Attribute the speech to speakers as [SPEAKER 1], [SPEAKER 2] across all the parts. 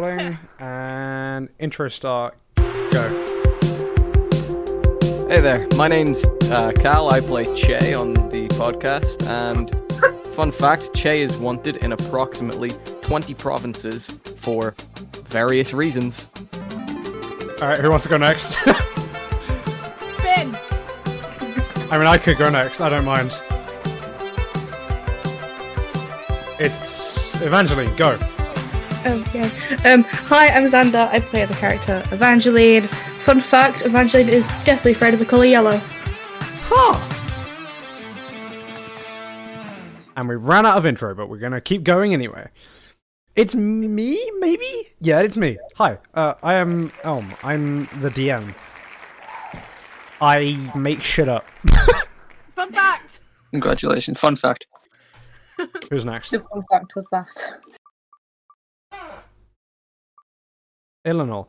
[SPEAKER 1] Rolling and intro start. Go.
[SPEAKER 2] Hey there, my name's uh, Cal. I play Che on the podcast, and fun fact: Che is wanted in approximately 20 provinces for various reasons.
[SPEAKER 1] All right, who wants to go next? I
[SPEAKER 3] Spin.
[SPEAKER 1] mean, I could go next. I don't mind. It's Evangeline. Go.
[SPEAKER 4] Oh, yeah. Um, hi, I'm Xander. I play the character Evangeline. Fun fact Evangeline is deathly afraid of the colour yellow.
[SPEAKER 1] And we ran out of intro, but we're gonna keep going anyway. It's me, maybe? Yeah, it's me. Hi, uh, I am Elm. I'm the DM. I make shit up.
[SPEAKER 3] Fun fact.
[SPEAKER 2] Congratulations! Fun fact.
[SPEAKER 1] Who's next?
[SPEAKER 5] The fun fact was that.
[SPEAKER 1] Eleanor.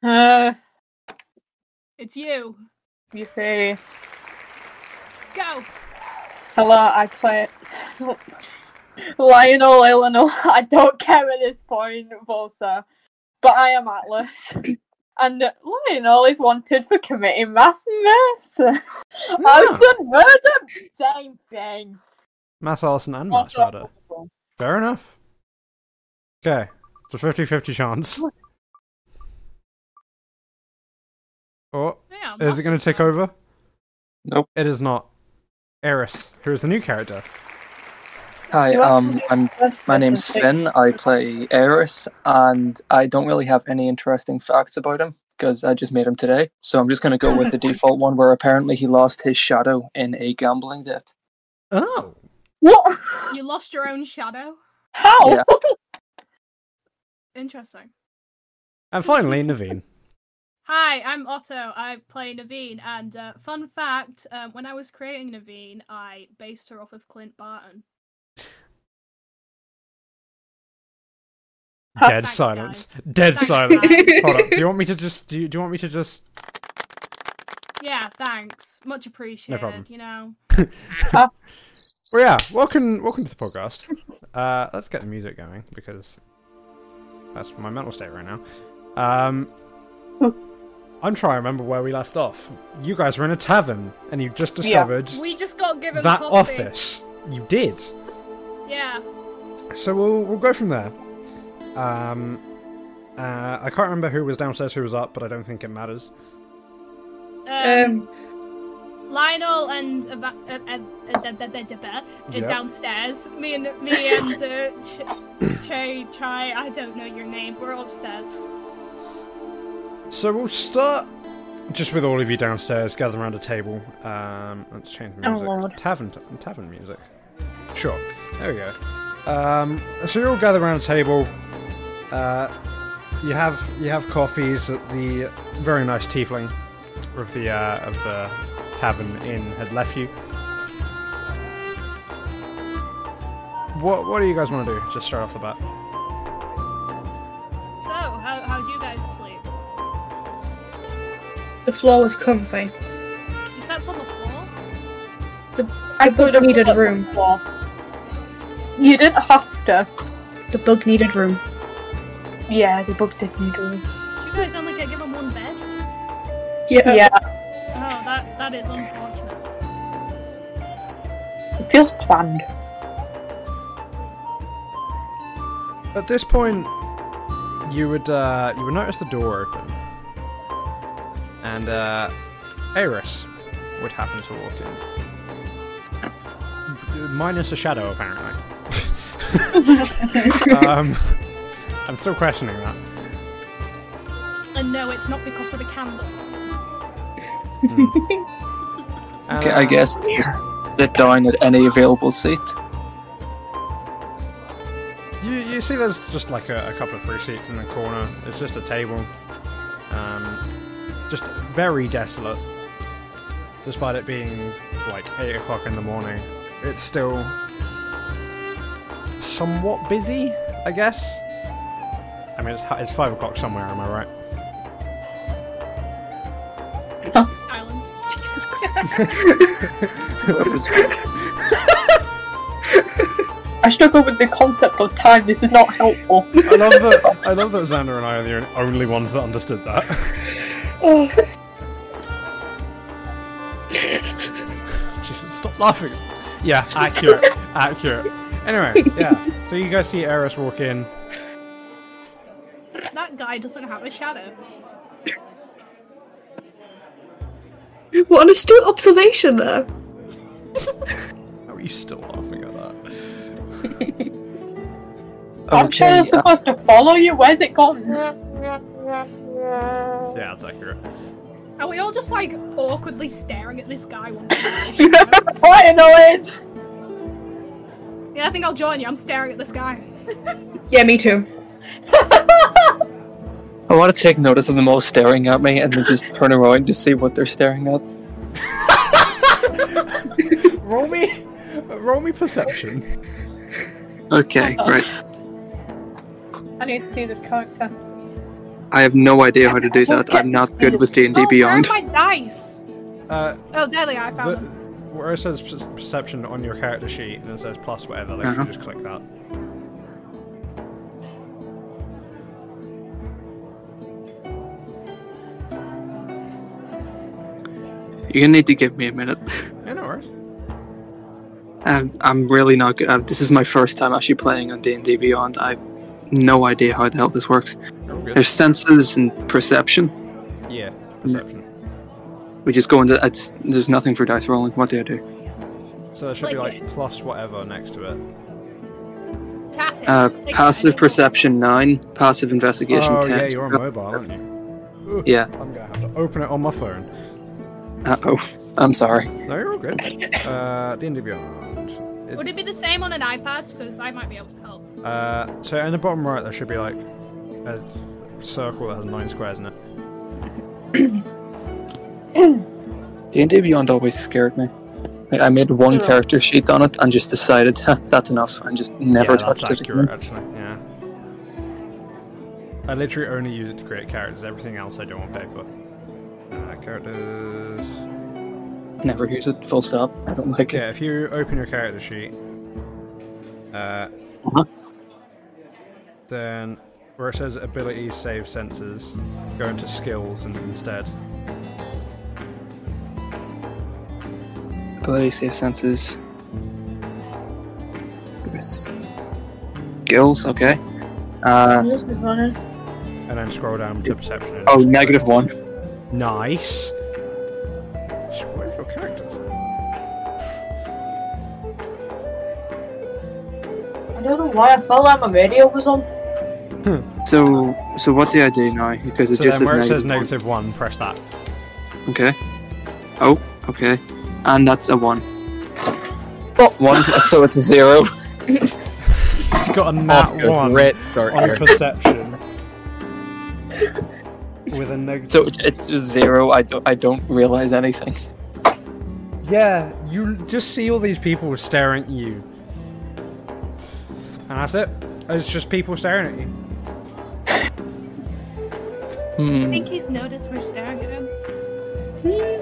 [SPEAKER 5] Uh,
[SPEAKER 3] It's you.
[SPEAKER 5] you see.
[SPEAKER 3] Go.
[SPEAKER 5] Hello, I play. Lionel, Eleanor. I don't care at this point, Volsa. But I am Atlas. And Lionel is wanted for committing mass murder. Arson murder? Same thing.
[SPEAKER 1] Mass arson and mass murder. Fair enough. Okay. It's a 50 50 chance. Oh,
[SPEAKER 3] Yeah,
[SPEAKER 1] is it going to
[SPEAKER 3] massive
[SPEAKER 1] take over?
[SPEAKER 2] Nope.
[SPEAKER 1] It is not. Eris, who is the new character.
[SPEAKER 6] Hi,
[SPEAKER 5] You are
[SPEAKER 6] um, I'm.
[SPEAKER 5] First
[SPEAKER 6] My
[SPEAKER 5] person
[SPEAKER 6] name's
[SPEAKER 5] to-
[SPEAKER 6] Finn. I play Eris, and I don't really have any interesting facts about him because I just made him today. So I'm just going to go with the default one, where apparently he lost his shadow in a gambling debt.
[SPEAKER 1] Oh.
[SPEAKER 5] What?
[SPEAKER 3] stuff. You lost your own shadow.
[SPEAKER 5] How?
[SPEAKER 6] Yeah.
[SPEAKER 3] Interesting.
[SPEAKER 1] And finally, Naveen.
[SPEAKER 3] Hi, I'm Otto. I play Naveen. And uh, fun fact: um, when I was creating Naveen, I based her off of Clint Barton.
[SPEAKER 1] Dead
[SPEAKER 3] Thanks,
[SPEAKER 1] silence.
[SPEAKER 3] guys.
[SPEAKER 1] Dead
[SPEAKER 3] Thanks,
[SPEAKER 1] silence.
[SPEAKER 3] guys.
[SPEAKER 1] Hold up. Do you want me to just. Do you, do you want me to just.
[SPEAKER 3] yeah, thanks. Much appreciated. You know.
[SPEAKER 1] Well, yeah. Welcome welcome to the podcast. Uh, let's get the music going because that's my mental state right now. Um, I'm trying to remember where we left off. You guys were in a tavern and you just
[SPEAKER 5] Yeah.
[SPEAKER 1] discovered
[SPEAKER 3] We just got given
[SPEAKER 1] that
[SPEAKER 3] coffee.
[SPEAKER 1] office. You did.
[SPEAKER 3] Yeah.
[SPEAKER 1] So we'll we'll go from there. Um, uh, I can't remember who was downstairs, who was up, but I don't think it matters.
[SPEAKER 3] Um,
[SPEAKER 4] Um,
[SPEAKER 3] Lionel and Eva- uh, uh, uh, uh, uh, uh, uh,
[SPEAKER 1] Yeah.
[SPEAKER 3] downstairs. Me and me and uh, Ch- Che Chai. I don't know your name. We're upstairs.
[SPEAKER 1] So we'll start just with all of you downstairs, gather around a table. Um, let's change the
[SPEAKER 5] Oh,
[SPEAKER 1] music.
[SPEAKER 5] Lord.
[SPEAKER 1] Tavern, tavern music. Sure. There we go. Um, so you all gather around a table. Uh, you have you have coffees that the very nice tiefling of the uh, of the tavern inn had left you. What what do you guys want to do? Just straight off the bat.
[SPEAKER 3] So, how, how do you guys sleep?
[SPEAKER 4] the floor was comfy.
[SPEAKER 3] You slept on the floor?
[SPEAKER 5] I
[SPEAKER 4] The bug needed
[SPEAKER 5] put
[SPEAKER 4] room.
[SPEAKER 5] more. You didn't have to.
[SPEAKER 4] The bug needed room.
[SPEAKER 5] Yeah, the bug did need room.
[SPEAKER 3] Do you guys only get given one bed?
[SPEAKER 4] Yeah.
[SPEAKER 5] Yeah,
[SPEAKER 3] Oh, that that is unfortunate.
[SPEAKER 5] it feels planned.
[SPEAKER 1] At this point, you would uh, you would notice the door open, and uh, Eris would happen to walk in, minus a shadow apparently. um, I'm still questioning that.
[SPEAKER 3] And no, it's not because of the candles.
[SPEAKER 6] Okay, I guess just sit down at any available seat.
[SPEAKER 1] You, you see, there's just like a, a couple of free seats in the corner. It's just a table. Um, just very desolate. Despite it being like 8 o'clock in the morning, it's still somewhat busy, I guess. I mean, it's, hi- it's 5 o'clock somewhere, am I right?
[SPEAKER 3] Silence.
[SPEAKER 4] Jesus Christ.
[SPEAKER 6] It was-
[SPEAKER 5] I struggle with the concept of time. This is not helpful.
[SPEAKER 1] I love that. I love that Xander and I are the only ones that understood that.
[SPEAKER 4] Oh,
[SPEAKER 1] Just stop laughing. Yeah, accurate, accurate. Anyway, yeah. So you guys see Eris walk in.
[SPEAKER 3] That guy doesn't have a shadow.
[SPEAKER 4] what an astute observation there.
[SPEAKER 2] How are you still laughing at that?
[SPEAKER 5] I'm
[SPEAKER 6] Okay,
[SPEAKER 5] sure
[SPEAKER 6] uh,
[SPEAKER 5] they're supposed to follow you. Where's it gone?
[SPEAKER 1] Yeah, it's accurate.
[SPEAKER 3] Are we all just like awkwardly staring at this guy? One
[SPEAKER 5] Quite a noise.
[SPEAKER 3] yeah, I think I'll join you. I'm staring at this guy.
[SPEAKER 4] Yeah, me too.
[SPEAKER 6] I want to take notice of them all staring at me and then just turn around to see what they're staring at.
[SPEAKER 1] Roll me, roll me perception.
[SPEAKER 6] Okay, great.
[SPEAKER 5] I need to see this character.
[SPEAKER 6] I have no idea how to do that. I'm not good with D and D
[SPEAKER 3] oh,
[SPEAKER 6] Beyond.
[SPEAKER 3] Where are my dice?
[SPEAKER 1] Uh,
[SPEAKER 3] Oh, there they are. I
[SPEAKER 1] the,
[SPEAKER 3] found them.
[SPEAKER 1] where it says per- perception on your character sheet and it says plus whatever, like
[SPEAKER 6] Uh-huh.
[SPEAKER 1] you just click that.
[SPEAKER 6] You're gonna need to give me a minute.
[SPEAKER 1] Yeah, no worries.
[SPEAKER 6] Um, I'm really not good. Uh, this is my first time actually playing on D and D Beyond. I've no idea how the hell this works.
[SPEAKER 1] You're all good.
[SPEAKER 6] There's senses and perception.
[SPEAKER 1] Yeah, perception.
[SPEAKER 6] We just go into. It's, there's nothing for dice rolling. What do I do?
[SPEAKER 1] So there should be
[SPEAKER 3] Like
[SPEAKER 1] like plus whatever next to it.
[SPEAKER 3] Tap it.
[SPEAKER 6] Uh,
[SPEAKER 3] Take it.
[SPEAKER 6] passive perception nine. Passive investigation
[SPEAKER 1] Oh
[SPEAKER 6] ten.
[SPEAKER 1] yeah, you're on mobile, aren't you? Ugh,
[SPEAKER 6] Yeah.
[SPEAKER 1] I'm gonna have to open it on my phone.
[SPEAKER 6] Uh oh. I'm sorry.
[SPEAKER 1] No, you're all good. Uh, D&D Beyond.
[SPEAKER 3] Would it be the same on an iPad? Because I might be able to help.
[SPEAKER 1] Uh, so in the bottom right, there should be like a circle that has nine squares in it.
[SPEAKER 6] D and D Beyond always scared me. I- I made one
[SPEAKER 5] Yeah.
[SPEAKER 6] character sheet on it and just decided "Huh, that's enough and just never
[SPEAKER 1] yeah,
[SPEAKER 6] touched
[SPEAKER 1] that's
[SPEAKER 6] it.
[SPEAKER 1] accurate,
[SPEAKER 6] Again.
[SPEAKER 1] actually. Yeah. I literally only use it to create characters. Everything else I do on paper. Uh, characters.
[SPEAKER 6] Never use it. Full stop. I don't like
[SPEAKER 1] Yeah,
[SPEAKER 6] it.
[SPEAKER 1] if you open your character sheet, uh,
[SPEAKER 6] Uh-huh.
[SPEAKER 1] then where it says abilities, save senses, go into skills and instead.
[SPEAKER 6] Ability save senses. Skills. Okay. Uh,
[SPEAKER 1] And then scroll down to perception. and
[SPEAKER 6] oh,
[SPEAKER 1] just-
[SPEAKER 6] negative one.
[SPEAKER 1] Nice. So Where's your characters?
[SPEAKER 5] I don't know why I felt like my radio was on.
[SPEAKER 6] So, so what do I do now? Because it
[SPEAKER 1] So
[SPEAKER 6] just
[SPEAKER 1] then
[SPEAKER 6] says
[SPEAKER 1] where it
[SPEAKER 6] negative.
[SPEAKER 1] says negative one, press that.
[SPEAKER 6] one. Okay. Oh, okay. And that's a one. Oh, one. so it's a zero.
[SPEAKER 1] You got a nat one
[SPEAKER 2] Great start
[SPEAKER 1] on
[SPEAKER 2] here.
[SPEAKER 1] perception. With a negative.
[SPEAKER 6] So it's, it's just zero. I don't. I don't realize anything.
[SPEAKER 1] yeah, you just see all these people staring at you. And that's it. It's just people staring at you.
[SPEAKER 3] I
[SPEAKER 6] Hmm.
[SPEAKER 3] think he's noticed we're staring at him.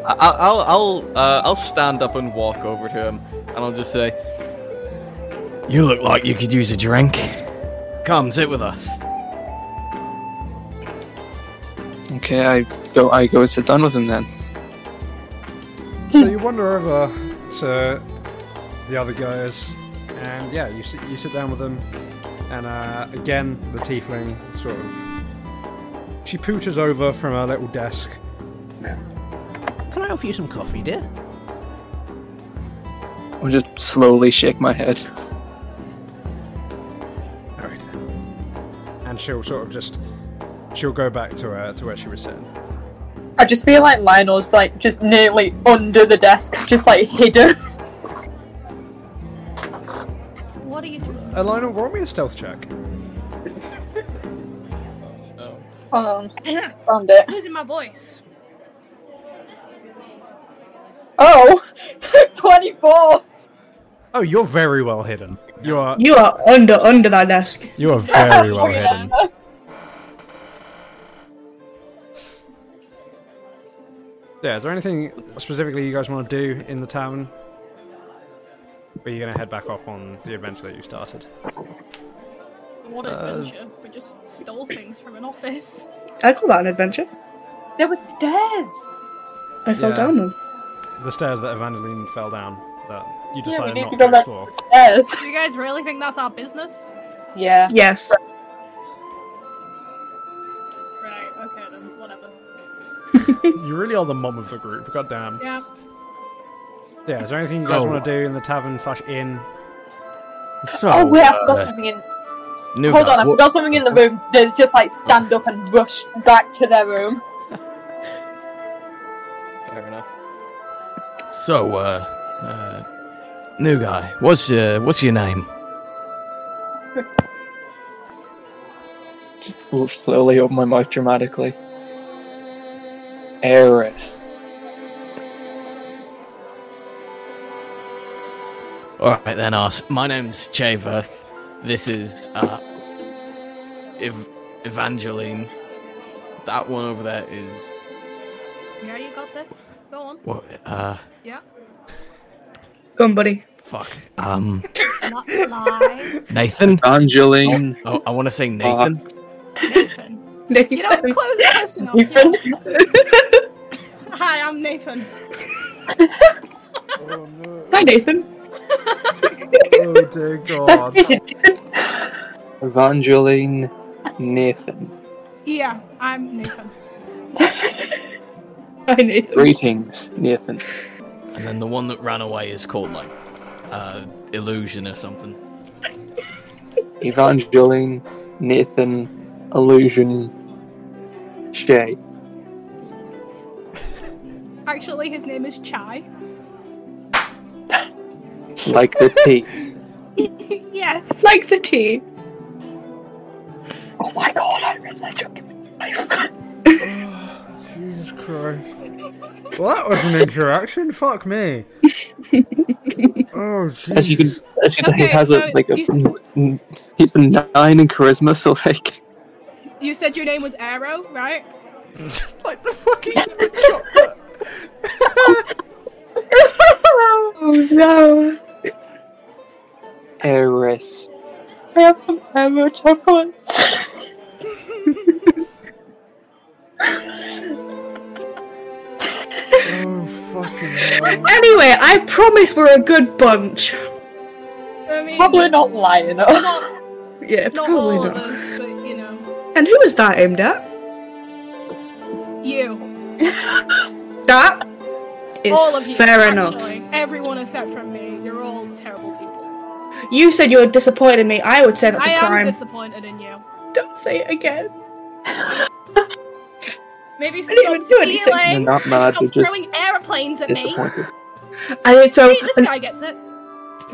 [SPEAKER 2] I- I'll I'll uh, I'll stand up and walk over to him, and I'll just say, "You look like you could use a drink. Come, sit with us."
[SPEAKER 6] Okay, I go. I go sit down with him then.
[SPEAKER 1] So you wander over to the other guys, and yeah, you sit, you sit down with them, and uh, again the tiefling sort of she pooches over from her little desk. Can I offer you some coffee, dear?
[SPEAKER 6] I just slowly shake my head.
[SPEAKER 1] All right then. And she'll sort of just she'll go back to her to where she was sitting.
[SPEAKER 5] I just feel like Lionel's like just nearly under the desk, just like hidden.
[SPEAKER 3] What are you doing?
[SPEAKER 1] Uh, Lionel, roll me a stealth check.
[SPEAKER 5] Hold on, found it.
[SPEAKER 3] Losing my voice.
[SPEAKER 5] Oh, 24!
[SPEAKER 1] Oh, you're very well hidden. You are.
[SPEAKER 4] You are under under that desk.
[SPEAKER 1] You are very well
[SPEAKER 5] Oh, Yeah.
[SPEAKER 1] hidden. Yeah, is there anything specifically you guys want to do in the tavern? but you're going to head back off on the adventure that you started.
[SPEAKER 3] What
[SPEAKER 1] Uh,
[SPEAKER 3] adventure? we just stole things from an office.
[SPEAKER 4] I call that an adventure.
[SPEAKER 5] There were stairs.
[SPEAKER 4] I fell
[SPEAKER 1] Yeah.
[SPEAKER 4] down them.
[SPEAKER 1] The stairs that Evangeline fell down that you
[SPEAKER 5] Yeah, we
[SPEAKER 1] decided
[SPEAKER 5] need to
[SPEAKER 1] not
[SPEAKER 5] go
[SPEAKER 1] to
[SPEAKER 5] back
[SPEAKER 1] explore.
[SPEAKER 5] to the stairs.
[SPEAKER 3] Do you guys really think that's our business?
[SPEAKER 5] Yeah.
[SPEAKER 4] Yes.
[SPEAKER 3] Right, okay then, whatever.
[SPEAKER 1] You really are the mom of the group. God damn.
[SPEAKER 3] Yeah.
[SPEAKER 1] Yeah. Is there anything you guys
[SPEAKER 2] Oh.
[SPEAKER 1] want to do in the tavern slash inn?
[SPEAKER 2] So,
[SPEAKER 5] Oh, wait, I've got
[SPEAKER 2] uh,
[SPEAKER 5] something in.
[SPEAKER 2] Nougat,
[SPEAKER 5] Hold on, I've
[SPEAKER 2] what-
[SPEAKER 5] got something in the room. They just like stand up and rush back to their room.
[SPEAKER 2] Fair enough. So, uh, uh, new guy, what's your what's your name?
[SPEAKER 6] Move slowly, open my mouth dramatically. Eris.
[SPEAKER 2] All right then, us. My name's Chaverth. This is uh, Ev- Evangeline. That one over there is
[SPEAKER 3] Yeah, you got this. Go on.
[SPEAKER 2] what? Uh,
[SPEAKER 3] Yeah.
[SPEAKER 4] Go on, buddy.
[SPEAKER 2] fuck. Um,
[SPEAKER 3] Li- lie.
[SPEAKER 2] Nathan.
[SPEAKER 6] Angeline.
[SPEAKER 2] Oh, I want to say Nathan.
[SPEAKER 3] Nathan. You don't close the person off.
[SPEAKER 5] Nathan.
[SPEAKER 3] Hi, I'm Nathan.
[SPEAKER 4] Hi, Nathan.
[SPEAKER 1] oh dear
[SPEAKER 5] That's
[SPEAKER 1] God.
[SPEAKER 5] vision. Nathan.
[SPEAKER 6] Evangeline. Nathan.
[SPEAKER 3] Yeah, I'm Nathan.
[SPEAKER 4] Hi, Nathan.
[SPEAKER 6] Greetings, Nathan.
[SPEAKER 2] And then the one that ran away is called like uh, Illusion or something.
[SPEAKER 6] Evangeline. Nathan. Illusion. Shay.
[SPEAKER 3] Actually, his name is Chai.
[SPEAKER 6] Like the tea.
[SPEAKER 3] yes.
[SPEAKER 4] Like the tea.
[SPEAKER 6] Oh my god, I read that joke. in my life.
[SPEAKER 1] Jesus Christ. Well, that was an interaction. Fuck me. Oh Jesus.
[SPEAKER 6] As you can, as you can, he
[SPEAKER 3] Okay,
[SPEAKER 6] has a
[SPEAKER 3] so
[SPEAKER 6] like a,
[SPEAKER 3] you
[SPEAKER 6] he's a nine in charisma, so like
[SPEAKER 3] You said your name was Arrow, right?
[SPEAKER 1] like the fucking chocolate.
[SPEAKER 4] Oh no.
[SPEAKER 6] Eris.
[SPEAKER 5] I have some ammo chocolates.
[SPEAKER 1] Oh fucking hell.
[SPEAKER 4] Anyway, I promise we're a good bunch.
[SPEAKER 3] I mean,
[SPEAKER 5] Probably not lying.
[SPEAKER 3] not,
[SPEAKER 4] Yeah,
[SPEAKER 3] not
[SPEAKER 4] probably
[SPEAKER 3] all
[SPEAKER 4] not.
[SPEAKER 3] of us, but you know,
[SPEAKER 4] And who was that aimed at?
[SPEAKER 3] you.
[SPEAKER 4] That is
[SPEAKER 3] all of you.
[SPEAKER 4] fair
[SPEAKER 3] actually.
[SPEAKER 4] enough.
[SPEAKER 3] Everyone except from me. You're all terrible people.
[SPEAKER 4] You said you were disappointed in me. I would say that's
[SPEAKER 3] I
[SPEAKER 4] a
[SPEAKER 3] am
[SPEAKER 4] crime.
[SPEAKER 3] disappointed in you.
[SPEAKER 4] Don't say it again.
[SPEAKER 3] Maybe stop
[SPEAKER 4] didn't even do anything.
[SPEAKER 6] You're
[SPEAKER 3] stealing.
[SPEAKER 6] not mad,
[SPEAKER 3] stop
[SPEAKER 6] you're just
[SPEAKER 3] throwing airplanes at me.
[SPEAKER 6] disappointed.
[SPEAKER 4] I did throw
[SPEAKER 3] See, this
[SPEAKER 4] an,
[SPEAKER 3] guy gets it.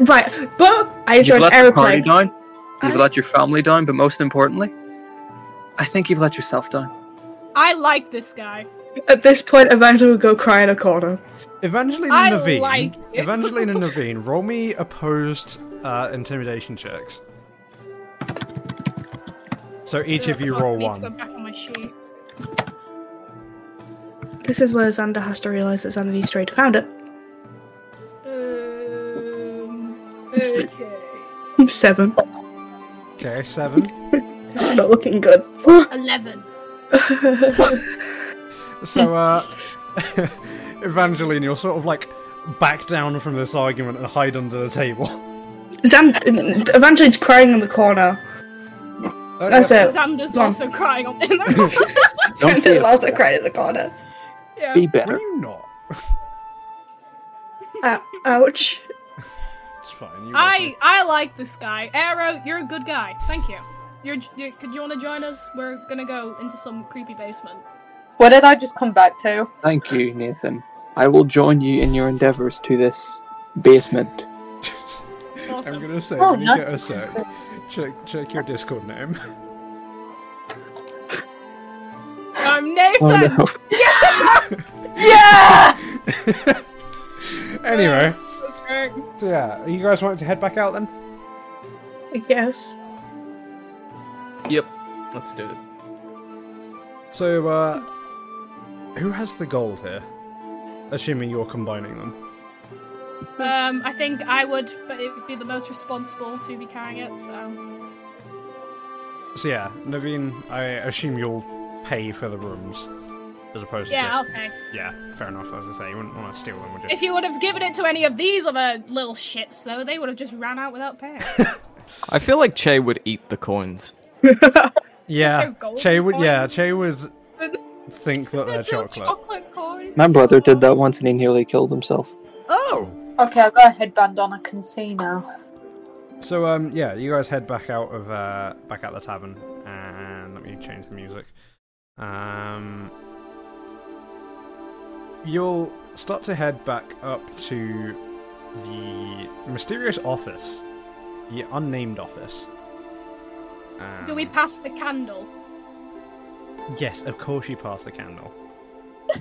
[SPEAKER 4] right, but I did
[SPEAKER 6] You've
[SPEAKER 4] throw
[SPEAKER 6] let
[SPEAKER 4] an
[SPEAKER 6] the party
[SPEAKER 4] aeroplane.
[SPEAKER 6] down. You've
[SPEAKER 4] I-
[SPEAKER 6] let your family down, but most importantly, I think you've let yourself down.
[SPEAKER 3] I like this guy.
[SPEAKER 4] At this point, Evangeline would go cry in a corner.
[SPEAKER 1] Evangeline
[SPEAKER 3] I
[SPEAKER 1] and Naveen.
[SPEAKER 3] like it.
[SPEAKER 1] Evangeline and Naveen, roll me opposed uh, intimidation checks. So each of you
[SPEAKER 3] Fuck,
[SPEAKER 1] roll
[SPEAKER 3] I need to go
[SPEAKER 1] one.
[SPEAKER 3] back on my sheet.
[SPEAKER 4] This is where Xander has to realise that Xander needs to raid. Found it.
[SPEAKER 3] Um, okay.
[SPEAKER 4] Seven.
[SPEAKER 1] Okay, seven.
[SPEAKER 4] Not looking good.
[SPEAKER 3] Eleven.
[SPEAKER 1] So, uh, Evangeline, you're sort of like back down from this argument and hide under the table.
[SPEAKER 4] Xander, Evangeline's crying in the corner. That's
[SPEAKER 1] Uh,
[SPEAKER 4] it.
[SPEAKER 3] Xander's
[SPEAKER 4] Go on.
[SPEAKER 3] also crying on in the
[SPEAKER 6] Don't
[SPEAKER 4] Xander's
[SPEAKER 6] be-
[SPEAKER 4] also crying in the corner.
[SPEAKER 3] Yeah.
[SPEAKER 6] Be
[SPEAKER 1] Were
[SPEAKER 6] better.
[SPEAKER 1] you not?
[SPEAKER 4] Uh, ouch.
[SPEAKER 1] It's fine. You
[SPEAKER 3] I I like this guy. Arrow, you're a good guy. Thank you. You're, you could you want to join us? We're gonna go into some creepy basement.
[SPEAKER 5] What did I just come back to?
[SPEAKER 6] Thank you, Nathan. I will join you in your endeavors to this basement.
[SPEAKER 1] I'm
[SPEAKER 3] Awesome.
[SPEAKER 1] gonna say
[SPEAKER 5] Oh,
[SPEAKER 1] when you
[SPEAKER 5] no.
[SPEAKER 1] get a sec, check check your Discord name.
[SPEAKER 3] I'm Nathan.
[SPEAKER 6] Oh no.
[SPEAKER 5] Yeah!
[SPEAKER 1] anyway,
[SPEAKER 3] That's great.
[SPEAKER 1] so yeah, you guys want to head back out then?
[SPEAKER 4] Yes.
[SPEAKER 2] Yep. Let's do it.
[SPEAKER 1] So, uh, who has the gold here? Assuming you're combining them.
[SPEAKER 3] Um, I think I would, but it would be the most responsible to be carrying it. So
[SPEAKER 1] So yeah, Naveen, I assume you'll pay for the rooms, as opposed
[SPEAKER 3] yeah, I'll
[SPEAKER 1] to just
[SPEAKER 3] pay.
[SPEAKER 1] yeah. Fair enough. As I say, you wouldn't want to steal them, would you?
[SPEAKER 3] If you would have given it to any of these other little shits, though, they would have just ran out without paying.
[SPEAKER 2] I feel like Che would eat the coins.
[SPEAKER 1] yeah,
[SPEAKER 3] They're golden
[SPEAKER 1] Che would. Yeah,
[SPEAKER 3] coins.
[SPEAKER 1] Che would think that they're
[SPEAKER 3] Little
[SPEAKER 1] Uh, chocolate.
[SPEAKER 3] coins.
[SPEAKER 6] My brother did that once and he nearly killed himself.
[SPEAKER 1] Oh.
[SPEAKER 5] Okay, I've got a headband on. I can see now.
[SPEAKER 1] So um, yeah, you guys head back out of uh, back out the tavern, and let me change the music. Um, you'll start to head back up to the mysterious office, the unnamed office. Um,
[SPEAKER 3] Do we pass the candle?
[SPEAKER 1] Yes, of course you pass the candle.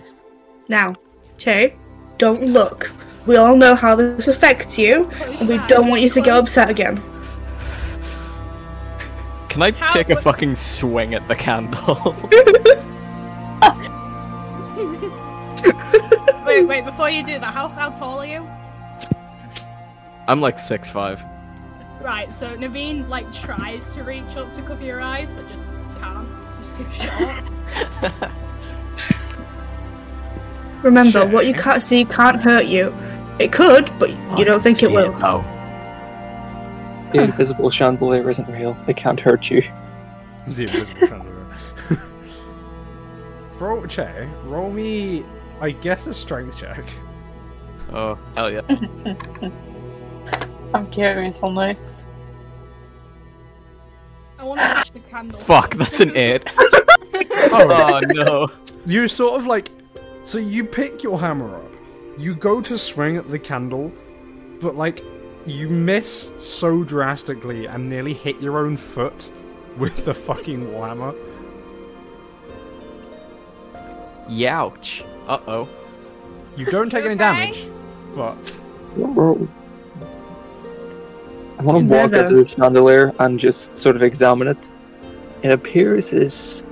[SPEAKER 4] Now, Che, don't look. We all know how this affects you,
[SPEAKER 3] Close your
[SPEAKER 4] and we
[SPEAKER 3] eyes,
[SPEAKER 4] don't want you to get
[SPEAKER 3] close-
[SPEAKER 4] upset again.
[SPEAKER 2] Can I
[SPEAKER 3] How
[SPEAKER 2] take a
[SPEAKER 3] would-
[SPEAKER 2] fucking swing at the candle?
[SPEAKER 3] Wait, wait, before you do that, how, how tall are you?
[SPEAKER 2] I'm like six five.
[SPEAKER 3] Right, so Naveen like tries to reach up to cover your eyes, but just can't. Just too short.
[SPEAKER 4] Remember, what you
[SPEAKER 1] Che.
[SPEAKER 4] can't see can't hurt you. It could, but you don't think it will.
[SPEAKER 2] Oh.
[SPEAKER 6] The invisible chandelier isn't real. It can't hurt you.
[SPEAKER 1] The invisible chandelier. roll, Che, roll me, I guess, a strength check.
[SPEAKER 2] Oh, hell yeah.
[SPEAKER 5] I'm curious on this.
[SPEAKER 3] I want to touch the candle.
[SPEAKER 2] Fuck, that's an eight. oh no.
[SPEAKER 1] you sort of like so you pick your hammer up you go to swing at the candle but like you miss so drastically and nearly hit your own foot with the fucking warhammer
[SPEAKER 2] Youch. Uh oh.
[SPEAKER 1] you don't take any
[SPEAKER 3] Okay.
[SPEAKER 1] damage but
[SPEAKER 6] I want to walk
[SPEAKER 4] Never.
[SPEAKER 6] up to this chandelier and just sort of examine it. It appears this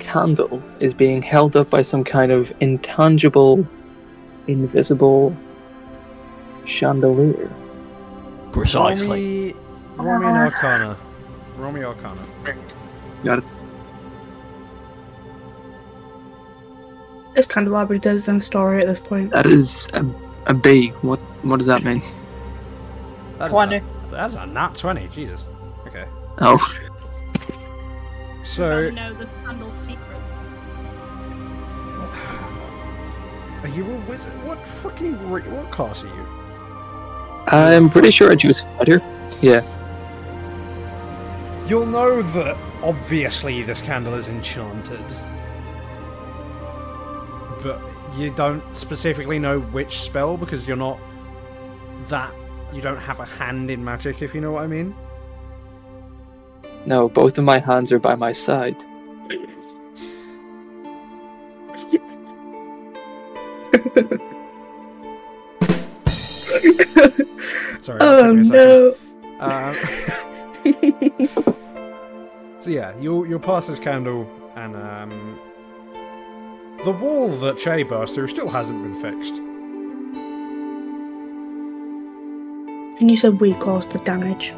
[SPEAKER 6] candle is being held up by some kind of intangible, invisible chandelier.
[SPEAKER 1] Romy, Romy and Arcana Romy Arcana
[SPEAKER 6] Got it.
[SPEAKER 4] This candelabra does them story at this point.
[SPEAKER 6] That is a, a B. What what does that mean?
[SPEAKER 1] That is
[SPEAKER 5] Twenty.
[SPEAKER 1] a- that's a nat 20 Jesus okay
[SPEAKER 6] Oh,
[SPEAKER 1] so
[SPEAKER 3] know the candle's secrets.
[SPEAKER 1] are you a wizard what fucking re- what class are you
[SPEAKER 6] I'm pretty sure I choose fighter.
[SPEAKER 1] You'll know that obviously this candle is enchanted. But you don't specifically know which spell because you're not that. You don't have a hand in magic, if you know what I mean.
[SPEAKER 6] No, both of my hands are by my side.
[SPEAKER 1] Sorry. that
[SPEAKER 4] Oh
[SPEAKER 1] took me a second.
[SPEAKER 4] no!
[SPEAKER 1] Um, so yeah, you'll you'll pass this candle, and um, the wall that Che burst through still hasn't been fixed.
[SPEAKER 4] And you said we caused the damage.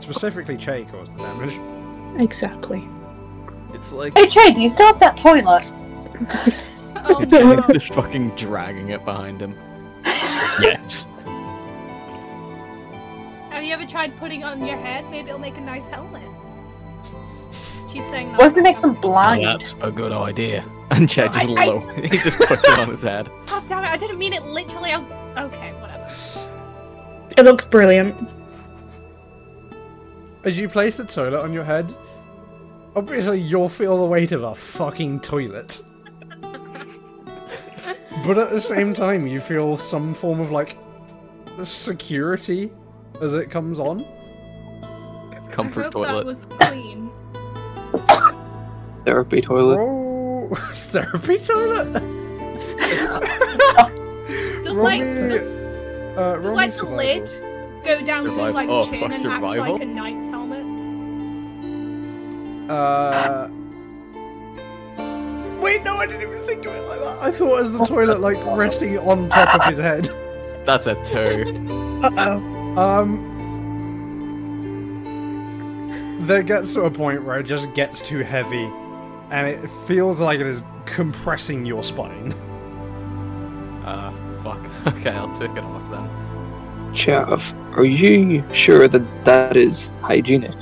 [SPEAKER 1] Specifically, Che caused the damage.
[SPEAKER 4] Exactly.
[SPEAKER 2] It's like
[SPEAKER 5] Hey, Che, do you still have that toilet?
[SPEAKER 3] Oh no.
[SPEAKER 2] just fucking dragging it behind him. Yes.
[SPEAKER 3] Have you ever tried putting it on your head? Maybe it'll make a nice helmet. She's saying that.
[SPEAKER 5] Let's make some blind.
[SPEAKER 2] That's a good idea. And Che just
[SPEAKER 3] I- I-
[SPEAKER 2] low. he just puts it on his head.
[SPEAKER 3] God damn it! I didn't mean it literally. I was okay. Whatever.
[SPEAKER 4] It looks brilliant.
[SPEAKER 1] As you place the toilet on your head, obviously you'll feel the weight of a fucking toilet. but at the same time, you feel some form of like security as it comes on.
[SPEAKER 3] I
[SPEAKER 2] Comfort
[SPEAKER 3] hope
[SPEAKER 2] toilet.
[SPEAKER 3] that was clean.
[SPEAKER 6] Therapy toilet.
[SPEAKER 1] Oh, therapy toilet.
[SPEAKER 3] Just like,
[SPEAKER 1] Romy-
[SPEAKER 3] just,
[SPEAKER 1] Uh,
[SPEAKER 3] just
[SPEAKER 1] Romy
[SPEAKER 3] like the
[SPEAKER 1] survival.
[SPEAKER 3] lid go down to his
[SPEAKER 2] Survival.
[SPEAKER 3] like
[SPEAKER 2] Oh,
[SPEAKER 3] chin
[SPEAKER 2] fuck,
[SPEAKER 3] and acts
[SPEAKER 2] survival?
[SPEAKER 3] like a knight's helmet.
[SPEAKER 1] Uh. Wait, no, I didn't even think of it like that. I thought it was the toilet like resting on top of his head.
[SPEAKER 2] That's a two.
[SPEAKER 4] Uh oh.
[SPEAKER 1] Um, that gets to a point where it just gets too heavy, and it feels like it is compressing your spine.
[SPEAKER 2] Uh, fuck. Okay, I'll take it off then.
[SPEAKER 6] Chav, are you sure that that is hygienic?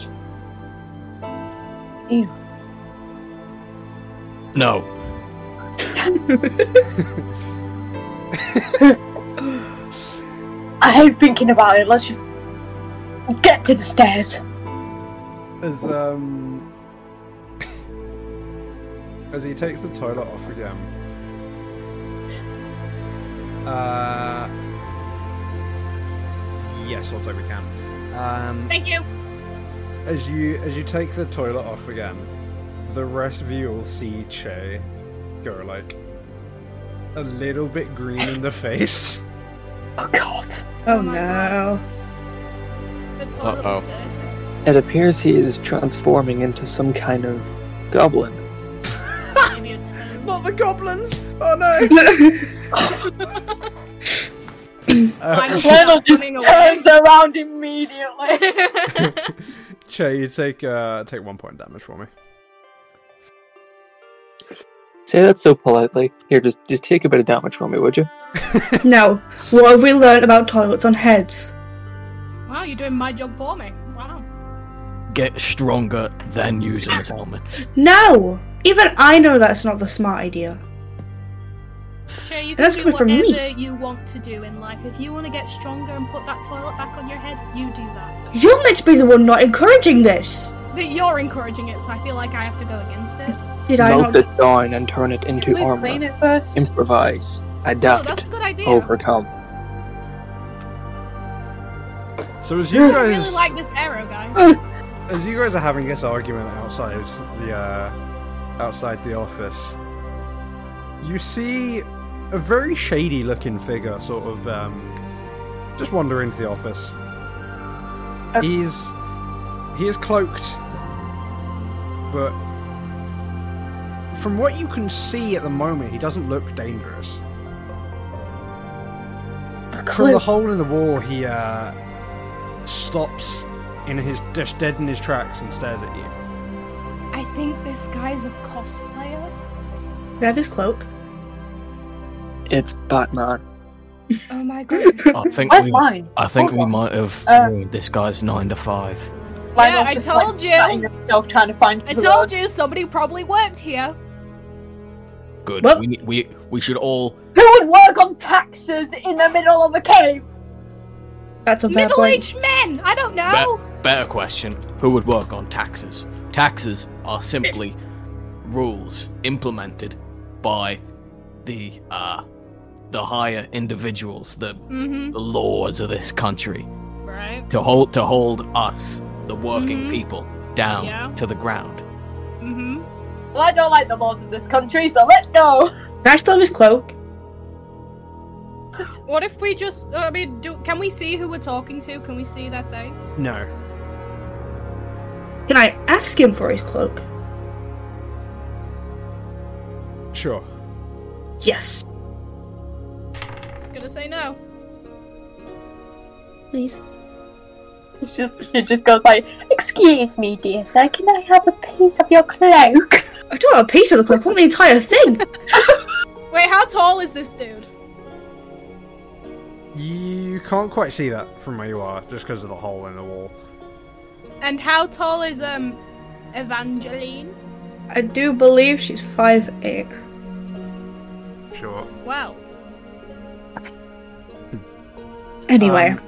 [SPEAKER 2] No.
[SPEAKER 5] I hate thinking about it. Let's just get to the stairs.
[SPEAKER 1] As um, as he takes the toilet off again. Uh, yes, Otto, we can. Um,
[SPEAKER 3] Thank you.
[SPEAKER 1] as you as you take the toilet off again, the rest of you will see Che go like a little bit green in the face.
[SPEAKER 5] Oh God.
[SPEAKER 4] Oh no.
[SPEAKER 3] The toilet's
[SPEAKER 2] Uh-oh.
[SPEAKER 3] dirty.
[SPEAKER 6] It appears he is transforming into some kind of goblin.
[SPEAKER 3] Maybe a turn.
[SPEAKER 1] Not the goblins! Oh no!
[SPEAKER 3] I'm
[SPEAKER 1] Uh,
[SPEAKER 5] Lionel
[SPEAKER 3] not
[SPEAKER 5] just
[SPEAKER 3] coming away.
[SPEAKER 5] turns around immediately.
[SPEAKER 1] che, you take uh, take one point damage for me.
[SPEAKER 6] Say that so politely. Here, just just take a bit of damage from me, would you?
[SPEAKER 4] no. What have we learned about toilets on heads?
[SPEAKER 3] wow, you're doing my job for me. Wow.
[SPEAKER 2] Get stronger than using helmets.
[SPEAKER 4] No. Even I know that's not the smart idea.
[SPEAKER 3] Sure, you can
[SPEAKER 4] That's
[SPEAKER 3] do
[SPEAKER 4] coming from
[SPEAKER 3] whatever
[SPEAKER 4] me.
[SPEAKER 3] you want to do in life. If you want to get stronger and put that toilet back on your head, you do that.
[SPEAKER 4] You're meant to be the one not encouraging this.
[SPEAKER 3] But you're encouraging it, so I feel like I have to go against it.
[SPEAKER 4] Did I
[SPEAKER 6] Melt
[SPEAKER 4] not?
[SPEAKER 6] it down and turn it into
[SPEAKER 5] Please clean
[SPEAKER 6] armor.
[SPEAKER 5] it first.
[SPEAKER 6] Improvise,
[SPEAKER 3] Oh, that's
[SPEAKER 6] adapt,
[SPEAKER 3] a good idea.
[SPEAKER 6] overcome.
[SPEAKER 1] So as you
[SPEAKER 3] I
[SPEAKER 1] guys
[SPEAKER 3] really like this arrow guy.
[SPEAKER 1] as you guys are having this argument outside the uh, outside the office, you see a very shady looking figure sort of um, just wander into the office.
[SPEAKER 5] Oh.
[SPEAKER 1] He's he is cloaked, but from what you can see at the moment, he doesn't look dangerous. From the
[SPEAKER 5] Cloak.
[SPEAKER 1] hole in the wall, he uh, stops in his just dead in his tracks and stares at you.
[SPEAKER 3] I think this guy's a cosplayer.
[SPEAKER 4] Can I have his cloak?
[SPEAKER 6] It's Batman.
[SPEAKER 3] Oh my god.
[SPEAKER 2] I think
[SPEAKER 5] Where's
[SPEAKER 2] we,
[SPEAKER 5] mine?
[SPEAKER 2] I think
[SPEAKER 5] Hold
[SPEAKER 2] we
[SPEAKER 5] on.
[SPEAKER 2] might have
[SPEAKER 5] Uh,
[SPEAKER 2] ruined this guy's nine to five.
[SPEAKER 3] yeah,
[SPEAKER 5] Lionel's
[SPEAKER 3] I
[SPEAKER 5] just,
[SPEAKER 3] told
[SPEAKER 5] like,
[SPEAKER 3] you.
[SPEAKER 5] patting himself, trying to find.
[SPEAKER 3] I told you somebody probably worked here.
[SPEAKER 2] Good.
[SPEAKER 4] Well-
[SPEAKER 2] we, need- we we should all.
[SPEAKER 5] Who would work on taxes in the middle of a cave?
[SPEAKER 4] That's a fair point.
[SPEAKER 3] Middle-aged men. I don't know.
[SPEAKER 2] Better question: Who would work on taxes? Taxes are simply rules implemented by the uh, the higher individuals, the,
[SPEAKER 3] Mm-hmm.
[SPEAKER 2] the laws of this country,
[SPEAKER 3] Right.
[SPEAKER 2] to hold to hold us, the working
[SPEAKER 3] Mhm.
[SPEAKER 2] people, down
[SPEAKER 3] Yeah.
[SPEAKER 2] to the ground.
[SPEAKER 3] Mm-hmm.
[SPEAKER 5] Well, I don't like the laws of this country, so let's go.
[SPEAKER 4] Can I still have his cloak?
[SPEAKER 3] What if we just? I mean, do, can we see who we're talking to? Can we see their face?
[SPEAKER 1] No.
[SPEAKER 4] Can I ask him for his cloak?
[SPEAKER 1] Sure.
[SPEAKER 4] Yes.
[SPEAKER 3] It's gonna say no.
[SPEAKER 4] Please.
[SPEAKER 5] It's just, it just goes like, "Excuse me, dear sir, can I have a piece of your cloak?"
[SPEAKER 4] I don't want a piece of the cloak, I want the entire thing.
[SPEAKER 3] Wait, how tall is this dude?
[SPEAKER 1] You can't quite see that from where you are, just because of the hole in the wall.
[SPEAKER 3] And how tall is um Evangeline?
[SPEAKER 4] I do believe she's five eight.
[SPEAKER 1] Sure.
[SPEAKER 3] Well,
[SPEAKER 4] Anyway.
[SPEAKER 1] Um,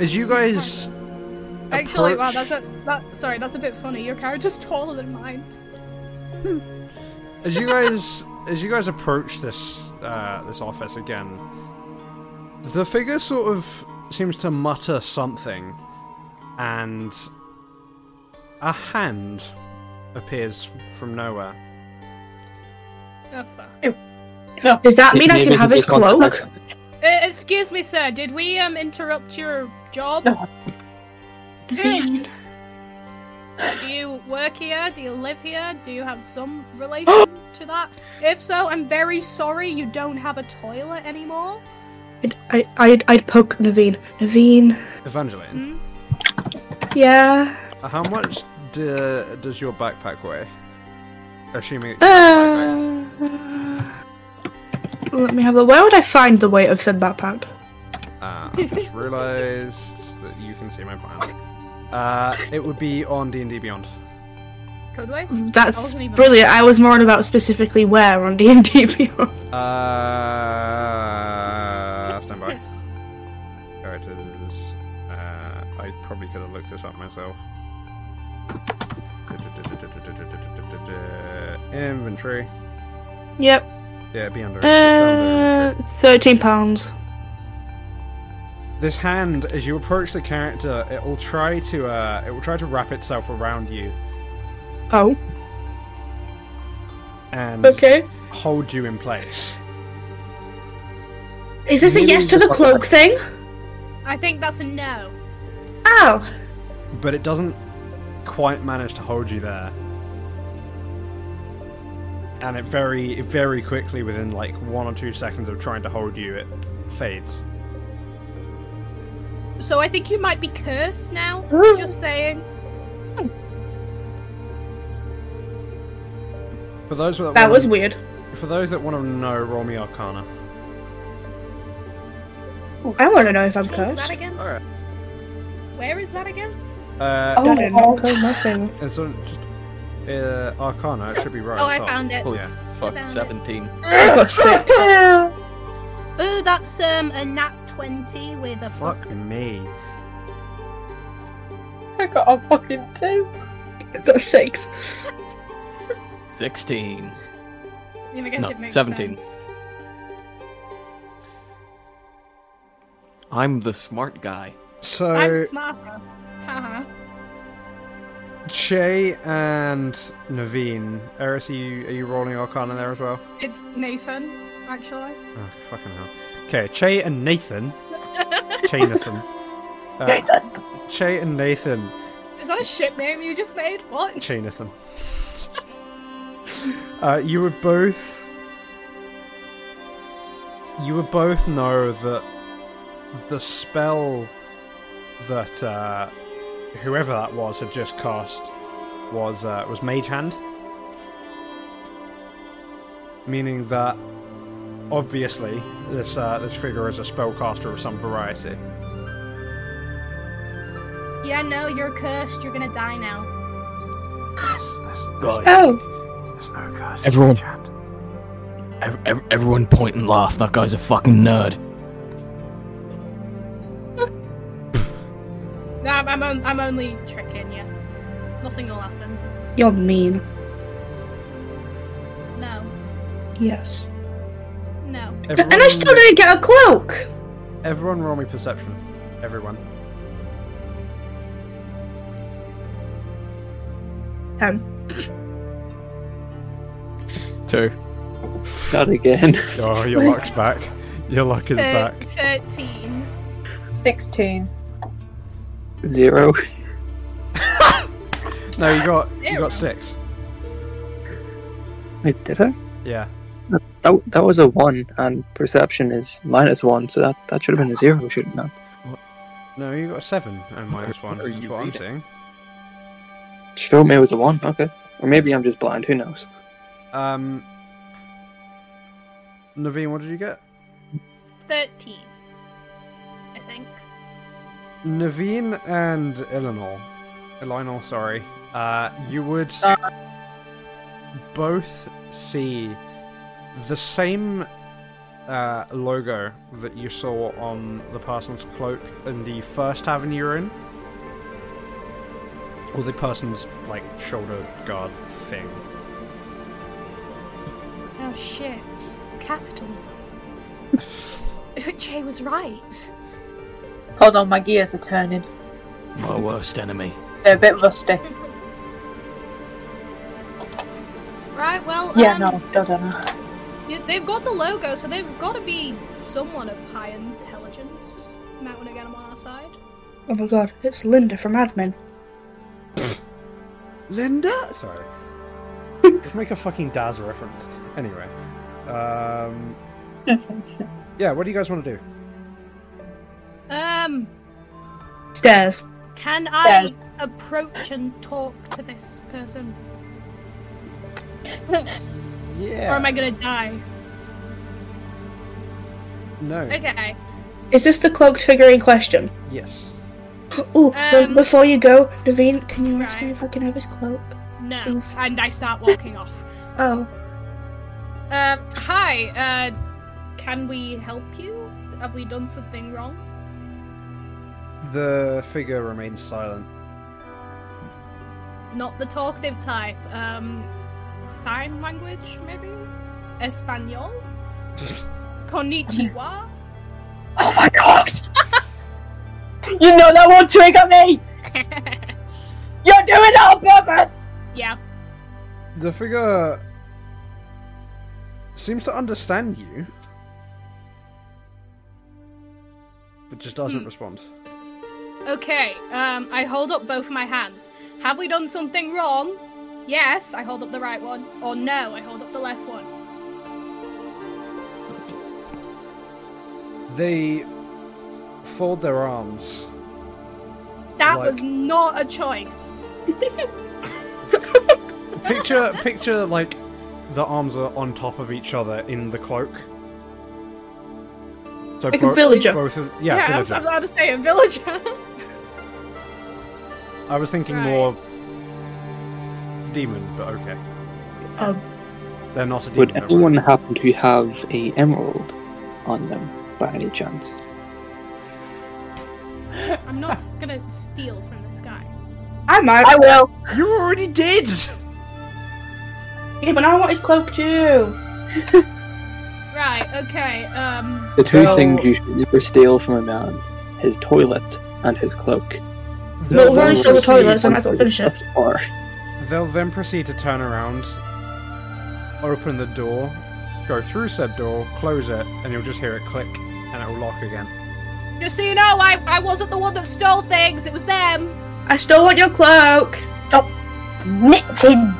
[SPEAKER 1] as you guys.
[SPEAKER 3] actually, wow,
[SPEAKER 1] approach-
[SPEAKER 3] that's a that. Sorry, that's a bit funny. Your character's taller than mine.
[SPEAKER 1] as you guys as you guys approach this uh, this office again, the figure sort of seems to mutter something, and a hand appears from nowhere.
[SPEAKER 3] Oh fuck.
[SPEAKER 4] Does that mean I can have his cloak?
[SPEAKER 3] Uh, excuse me, sir. Did we um interrupt your job?
[SPEAKER 5] No.
[SPEAKER 3] Hey. Do you work here? Do you live here? Do you have some relation to that? If so, I'm very sorry you don't have a toilet anymore.
[SPEAKER 4] I'd, I, I'd, I'd poke Naveen. Naveen,
[SPEAKER 1] Evangeline,
[SPEAKER 4] yeah.
[SPEAKER 3] Mm.
[SPEAKER 1] uh, how much d- does your backpack weigh? Assuming it-
[SPEAKER 4] Uh, let me have the. Where would I find the weight of said backpack?
[SPEAKER 1] Uh, I just realised that you can see my plan. Uh, it would be on D and D Beyond.
[SPEAKER 3] Code way? Hmm? I
[SPEAKER 4] That's
[SPEAKER 3] wasn't even-
[SPEAKER 4] brilliant. I was more on about specifically where on D and D Beyond.
[SPEAKER 1] Uh, stand by. Characters. Uh, I probably could have looked this up myself. Inventory.
[SPEAKER 4] Yep.
[SPEAKER 1] Yeah, it'd be under. it's just under inventory.
[SPEAKER 4] Uh, thirteen pounds.
[SPEAKER 1] This hand, as you approach the character, it will try to uh, it will try to wrap itself around you
[SPEAKER 4] Oh.
[SPEAKER 1] and
[SPEAKER 4] Okay.
[SPEAKER 1] hold you in place.
[SPEAKER 4] Is this a
[SPEAKER 6] Maybe
[SPEAKER 4] yes to the
[SPEAKER 6] just-
[SPEAKER 4] cloak thing?
[SPEAKER 3] I think that's a no.
[SPEAKER 4] Ow.
[SPEAKER 1] but it doesn't quite manage to hold you there. And it very, very quickly, within like one or two seconds of trying to hold you, it fades.
[SPEAKER 3] So I think you might be cursed now. just saying.
[SPEAKER 1] For those that,
[SPEAKER 4] That
[SPEAKER 1] wanna-
[SPEAKER 4] was weird.
[SPEAKER 1] for those that want to know, roll me Arcana.
[SPEAKER 4] I want to know if I'm
[SPEAKER 3] What is that
[SPEAKER 4] cursed.
[SPEAKER 3] again?
[SPEAKER 1] Alright.
[SPEAKER 3] Where is that again?
[SPEAKER 1] Uh,
[SPEAKER 4] I didn't
[SPEAKER 5] Oh.
[SPEAKER 4] code my thing.
[SPEAKER 1] And so just uh, Arcana. It should be right.
[SPEAKER 3] Oh,
[SPEAKER 1] at the
[SPEAKER 3] I
[SPEAKER 1] top.
[SPEAKER 3] found it.
[SPEAKER 2] Holy
[SPEAKER 1] Yeah.
[SPEAKER 2] fuck,
[SPEAKER 3] Found it.
[SPEAKER 2] 17.
[SPEAKER 4] I got six.
[SPEAKER 3] Oh, that's um a nat twenty with a plus.
[SPEAKER 1] Fuck me.
[SPEAKER 5] I got a fucking two.
[SPEAKER 4] I got six.
[SPEAKER 2] 16.
[SPEAKER 3] I mean, I guess
[SPEAKER 2] No,
[SPEAKER 3] it makes
[SPEAKER 2] 17.
[SPEAKER 3] sense.
[SPEAKER 2] I'm the smart guy.
[SPEAKER 1] So
[SPEAKER 3] I'm smarter. Haha.
[SPEAKER 1] Che and Naveen, Eris, are you, are you rolling Arcana there as well?
[SPEAKER 3] It's Nathan, actually.
[SPEAKER 1] Oh, fucking hell. Okay, Che and Nathan. Che Nathan. Uh,
[SPEAKER 5] Nathan.
[SPEAKER 1] Che and Nathan.
[SPEAKER 3] Is that a ship name you just made? What?
[SPEAKER 1] Che Nathan. uh, you would both. You would both know that the spell that uh, whoever that was had just cast was uh, was Mage Hand, meaning that obviously this uh, this figure is a spellcaster of some variety.
[SPEAKER 3] Yeah, no, you're cursed. You're gonna die now.
[SPEAKER 4] Oh.
[SPEAKER 2] Everyone. Ev- ev- everyone point and laugh. That guy's a fucking nerd.
[SPEAKER 3] No, I'm I'm, on- I'm only tricking you. Nothing will happen.
[SPEAKER 4] You're mean.
[SPEAKER 3] No,
[SPEAKER 4] Yes.
[SPEAKER 3] no.
[SPEAKER 1] Everyone,
[SPEAKER 4] And I still didn't get a cloak.
[SPEAKER 1] Everyone, roll me perception. Everyone.
[SPEAKER 4] Ten.
[SPEAKER 2] Two.
[SPEAKER 7] Not again.
[SPEAKER 1] Oh, your luck's back. Your luck is
[SPEAKER 3] Thir-
[SPEAKER 1] back.
[SPEAKER 3] Thirteen.
[SPEAKER 5] Sixteen.
[SPEAKER 7] Zero.
[SPEAKER 1] No, you got you
[SPEAKER 3] Zero.
[SPEAKER 1] got six.
[SPEAKER 7] Wait, did I?
[SPEAKER 1] Yeah.
[SPEAKER 7] That, that was a one, and perception is minus one, so that, that should have been a zero, shouldn't it?
[SPEAKER 1] No, you got seven and minus
[SPEAKER 2] What
[SPEAKER 1] one.
[SPEAKER 2] are
[SPEAKER 1] That's
[SPEAKER 2] you
[SPEAKER 1] what I'm
[SPEAKER 2] reading?
[SPEAKER 1] seeing.
[SPEAKER 7] Show me with a one, okay. Or maybe I'm just blind, who knows?
[SPEAKER 1] Um, Naveen, what did you get?
[SPEAKER 3] Thirteen. I think.
[SPEAKER 1] Naveen and Eleanor, Eleanor, sorry. Uh, you would both see the same uh, logo that you saw on the person's cloak in the first tavern you're in, or the person's like shoulder guard thing.
[SPEAKER 3] Oh shit. Capitalism. Jay was right.
[SPEAKER 5] Hold on, my gears are turning.
[SPEAKER 2] My worst enemy.
[SPEAKER 5] They're a bit rusty.
[SPEAKER 3] Right, well,
[SPEAKER 5] Yeah,
[SPEAKER 3] um,
[SPEAKER 5] no, I don't know.
[SPEAKER 3] y- they've got the logo, so they've got to be someone of high intelligence. Might want to get them on our side.
[SPEAKER 4] Oh my god, it's Linda from admin.
[SPEAKER 1] Linda? Sorry. Let's make a fucking Daz reference. Anyway. Um, yeah, what do you guys want to do?
[SPEAKER 3] Um,
[SPEAKER 4] Stairs.
[SPEAKER 3] can I approach and talk to this person, or
[SPEAKER 1] Yeah.
[SPEAKER 3] am I gonna die?
[SPEAKER 1] no.
[SPEAKER 3] Okay.
[SPEAKER 4] Is this the cloaked figure in question?
[SPEAKER 1] Yes.
[SPEAKER 4] Ooh,
[SPEAKER 3] Um,
[SPEAKER 4] be- before you go, Naveen, can you ask
[SPEAKER 3] right.
[SPEAKER 4] me if I can have his cloak?
[SPEAKER 3] No.
[SPEAKER 4] Please.
[SPEAKER 3] And I start walking off.
[SPEAKER 4] Oh,
[SPEAKER 3] Um, hi. Uh, can we help you? Have we done something wrong?
[SPEAKER 1] The figure remains silent.
[SPEAKER 3] Not the talkative type. Um, sign language maybe. Espanol. Konnichiwa.
[SPEAKER 5] Oh my god! you know that won't trigger me! You're doing that on purpose!
[SPEAKER 3] yeah.
[SPEAKER 1] The figure seems to understand you, but just doesn't
[SPEAKER 3] Hmm.
[SPEAKER 1] respond.
[SPEAKER 3] Okay, um, I hold up both my hands. Have we done something wrong? Yes, I hold up the right one. Or no, I hold up the left one.
[SPEAKER 1] They fold their arms.
[SPEAKER 3] That
[SPEAKER 1] Like-
[SPEAKER 3] was not a choice.
[SPEAKER 1] Picture, picture like the arms are on top of each other in the cloak. So
[SPEAKER 4] Like a villager.
[SPEAKER 1] Both of, yeah,
[SPEAKER 3] I was
[SPEAKER 1] villager.
[SPEAKER 3] about to say a villager.
[SPEAKER 1] I was thinking
[SPEAKER 3] Right.
[SPEAKER 1] more demon, but okay.
[SPEAKER 4] Um.
[SPEAKER 1] They're not a demon.
[SPEAKER 7] Would
[SPEAKER 1] don't worry.
[SPEAKER 7] anyone happen to have a emerald on them by any chance?
[SPEAKER 3] I'm not gonna steal from this guy.
[SPEAKER 4] I might.
[SPEAKER 5] I will.
[SPEAKER 1] You already did.
[SPEAKER 4] yeah, but I want his cloak too.
[SPEAKER 3] Right, okay, um,
[SPEAKER 7] The two
[SPEAKER 1] Well-
[SPEAKER 7] things you should never steal from a man: his toilet and his cloak.
[SPEAKER 4] Well, we've
[SPEAKER 1] They'll-
[SPEAKER 4] already stole the toilet, so I might
[SPEAKER 7] Once
[SPEAKER 4] as well
[SPEAKER 7] they
[SPEAKER 4] finish
[SPEAKER 7] get
[SPEAKER 4] it.
[SPEAKER 7] thus far,
[SPEAKER 1] They'll then proceed to turn around, open the door, go through said door, close it, and you'll just hear it click, and it will lock again.
[SPEAKER 3] just so you know, I, I wasn't the one that stole things, it was them.
[SPEAKER 4] I still want your cloak.
[SPEAKER 5] Snitching!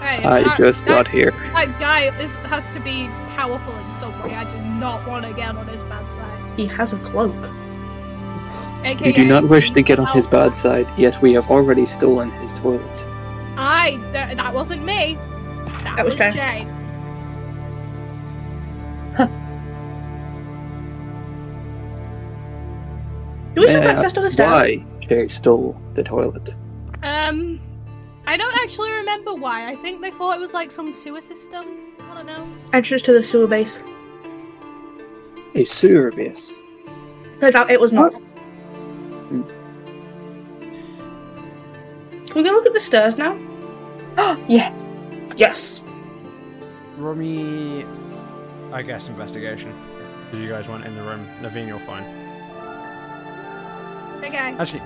[SPEAKER 3] Hey,
[SPEAKER 7] I
[SPEAKER 3] that-
[SPEAKER 7] just
[SPEAKER 3] that,
[SPEAKER 7] got here.
[SPEAKER 3] That guy is, has to be powerful in some way. I do not want to get on his bad side.
[SPEAKER 4] He has a cloak.
[SPEAKER 3] AKA,
[SPEAKER 7] You do not wish to get on his
[SPEAKER 3] Oh,
[SPEAKER 7] bad side, yet we have already stolen his toilet.
[SPEAKER 3] I that, that wasn't me. That,
[SPEAKER 4] That was
[SPEAKER 3] was,
[SPEAKER 4] Jay.
[SPEAKER 3] Jay.
[SPEAKER 4] Do we still
[SPEAKER 7] May
[SPEAKER 4] have
[SPEAKER 7] I
[SPEAKER 4] access
[SPEAKER 7] ask
[SPEAKER 4] to the stairs?
[SPEAKER 7] Why Jay stole the toilet?
[SPEAKER 3] Um, I don't actually remember why. I think they thought it was like some sewer system. I don't know.
[SPEAKER 4] Entrance to the sewer base.
[SPEAKER 7] A sewer base.
[SPEAKER 4] Turns out it was not. We're gonna look at the stairs now.
[SPEAKER 5] yeah.
[SPEAKER 4] Yes.
[SPEAKER 1] Romy, I guess investigation. Because you guys weren't in the room. Naveen, you're fine.
[SPEAKER 3] Okay.
[SPEAKER 1] Actually,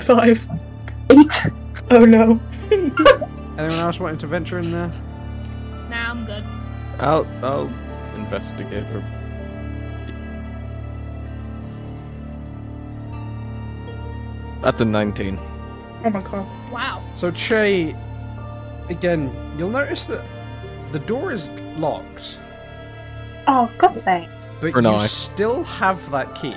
[SPEAKER 4] Five.
[SPEAKER 5] Eight.
[SPEAKER 4] Oh no.
[SPEAKER 1] anyone else wanting to venture in there?
[SPEAKER 3] Now I'm good.
[SPEAKER 2] I'll I'll investigate or That's a nineteen.
[SPEAKER 4] Oh my god.
[SPEAKER 3] Wow.
[SPEAKER 1] So Che, again, you'll notice that the door is locked,
[SPEAKER 5] Oh, God's sake.
[SPEAKER 1] but
[SPEAKER 2] For
[SPEAKER 1] you
[SPEAKER 2] now, I-
[SPEAKER 1] still have that key.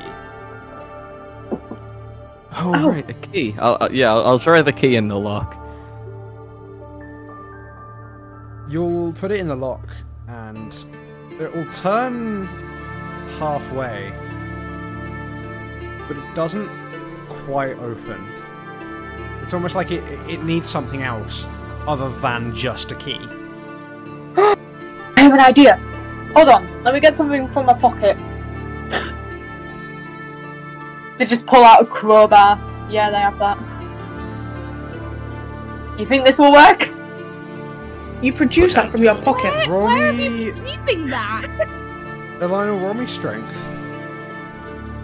[SPEAKER 2] Oh, right, a key. I'll, i yeah, I'll, I'll try the key in the lock.
[SPEAKER 1] You'll put it in the lock, and it will turn halfway, but it doesn't quite open. It's almost like it, it needs something else other than just a key.
[SPEAKER 5] I have an idea. Hold on, let me get something from my pocket. they just pull out a crowbar. Yeah, they have that. You think this will work?
[SPEAKER 4] You produced that from your pocket.
[SPEAKER 3] Where,
[SPEAKER 1] Romy-
[SPEAKER 3] where have you been keeping that?
[SPEAKER 1] Elina, roll me strength.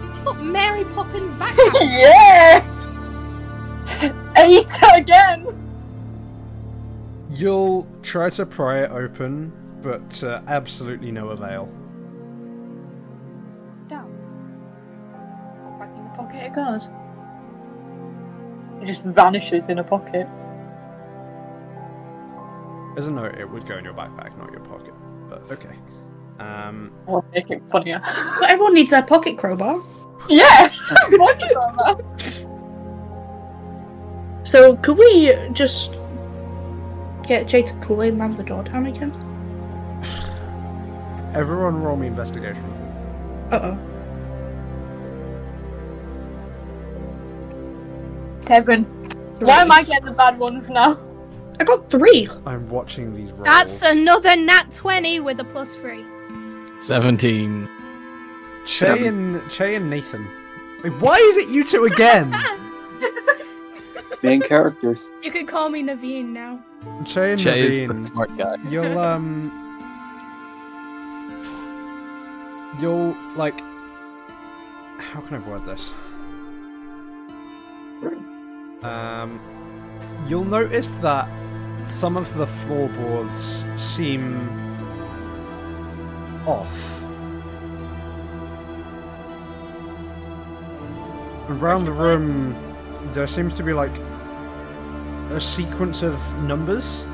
[SPEAKER 3] You've got Mary Poppins backpack.
[SPEAKER 5] yeah! Eight again!
[SPEAKER 1] You'll try to pry it open, but to absolutely no avail.
[SPEAKER 5] Down. Back in the pocket it goes. It just vanishes in a pocket.
[SPEAKER 1] As a note, it would go in your backpack, not your pocket. But okay. Um,
[SPEAKER 5] We'll make it funnier.
[SPEAKER 4] But everyone needs their pocket crowbar.
[SPEAKER 5] yeah! What is that?
[SPEAKER 4] So could we just get Jay to Kool Aid Man the door down again?
[SPEAKER 1] everyone, roll me investigation.
[SPEAKER 4] Uh oh.
[SPEAKER 5] Seven. Why am I getting the bad ones now?
[SPEAKER 4] I got three.
[SPEAKER 1] I'm watching these rolls.
[SPEAKER 3] That's another nat 20 with a plus three.
[SPEAKER 2] 17.
[SPEAKER 1] Che and Che and Nathan. Wait, why is it you two again?
[SPEAKER 7] Main characters.
[SPEAKER 3] You could call me Naveen now.
[SPEAKER 1] che and
[SPEAKER 2] Che
[SPEAKER 1] Naveen.
[SPEAKER 2] is the smart guy.
[SPEAKER 1] You'll um You'll like how can I word this? Um you'll notice that some of the floorboards seem off. Around the room there seems to be like a sequence of numbers.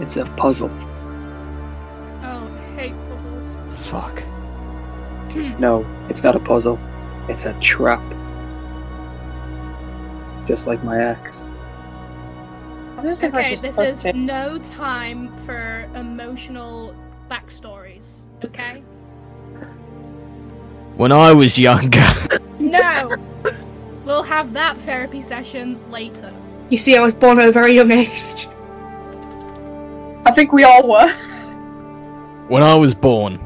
[SPEAKER 7] It's a puzzle.
[SPEAKER 3] Oh, I hate puzzles.
[SPEAKER 7] Fuck.
[SPEAKER 3] Hmm.
[SPEAKER 7] No, it's not a puzzle. It's a trap. Just like my ex.
[SPEAKER 3] Okay, this is no time for emotional backstories, okay?
[SPEAKER 2] When I was younger.
[SPEAKER 3] No! we'll have that therapy session later.
[SPEAKER 4] You see, I was born at a very young age.
[SPEAKER 5] I think we all were.
[SPEAKER 2] When I was born.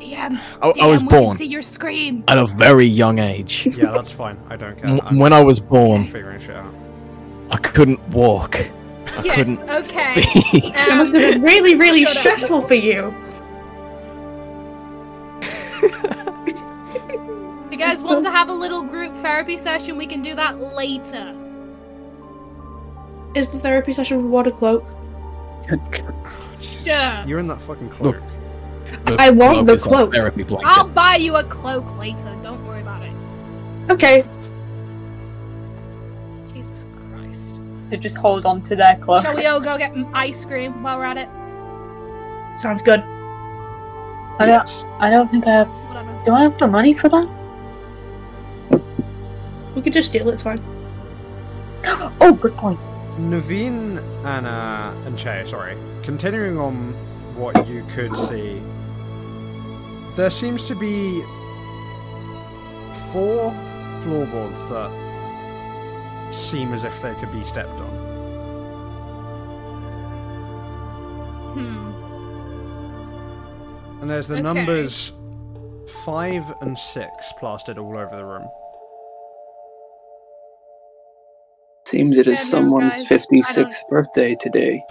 [SPEAKER 3] Yeah,
[SPEAKER 2] I, I was
[SPEAKER 3] we
[SPEAKER 2] born
[SPEAKER 3] Can see your scream.
[SPEAKER 2] at a very young age.
[SPEAKER 1] Yeah, that's fine. I don't care.
[SPEAKER 2] M-
[SPEAKER 1] I'm-
[SPEAKER 2] when I was
[SPEAKER 1] I'm
[SPEAKER 2] born,
[SPEAKER 1] figuring shit out.
[SPEAKER 2] I couldn't walk. I
[SPEAKER 3] yes,
[SPEAKER 2] couldn't
[SPEAKER 3] okay.
[SPEAKER 2] speak.
[SPEAKER 4] It
[SPEAKER 3] Um,
[SPEAKER 4] must have been really, really
[SPEAKER 3] Shut up.
[SPEAKER 4] stressful for you.
[SPEAKER 3] if you guys want to have a little group therapy session? We can do that later.
[SPEAKER 4] Is the therapy session with water cloak?
[SPEAKER 3] Sure.
[SPEAKER 1] You're in that fucking cloak.
[SPEAKER 2] Look.
[SPEAKER 4] I want the
[SPEAKER 2] is our
[SPEAKER 4] cloak.
[SPEAKER 2] Therapy blanket.
[SPEAKER 3] I'll buy you a cloak later. Don't worry about it.
[SPEAKER 4] Okay.
[SPEAKER 3] Jesus Christ.
[SPEAKER 5] To just hold on to their clothes.
[SPEAKER 3] Shall we all go get m- ice cream while we're at it?
[SPEAKER 4] Sounds good.
[SPEAKER 5] I don't, I don't think I have.
[SPEAKER 3] Whatever.
[SPEAKER 5] Do I have the money for that?
[SPEAKER 4] We could just steal it, it's fine.
[SPEAKER 5] Oh, good point.
[SPEAKER 1] Naveen, Anna, and Che, sorry. Continuing on what you could see, there seems to be four floorboards that seem as if they could be stepped on.
[SPEAKER 3] Hmm.
[SPEAKER 1] And there's the
[SPEAKER 3] Okay.
[SPEAKER 1] numbers five and six plastered all over the room.
[SPEAKER 7] Seems it is
[SPEAKER 3] Yeah, no,
[SPEAKER 7] someone's
[SPEAKER 3] guys, I don't-
[SPEAKER 7] 56th birthday today.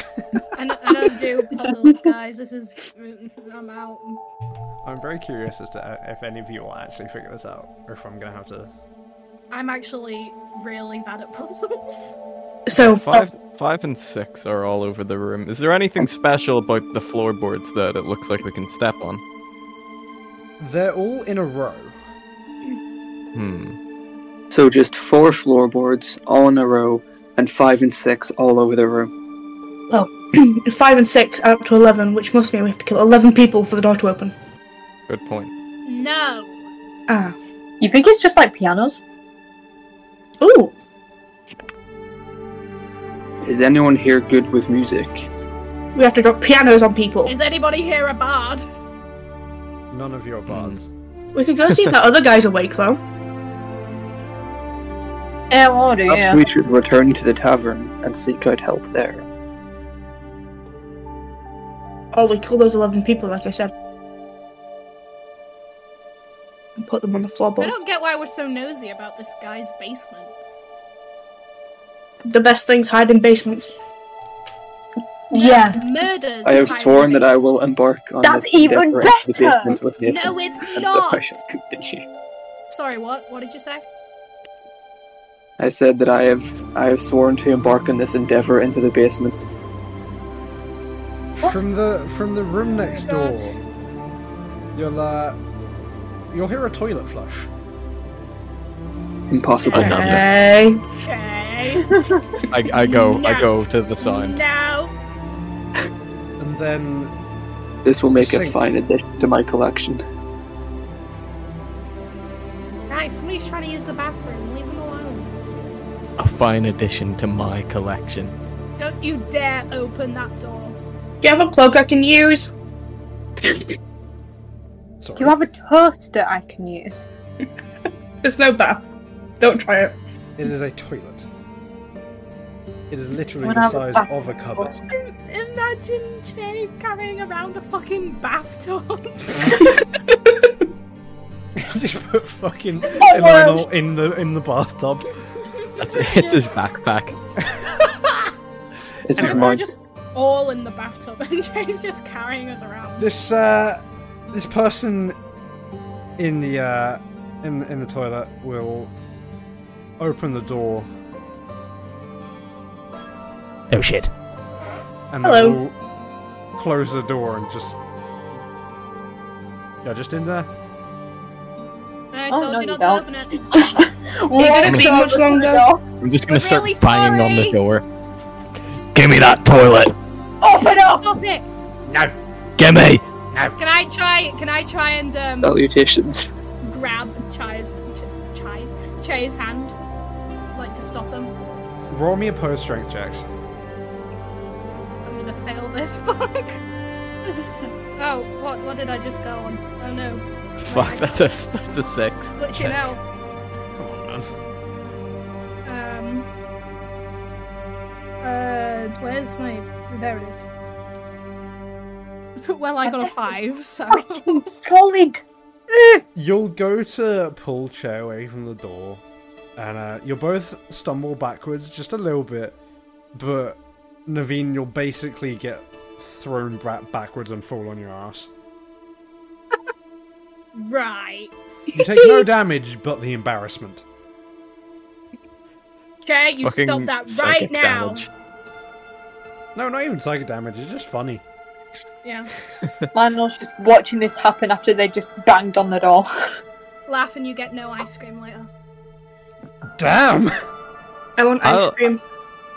[SPEAKER 3] I, don't, I don't do puzzles, guys. This is. mm, I'm out.
[SPEAKER 1] I'm very curious as to if any of you will actually figure this out, or if I'm gonna have to.
[SPEAKER 3] I'm actually really bad at puzzles. uh,
[SPEAKER 4] So,
[SPEAKER 2] Five, five and six are all over the room. Is there anything special about the floorboards though that looks like we can step on?
[SPEAKER 1] They're all in a row.
[SPEAKER 2] Hmm.
[SPEAKER 7] So just four floorboards all in a row and five and six all over the room.
[SPEAKER 4] well, uh, five and six are up to eleven, which must mean we have to kill eleven people for the door to open.
[SPEAKER 2] Good point.
[SPEAKER 3] No.
[SPEAKER 4] Ah.
[SPEAKER 5] You think it's just like pianos?
[SPEAKER 4] Ooh.
[SPEAKER 7] Is anyone here good with music?
[SPEAKER 4] We have to drop pianos on people.
[SPEAKER 3] Is anybody here a bard?
[SPEAKER 1] None of you are bards.
[SPEAKER 4] We could go see if that other guy's awake though.
[SPEAKER 5] Yeah, what do
[SPEAKER 7] Perhaps
[SPEAKER 5] yeah.
[SPEAKER 7] we should return to the tavern and seek out help there.
[SPEAKER 4] Or we kill those eleven people, like I said. And put them on the
[SPEAKER 3] I
[SPEAKER 4] floorboard.
[SPEAKER 3] don't get why we're so nosy about this guy's basement.
[SPEAKER 4] The best things hide in basements.
[SPEAKER 5] Yeah.
[SPEAKER 3] Murders.
[SPEAKER 7] I have
[SPEAKER 3] hide
[SPEAKER 7] sworn
[SPEAKER 3] in
[SPEAKER 7] that I will embark on
[SPEAKER 5] That's
[SPEAKER 7] this
[SPEAKER 5] even
[SPEAKER 7] endeavor into the
[SPEAKER 5] better!
[SPEAKER 7] basement with Nathan,
[SPEAKER 3] No, it's
[SPEAKER 7] and so
[SPEAKER 3] not.
[SPEAKER 7] I shall continue.
[SPEAKER 3] Sorry, what? What did you say?
[SPEAKER 7] I said that I have I have sworn to embark on this endeavor into the basement.
[SPEAKER 1] From the from the room
[SPEAKER 5] Oh
[SPEAKER 1] next door, you'll uh, you'll hear a toilet flush.
[SPEAKER 7] Impossible.
[SPEAKER 2] I know.
[SPEAKER 4] Hey.
[SPEAKER 3] Okay.
[SPEAKER 2] I, I go I
[SPEAKER 3] No.
[SPEAKER 2] go to the sign.
[SPEAKER 3] No.
[SPEAKER 1] And then
[SPEAKER 7] This will make a
[SPEAKER 1] Sink.
[SPEAKER 7] fine addition to my collection.
[SPEAKER 3] Guys, somebody's trying to use the bathroom. Leave them alone.
[SPEAKER 2] A fine addition to my collection.
[SPEAKER 3] Don't you dare open that door.
[SPEAKER 4] Do you have a plug I can use?
[SPEAKER 1] Sorry.
[SPEAKER 5] Do you have a toaster I can use?
[SPEAKER 4] There's no bath. Don't try it.
[SPEAKER 1] It is a toilet. It is literally
[SPEAKER 5] Would I
[SPEAKER 1] the
[SPEAKER 5] have a
[SPEAKER 1] size
[SPEAKER 5] bath-
[SPEAKER 1] of a cupboard.
[SPEAKER 3] Imagine Jay carrying around a fucking bathtub.
[SPEAKER 1] Just put fucking
[SPEAKER 5] Oh, wow.
[SPEAKER 1] urinal in the in the bathtub.
[SPEAKER 2] That's it. It's his backpack.
[SPEAKER 7] This is
[SPEAKER 3] And
[SPEAKER 7] mine.
[SPEAKER 3] we're just all in the bathtub, and Jay's just carrying us around.
[SPEAKER 1] This uh, this person in the uh, in in the toilet will open the door
[SPEAKER 2] Oh shit.
[SPEAKER 1] and
[SPEAKER 4] Hello.
[SPEAKER 1] then will close the door and just yeah, just in there.
[SPEAKER 3] I
[SPEAKER 5] Oh,
[SPEAKER 3] told
[SPEAKER 5] no,
[SPEAKER 3] you
[SPEAKER 5] you
[SPEAKER 3] not
[SPEAKER 5] don't.
[SPEAKER 3] to open it.
[SPEAKER 5] Just
[SPEAKER 4] gonna
[SPEAKER 5] walk
[SPEAKER 4] be
[SPEAKER 5] over
[SPEAKER 4] much
[SPEAKER 5] to the
[SPEAKER 4] longer?
[SPEAKER 5] door.
[SPEAKER 2] I'm just gonna
[SPEAKER 3] We're
[SPEAKER 2] start
[SPEAKER 3] really
[SPEAKER 2] banging on the
[SPEAKER 3] sorry.
[SPEAKER 2] door. Give me that toilet.
[SPEAKER 5] Open up!
[SPEAKER 3] Stop it!
[SPEAKER 2] Give me.
[SPEAKER 3] Can I try? Can I try and um,
[SPEAKER 7] Salutations.
[SPEAKER 3] grab Chai's Ch- Chai's Chai's hand, like to stop them?
[SPEAKER 1] Roll me opposed strength checks.
[SPEAKER 3] I'm gonna fail this. Fuck. oh, what? What did I just go on? Oh no,
[SPEAKER 2] Fuck. That's a that's a six.
[SPEAKER 3] glitching out.
[SPEAKER 2] Come on, man.
[SPEAKER 3] Um. Uh, where's my? There it is. well, I got a five, so.
[SPEAKER 5] Fucking solid.
[SPEAKER 1] You'll go to pull Che away from the door, and uh, you'll both stumble backwards just a little bit, but Naveen, you'll basically get thrown bra- backwards and fall on your ass.
[SPEAKER 3] Right.
[SPEAKER 1] You take no damage but the embarrassment.
[SPEAKER 3] Jay, you stop
[SPEAKER 2] Fucking
[SPEAKER 3] that right
[SPEAKER 2] psychic
[SPEAKER 3] now.
[SPEAKER 2] damage.
[SPEAKER 1] No, not even psychic damage, it's just funny.
[SPEAKER 3] Yeah.
[SPEAKER 5] Lionel's just watching this happen after they just banged on the door.
[SPEAKER 3] Laugh and you get no ice cream later.
[SPEAKER 1] Damn!
[SPEAKER 4] I want ice
[SPEAKER 2] I'll-
[SPEAKER 4] cream.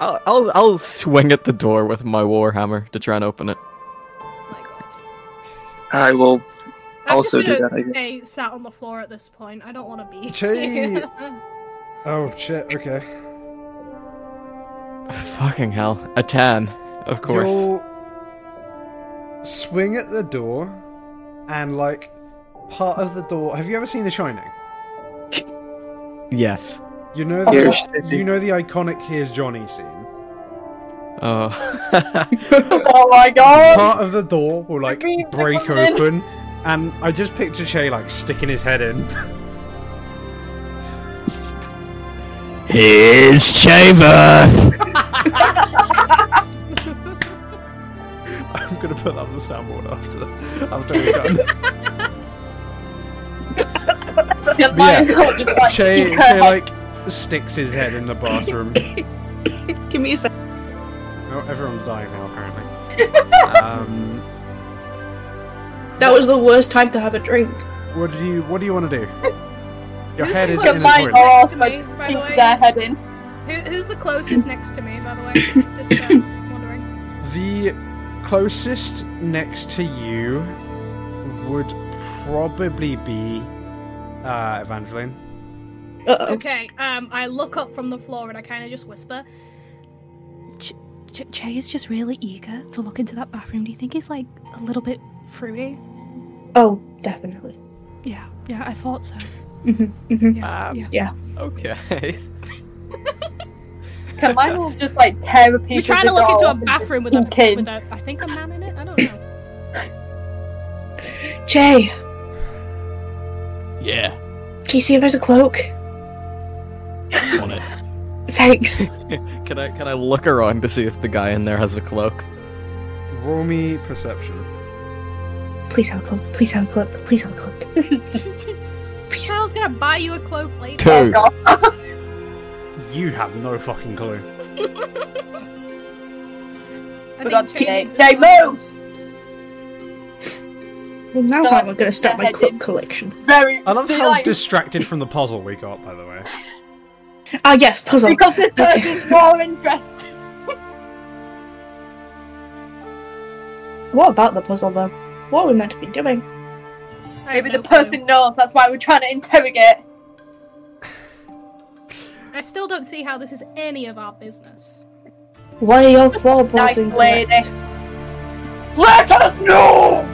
[SPEAKER 2] I'll, I'll I'll swing at the door with my warhammer to try and open it.
[SPEAKER 7] I will.
[SPEAKER 3] I'm
[SPEAKER 7] Also
[SPEAKER 3] just
[SPEAKER 7] do
[SPEAKER 3] gonna
[SPEAKER 7] that, I
[SPEAKER 3] Stay sat on the floor at this point. I don't want to be.
[SPEAKER 1] Jay- Oh shit, okay.
[SPEAKER 2] Fucking hell. A ten, of course.
[SPEAKER 1] You'll swing at the door, and like part of the door. Have you ever seen The Shining?
[SPEAKER 2] Yes.
[SPEAKER 1] You know
[SPEAKER 5] Oh,
[SPEAKER 1] the
[SPEAKER 7] Here's
[SPEAKER 1] you know the iconic "Here's Johnny" scene.
[SPEAKER 2] Oh.
[SPEAKER 5] oh my god!
[SPEAKER 1] part of the door will like
[SPEAKER 5] Maybe if I
[SPEAKER 1] break
[SPEAKER 5] come in.
[SPEAKER 1] open, and I just picture Shay like sticking his head in.
[SPEAKER 2] Here's Chaverth.
[SPEAKER 1] I'm gonna put that on the soundboard after after we're done.
[SPEAKER 5] Yeah, Lionel just like,
[SPEAKER 1] Shay,
[SPEAKER 5] you
[SPEAKER 1] Shay
[SPEAKER 5] can't-
[SPEAKER 1] like sticks his head in the bathroom.
[SPEAKER 4] Give me a sec.
[SPEAKER 1] Oh, everyone's dying now apparently. Um,
[SPEAKER 4] That was the worst time to have a drink.
[SPEAKER 1] what do you what do you want to do? Your
[SPEAKER 3] Who's
[SPEAKER 1] head
[SPEAKER 3] the
[SPEAKER 1] is
[SPEAKER 3] closest
[SPEAKER 1] in the
[SPEAKER 5] Mine
[SPEAKER 1] toilet.
[SPEAKER 5] are
[SPEAKER 3] next to me, by the
[SPEAKER 5] keep
[SPEAKER 3] way?
[SPEAKER 5] their head in.
[SPEAKER 3] Who, who's the closest next to me, by the way? Just uh, wondering.
[SPEAKER 1] The closest next to you would probably be uh, Evangeline.
[SPEAKER 4] Uh oh.
[SPEAKER 3] Okay. Um, I look up from the floor and I kind of just whisper. Ch- Ch- Che is just really eager to look into that bathroom. Do you think he's like a little bit fruity?
[SPEAKER 4] Oh, definitely.
[SPEAKER 3] Yeah. Yeah, I thought so.
[SPEAKER 4] Mhm, mhm.
[SPEAKER 3] Yeah.
[SPEAKER 2] Um,
[SPEAKER 3] yeah.
[SPEAKER 2] Okay.
[SPEAKER 5] Can Lionel just like tear a
[SPEAKER 3] You're
[SPEAKER 5] piece
[SPEAKER 3] trying
[SPEAKER 5] of
[SPEAKER 3] to
[SPEAKER 5] the
[SPEAKER 3] look into
[SPEAKER 5] door
[SPEAKER 3] a bathroom with
[SPEAKER 5] Okay.
[SPEAKER 3] a, with a, I think a man in it. I don't know.
[SPEAKER 4] Jay,
[SPEAKER 2] Yeah.
[SPEAKER 4] can you see if there's a cloak?
[SPEAKER 2] On it.
[SPEAKER 4] Thanks.
[SPEAKER 2] Can I can I look around to see if the guy in there has a cloak?
[SPEAKER 1] Roll me perception.
[SPEAKER 4] Please have a cloak. Please have a cloak. Please have a cloak. Please.
[SPEAKER 3] Carol's gonna buy you a cloak later.
[SPEAKER 2] Two.
[SPEAKER 5] Oh, God.
[SPEAKER 1] You have no fucking clue.
[SPEAKER 3] I
[SPEAKER 5] Good on
[SPEAKER 3] think Che
[SPEAKER 5] Jay.
[SPEAKER 3] needs it
[SPEAKER 5] Jay,
[SPEAKER 3] more.
[SPEAKER 4] Well, now
[SPEAKER 5] Don't
[SPEAKER 4] I'm going to start my
[SPEAKER 5] head
[SPEAKER 4] cloak
[SPEAKER 5] in.
[SPEAKER 4] collection.
[SPEAKER 5] Very.
[SPEAKER 1] I love
[SPEAKER 5] be
[SPEAKER 1] how
[SPEAKER 5] like,
[SPEAKER 1] distracted from the puzzle we got, by the way.
[SPEAKER 4] Ah, yes, puzzle.
[SPEAKER 5] because this person's more interested.
[SPEAKER 4] What about the puzzle, though? What are we meant to be doing?
[SPEAKER 3] I have
[SPEAKER 5] Maybe
[SPEAKER 3] no
[SPEAKER 5] the person knows. That's why we're trying to interrogate.
[SPEAKER 3] clue. I still don't see how this is any of our business.
[SPEAKER 4] Why are your
[SPEAKER 5] Nice
[SPEAKER 4] floorboards
[SPEAKER 5] lady.
[SPEAKER 4] incorrect?
[SPEAKER 5] Let us know.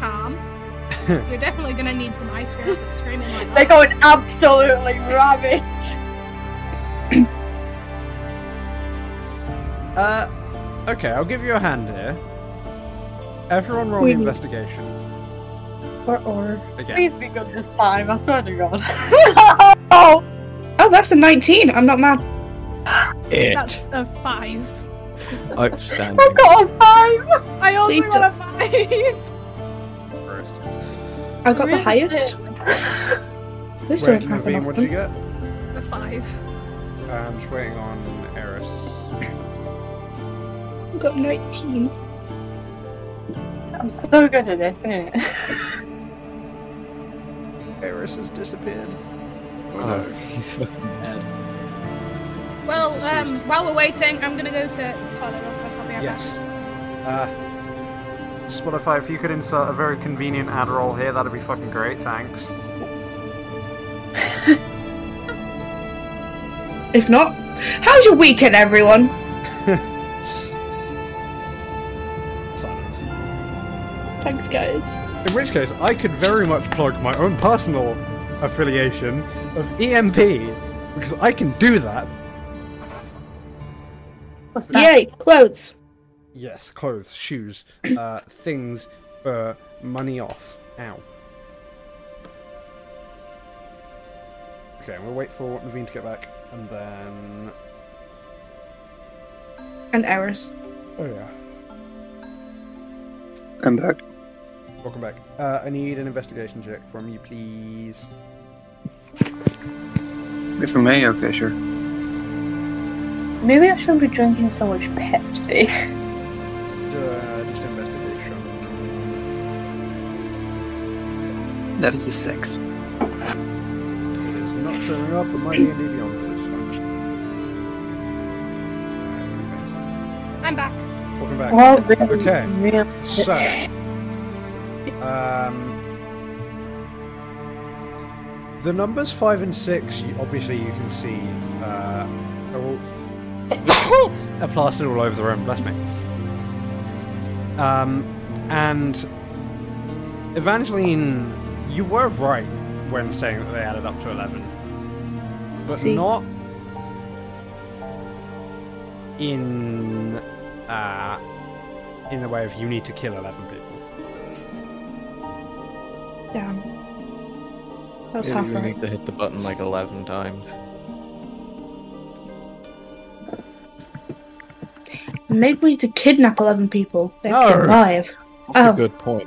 [SPEAKER 3] Harm. You're definitely gonna need some ice cream for screaming like
[SPEAKER 5] They're
[SPEAKER 3] that.
[SPEAKER 5] going absolutely rabid.
[SPEAKER 1] Uh, okay, I'll give you a hand here. Everyone roll
[SPEAKER 4] Wait.
[SPEAKER 1] investigation
[SPEAKER 4] Or, or...
[SPEAKER 1] again.
[SPEAKER 5] Please be good this time. I swear to God. oh,
[SPEAKER 4] Oh, that's a 19. I'm not mad.
[SPEAKER 3] That's a five.
[SPEAKER 2] Outstanding.
[SPEAKER 5] I've got a five.
[SPEAKER 3] I also
[SPEAKER 4] Lethal.
[SPEAKER 3] got a five.
[SPEAKER 1] First.
[SPEAKER 4] I got the
[SPEAKER 5] Really?
[SPEAKER 4] highest. At least I
[SPEAKER 1] Wait,
[SPEAKER 4] don't have
[SPEAKER 1] Naveen,
[SPEAKER 4] enough
[SPEAKER 1] what
[SPEAKER 4] of
[SPEAKER 1] did you
[SPEAKER 4] them.
[SPEAKER 1] get?
[SPEAKER 3] A five.
[SPEAKER 1] Uh, I'm just waiting on Eris.
[SPEAKER 4] I got 19.
[SPEAKER 5] I'm so good at this, isn't it?
[SPEAKER 1] Eris has disappeared.
[SPEAKER 2] Oh, he's fucking mad.
[SPEAKER 3] Well,
[SPEAKER 1] Deceased.
[SPEAKER 3] um, while we're waiting, I'm gonna go to toilet real quick. I'll be right
[SPEAKER 1] Yes. Uh, Spotify, if you could insert a very convenient ad roll here, that'd be fucking great. Thanks.
[SPEAKER 4] If not, how's your weekend, everyone?
[SPEAKER 1] Silence.
[SPEAKER 4] Thanks, guys.
[SPEAKER 1] In which case, I could very much plug my own personal affiliation of EMP because I can do that.
[SPEAKER 5] What's
[SPEAKER 2] Ah.
[SPEAKER 5] that?
[SPEAKER 4] Yay, clothes.
[SPEAKER 1] Yes, clothes, shoes, uh, things for money off. Ow. Okay, we'll wait for Naveen to get back, and then
[SPEAKER 4] And errors.
[SPEAKER 1] oh yeah,
[SPEAKER 7] I'm back.
[SPEAKER 1] welcome back. Uh, I need an investigation check from you, please.
[SPEAKER 7] Wait for me? Okay, sure.
[SPEAKER 5] Maybe I shouldn't be drinking so much Pepsi.
[SPEAKER 1] Uh, just investigation.
[SPEAKER 7] That is a six.
[SPEAKER 1] It is not showing up on my D&D Beyond, but it's fine.
[SPEAKER 3] back. I'm back.
[SPEAKER 1] Welcome back.
[SPEAKER 5] Well, really,
[SPEAKER 1] Okay.
[SPEAKER 5] really.
[SPEAKER 1] So, um, the numbers five and six, you, obviously, you can see uh, are all are plastered all over the room. Bless me. Um, and Evangeline, you were right when saying that they added up to eleven, but
[SPEAKER 4] See?
[SPEAKER 1] not in uh, in the way of you need to kill eleven people.
[SPEAKER 4] Damn. That was
[SPEAKER 2] Maybe
[SPEAKER 4] half
[SPEAKER 2] we
[SPEAKER 4] right.
[SPEAKER 2] need to hit the button like 11 times.
[SPEAKER 4] Maybe we need to kidnap 11 people. They're
[SPEAKER 1] No.
[SPEAKER 4] alive.
[SPEAKER 2] That's
[SPEAKER 4] Oh.
[SPEAKER 2] a good point.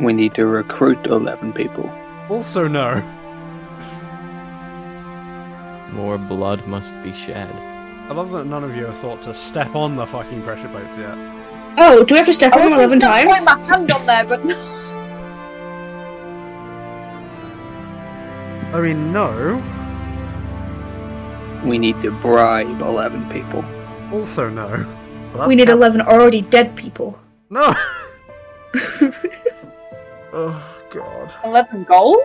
[SPEAKER 7] We need to recruit 11 people.
[SPEAKER 1] Also, no.
[SPEAKER 2] More blood must be shed.
[SPEAKER 1] I love that none of you have thought to step on the fucking pressure plates yet.
[SPEAKER 4] Oh, do we have to step on
[SPEAKER 5] I
[SPEAKER 4] them
[SPEAKER 5] was
[SPEAKER 4] 11
[SPEAKER 5] gonna
[SPEAKER 4] times?
[SPEAKER 5] Point my hand on there, but
[SPEAKER 1] I mean, no.
[SPEAKER 7] We need to bribe 11 people.
[SPEAKER 1] Also, no. Well, that's
[SPEAKER 4] We need
[SPEAKER 1] cap-
[SPEAKER 4] 11 already dead people.
[SPEAKER 1] No! oh, God.
[SPEAKER 5] eleven gold.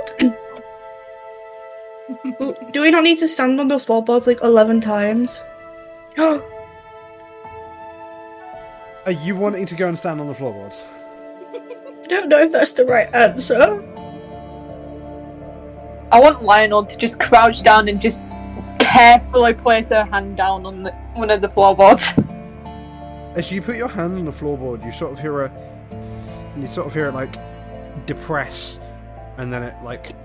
[SPEAKER 4] Do we not need to stand on the floorboards like 11 times?
[SPEAKER 1] Are you wanting to go and stand on the floorboards?
[SPEAKER 4] I don't know if that's the right answer.
[SPEAKER 5] I want Lionel to just crouch down and just carefully place her hand down on the, one of the floorboards.
[SPEAKER 1] As you put your hand on the floorboard, you sort of hear a. And you sort of hear it, like, depress. And then it, like,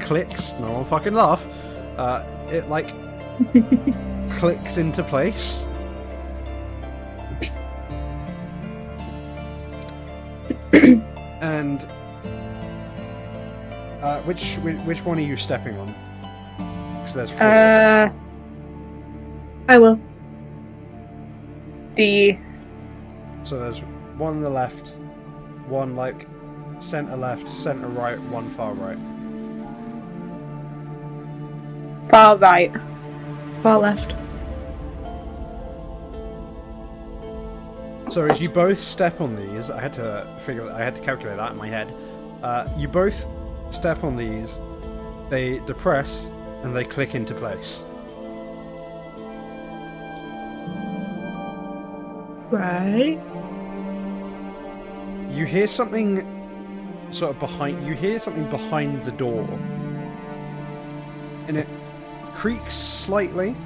[SPEAKER 1] clicks. No one fucking laugh. Uh, it, like, clicks into place. and. Uh, which, which which one are you stepping on? Because there's four.
[SPEAKER 5] Uh,
[SPEAKER 4] I will.
[SPEAKER 5] the
[SPEAKER 1] So there's one on the left, one like center left, center right, one far right.
[SPEAKER 5] far right.
[SPEAKER 4] Far left.
[SPEAKER 1] So as you both step on these, I had to figure, I had to calculate that in my head. Uh, you both step on these, they depress, and they click into place.
[SPEAKER 4] Right.
[SPEAKER 1] You hear something sort of behind. You hear something behind the door, and it creaks slightly,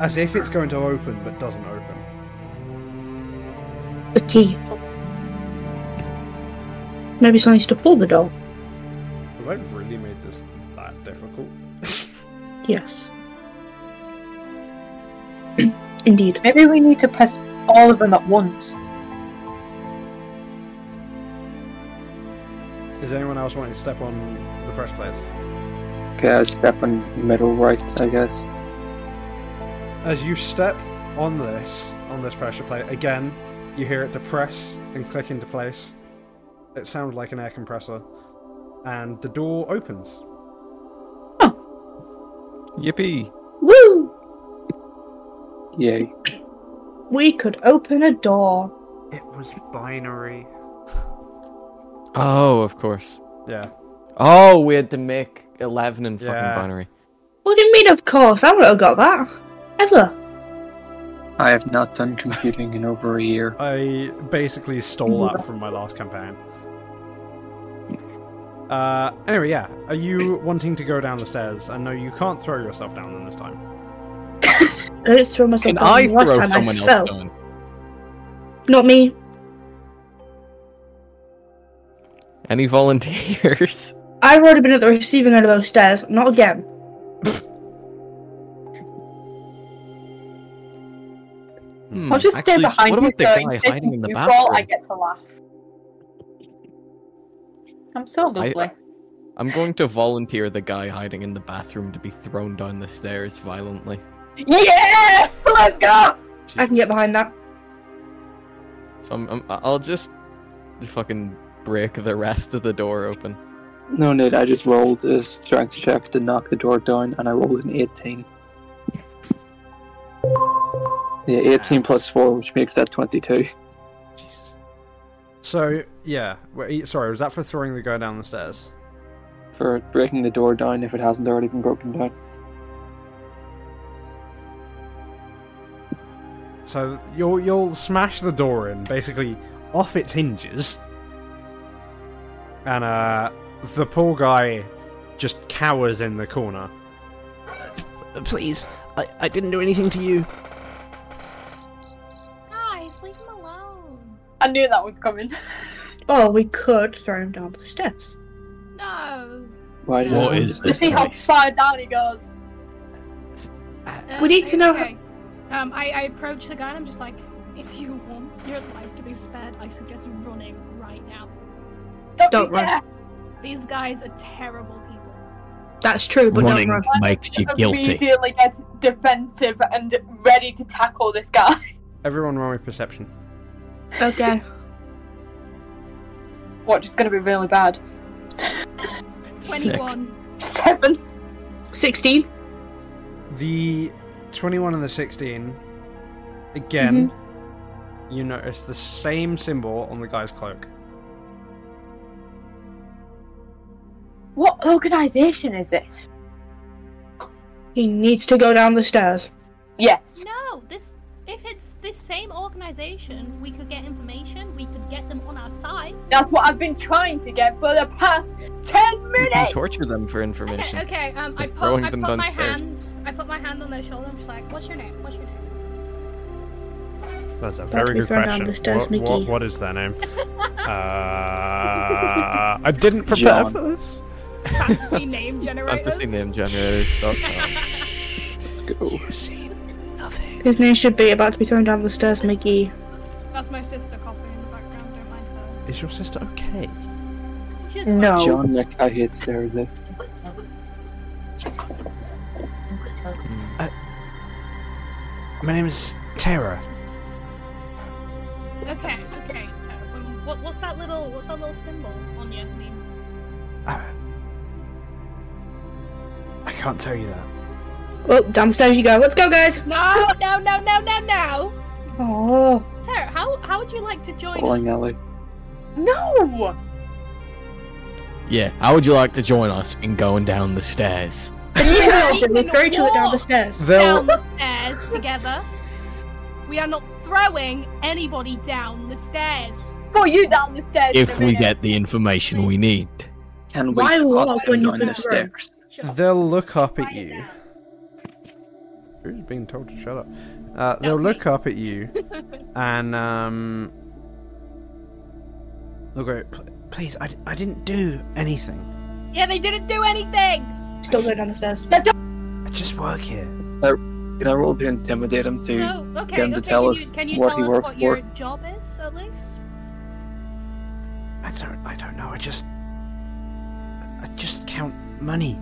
[SPEAKER 1] as if it's going to open but doesn't open.
[SPEAKER 4] The key. Maybe someone needs to pull the door.
[SPEAKER 1] Have I really made this that difficult?
[SPEAKER 4] Yes. Indeed.
[SPEAKER 5] Maybe we need to press all of them at once.
[SPEAKER 1] Is anyone else wanting to step on the press plates?
[SPEAKER 6] Okay, I step on middle right, I guess.
[SPEAKER 1] As you step on this, on this pressure plate, again, you hear it depress and click into place. It sounds like an air compressor. And the door opens.
[SPEAKER 8] Yippee!
[SPEAKER 4] Woo!
[SPEAKER 6] Yay.
[SPEAKER 4] We could open a door.
[SPEAKER 1] It was binary.
[SPEAKER 8] Oh, of course.
[SPEAKER 1] Yeah.
[SPEAKER 8] Oh, we had to make eleven and fucking
[SPEAKER 1] Yeah.
[SPEAKER 8] binary.
[SPEAKER 4] What do you mean, of course? I wouldn't have got that. Ever.
[SPEAKER 6] I have not done computing in over a year.
[SPEAKER 1] I basically stole that from my last campaign. Uh, anyway, yeah. Are you wanting to go down the stairs? I know you can't throw yourself down them this time.
[SPEAKER 4] I didn't throw myself
[SPEAKER 8] Can
[SPEAKER 4] down
[SPEAKER 8] I
[SPEAKER 4] the last
[SPEAKER 8] throw
[SPEAKER 4] time
[SPEAKER 8] someone
[SPEAKER 4] I
[SPEAKER 8] else
[SPEAKER 4] fell.
[SPEAKER 8] down?
[SPEAKER 4] Not me.
[SPEAKER 8] Any volunteers?
[SPEAKER 4] I've already been at the receiving end of those stairs. Not again.
[SPEAKER 8] Hmm,
[SPEAKER 5] I'll just
[SPEAKER 8] actually,
[SPEAKER 5] stay behind
[SPEAKER 8] what
[SPEAKER 5] you
[SPEAKER 8] about the
[SPEAKER 5] so
[SPEAKER 8] guy
[SPEAKER 5] in case
[SPEAKER 8] hiding in the
[SPEAKER 5] you
[SPEAKER 8] bathroom?
[SPEAKER 5] fall, I get to laugh. I'm so
[SPEAKER 8] I-
[SPEAKER 5] lovely.
[SPEAKER 8] I'm going to volunteer the guy hiding in the bathroom to be thrown down the stairs violently.
[SPEAKER 5] Yeah! Let's go!
[SPEAKER 4] I can get behind that.
[SPEAKER 8] So I'm, I'm, I'll just fucking break the rest of the door open.
[SPEAKER 6] No need, I just rolled a strength check to knock the door down and I rolled an 18. Yeah, 18 plus 4, which makes that 22.
[SPEAKER 1] Jesus. So yeah. Wait, e, sorry, was that for throwing the guy down the stairs?
[SPEAKER 6] For breaking the door down if it hasn't already been broken down.
[SPEAKER 1] So you'll you'll smash the door in, basically off its hinges, and uh, the poor guy just cowers in the corner.
[SPEAKER 9] Uh, Please, I, I didn't do anything to you.
[SPEAKER 3] Guys, leave him alone.
[SPEAKER 5] I knew that was coming.
[SPEAKER 4] Or Oh, we could throw him down the steps.
[SPEAKER 3] No.
[SPEAKER 6] Why did
[SPEAKER 3] What
[SPEAKER 6] I-
[SPEAKER 3] is
[SPEAKER 5] You see how far down he goes.
[SPEAKER 3] Uh,
[SPEAKER 4] We need to know-
[SPEAKER 3] Okay. Um, I, I approach the guy and I'm just like, if you want your life to be spared, I suggest running right now.
[SPEAKER 5] Don't,
[SPEAKER 4] Don't
[SPEAKER 5] be
[SPEAKER 4] run.
[SPEAKER 5] there.
[SPEAKER 3] These guys are terrible people.
[SPEAKER 4] That's true, but
[SPEAKER 2] Running
[SPEAKER 4] not run.
[SPEAKER 2] makes you guilty.
[SPEAKER 5] Immediately gets defensive and ready to tackle this guy.
[SPEAKER 1] Everyone, roll me perception.
[SPEAKER 4] Okay.
[SPEAKER 5] What, just gonna be really bad?
[SPEAKER 3] 21.
[SPEAKER 5] Seven.
[SPEAKER 4] 16.
[SPEAKER 1] The twenty-one and the sixteen. Again, you notice the same symbol on the guy's cloak.
[SPEAKER 5] What organisation is this?
[SPEAKER 4] He needs to go down the stairs.
[SPEAKER 5] Yes.
[SPEAKER 3] No, this. If it's this same organization, we could get information, we could get them on our side.
[SPEAKER 5] That's what I've been trying to get for the past ten
[SPEAKER 8] You can
[SPEAKER 5] minutes!
[SPEAKER 8] torture them for information.
[SPEAKER 3] Okay, okay, um, I
[SPEAKER 8] They're
[SPEAKER 3] put,
[SPEAKER 8] throwing
[SPEAKER 3] I put
[SPEAKER 8] them
[SPEAKER 3] my
[SPEAKER 8] downstairs.
[SPEAKER 3] hand, I put my hand on their shoulder, I'm just like, what's your name, what's your name?
[SPEAKER 1] That's a
[SPEAKER 4] very be good thrown down question. the stairs, What- what- Mickey.
[SPEAKER 1] what is their name? uh, I didn't
[SPEAKER 6] prepare John.
[SPEAKER 1] for this.
[SPEAKER 3] Fantasy name generators.
[SPEAKER 8] Fantasy name generators. Stop.
[SPEAKER 6] Let's go.
[SPEAKER 4] His name should be about to be thrown down the stairs, Mickey.
[SPEAKER 3] That's my sister coughing in the background, don't mind her.
[SPEAKER 9] Is your sister okay?
[SPEAKER 3] She's fine.
[SPEAKER 5] No.
[SPEAKER 6] John, like, I hate stairs. eh?
[SPEAKER 9] My name is Tara.
[SPEAKER 3] Okay, okay. So, um, what, what's that little what's that little symbol on your name?
[SPEAKER 9] Uh, I can't tell you that.
[SPEAKER 4] Oh, Well, downstairs you go. Let's go, guys.
[SPEAKER 3] No, no, no, no, no, no.
[SPEAKER 4] Oh,
[SPEAKER 3] Tara, how how would you like to join
[SPEAKER 7] Bowling
[SPEAKER 3] us?
[SPEAKER 7] alley.
[SPEAKER 5] No!
[SPEAKER 2] Yeah. How would you like to join us in going down the stairs?
[SPEAKER 4] it's we throw each other down the
[SPEAKER 3] walk.
[SPEAKER 4] stairs.
[SPEAKER 1] They'll
[SPEAKER 3] down the stairs together. We are not throwing anybody down the stairs.
[SPEAKER 5] Put you down the stairs. in
[SPEAKER 2] If
[SPEAKER 5] a
[SPEAKER 2] we
[SPEAKER 5] minute.
[SPEAKER 2] get the information we need.
[SPEAKER 7] Can we
[SPEAKER 4] Why walk
[SPEAKER 7] pass
[SPEAKER 4] when
[SPEAKER 7] him
[SPEAKER 4] you've
[SPEAKER 7] down
[SPEAKER 4] been
[SPEAKER 7] the
[SPEAKER 4] through?
[SPEAKER 7] stairs?
[SPEAKER 1] they'll look up at you. Who's being told to shut up? Uh, they'll
[SPEAKER 3] was
[SPEAKER 1] look up at you, and um, they'll go. "Pl- Please, I, d- I didn't do anything.
[SPEAKER 3] Yeah, they didn't do anything.
[SPEAKER 4] Still going down the stairs.
[SPEAKER 1] I just work here.
[SPEAKER 7] Can I roll to intimidate him to?
[SPEAKER 3] so okay,
[SPEAKER 7] them
[SPEAKER 3] okay.
[SPEAKER 7] to tell
[SPEAKER 3] can
[SPEAKER 7] us
[SPEAKER 3] you can you
[SPEAKER 7] what
[SPEAKER 3] tell
[SPEAKER 7] he
[SPEAKER 3] us
[SPEAKER 7] worked
[SPEAKER 3] what
[SPEAKER 7] for.
[SPEAKER 3] your job is at least?
[SPEAKER 1] I don't I don't know. I just I just count money.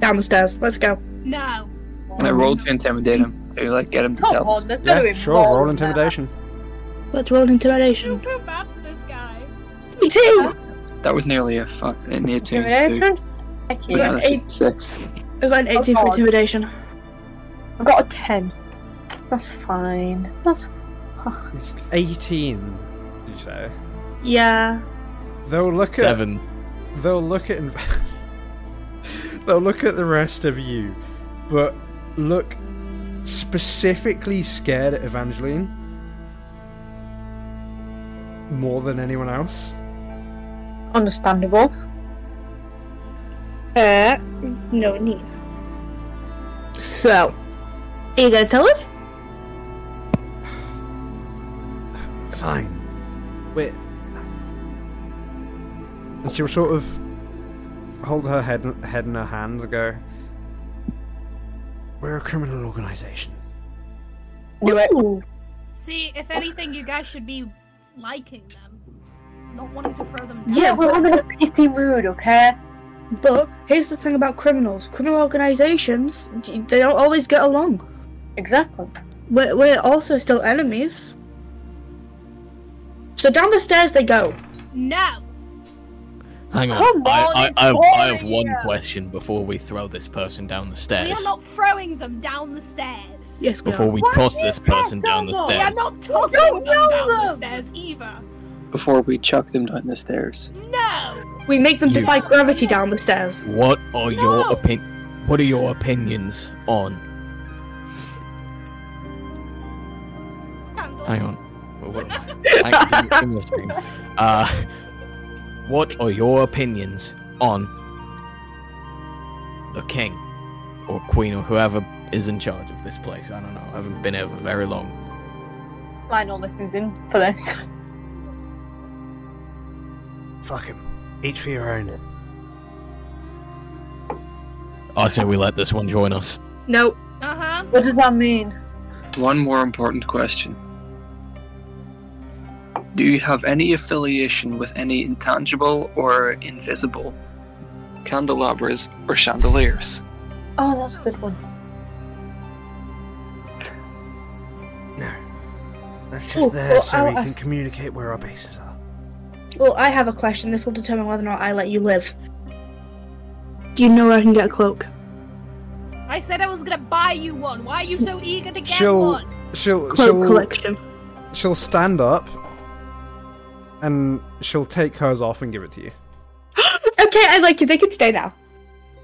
[SPEAKER 4] Down the stairs. Let's go.
[SPEAKER 3] No.
[SPEAKER 7] Can I roll to intimidate him to like get him to
[SPEAKER 5] Come
[SPEAKER 7] tell us?
[SPEAKER 5] on, there's
[SPEAKER 1] Yeah,
[SPEAKER 5] gotta be
[SPEAKER 1] sure.
[SPEAKER 5] more
[SPEAKER 1] Roll
[SPEAKER 5] than that.
[SPEAKER 1] intimidation.
[SPEAKER 4] Let's roll intimidation.
[SPEAKER 3] so bad for this guy.
[SPEAKER 4] Eighteen.
[SPEAKER 7] That was nearly a fuck. It needed two. two.
[SPEAKER 5] Intimidation?
[SPEAKER 7] But
[SPEAKER 5] Okay.
[SPEAKER 7] now that's just six.
[SPEAKER 4] I got an eighteen for
[SPEAKER 5] God.
[SPEAKER 4] intimidation.
[SPEAKER 5] I've got a 10. That's fine. That's
[SPEAKER 1] Eighteen. Did you say?
[SPEAKER 4] Yeah.
[SPEAKER 1] They'll look at
[SPEAKER 2] Seven.
[SPEAKER 1] they'll look at Inv- they'll look at the rest of you, but look specifically scared at Evangeline more than anyone else.
[SPEAKER 5] understandable.
[SPEAKER 4] Uh, no need. So, are you gonna tell us?
[SPEAKER 1] Fine. Wait. And she'll sort of hold her head, head in her hands and go, We're a criminal organization.
[SPEAKER 5] Do it.
[SPEAKER 3] See, if anything, you guys should be liking them, not wanting to throw them down.
[SPEAKER 5] Yeah, we're all in a PC mood, okay?
[SPEAKER 4] But here's the thing about criminals: criminal organizations they don't always get along.
[SPEAKER 5] Exactly.
[SPEAKER 4] We're, we're also still enemies. So down the stairs they go.
[SPEAKER 3] No.
[SPEAKER 2] Hang on.
[SPEAKER 5] Come
[SPEAKER 2] I,
[SPEAKER 5] on,
[SPEAKER 2] I,
[SPEAKER 5] it's
[SPEAKER 2] I, have, I have
[SPEAKER 5] boring
[SPEAKER 2] one
[SPEAKER 5] here.
[SPEAKER 2] question before we throw this person down the
[SPEAKER 3] We
[SPEAKER 2] stairs.
[SPEAKER 3] are not throwing them down the stairs.
[SPEAKER 4] Yes, we
[SPEAKER 2] Before
[SPEAKER 4] are.
[SPEAKER 2] we
[SPEAKER 5] Why
[SPEAKER 2] toss
[SPEAKER 5] do you
[SPEAKER 2] this person
[SPEAKER 5] press
[SPEAKER 2] down the
[SPEAKER 5] on them?
[SPEAKER 3] We are
[SPEAKER 2] stairs.
[SPEAKER 3] not tossing
[SPEAKER 5] Don't
[SPEAKER 3] them down
[SPEAKER 5] throw
[SPEAKER 3] the
[SPEAKER 5] them.
[SPEAKER 3] stairs either.
[SPEAKER 7] Before we chuck them down the stairs.
[SPEAKER 3] No.
[SPEAKER 4] we make them
[SPEAKER 2] You-
[SPEAKER 4] defy gravity down the stairs.
[SPEAKER 2] What are your
[SPEAKER 3] No.
[SPEAKER 2] opin? What are your opinions on? Hang on. What- hang- give me- give me a second. Uh, what are your opinions on the king or queen or whoever is in charge of this place? I don't know. I haven't been here for very long.
[SPEAKER 5] Lionel listens in for this.
[SPEAKER 1] Fuck him. Each for your own.
[SPEAKER 2] I say we let this one join us.
[SPEAKER 4] No,
[SPEAKER 3] Uh huh.
[SPEAKER 5] What does that mean?
[SPEAKER 7] One more important question. Do you have any affiliation with any intangible or invisible candelabras or chandeliers?
[SPEAKER 5] Oh, that's a good one.
[SPEAKER 1] No. That's just
[SPEAKER 4] Oh,
[SPEAKER 1] there
[SPEAKER 4] well,
[SPEAKER 1] so
[SPEAKER 4] I'll
[SPEAKER 1] we
[SPEAKER 4] ask-
[SPEAKER 1] can communicate where our bases are.
[SPEAKER 4] Well, I have a question. This will determine whether or not I let you live. Do you know where I can get a cloak?
[SPEAKER 3] I said I was gonna buy you one. Why are you so eager to get
[SPEAKER 1] She'll-
[SPEAKER 3] one?
[SPEAKER 1] She'll,
[SPEAKER 4] Cloak
[SPEAKER 1] she'll,
[SPEAKER 4] collection.
[SPEAKER 1] she'll stand up and she'll take hers off and give it to you.
[SPEAKER 4] okay, I like you. They can stay now.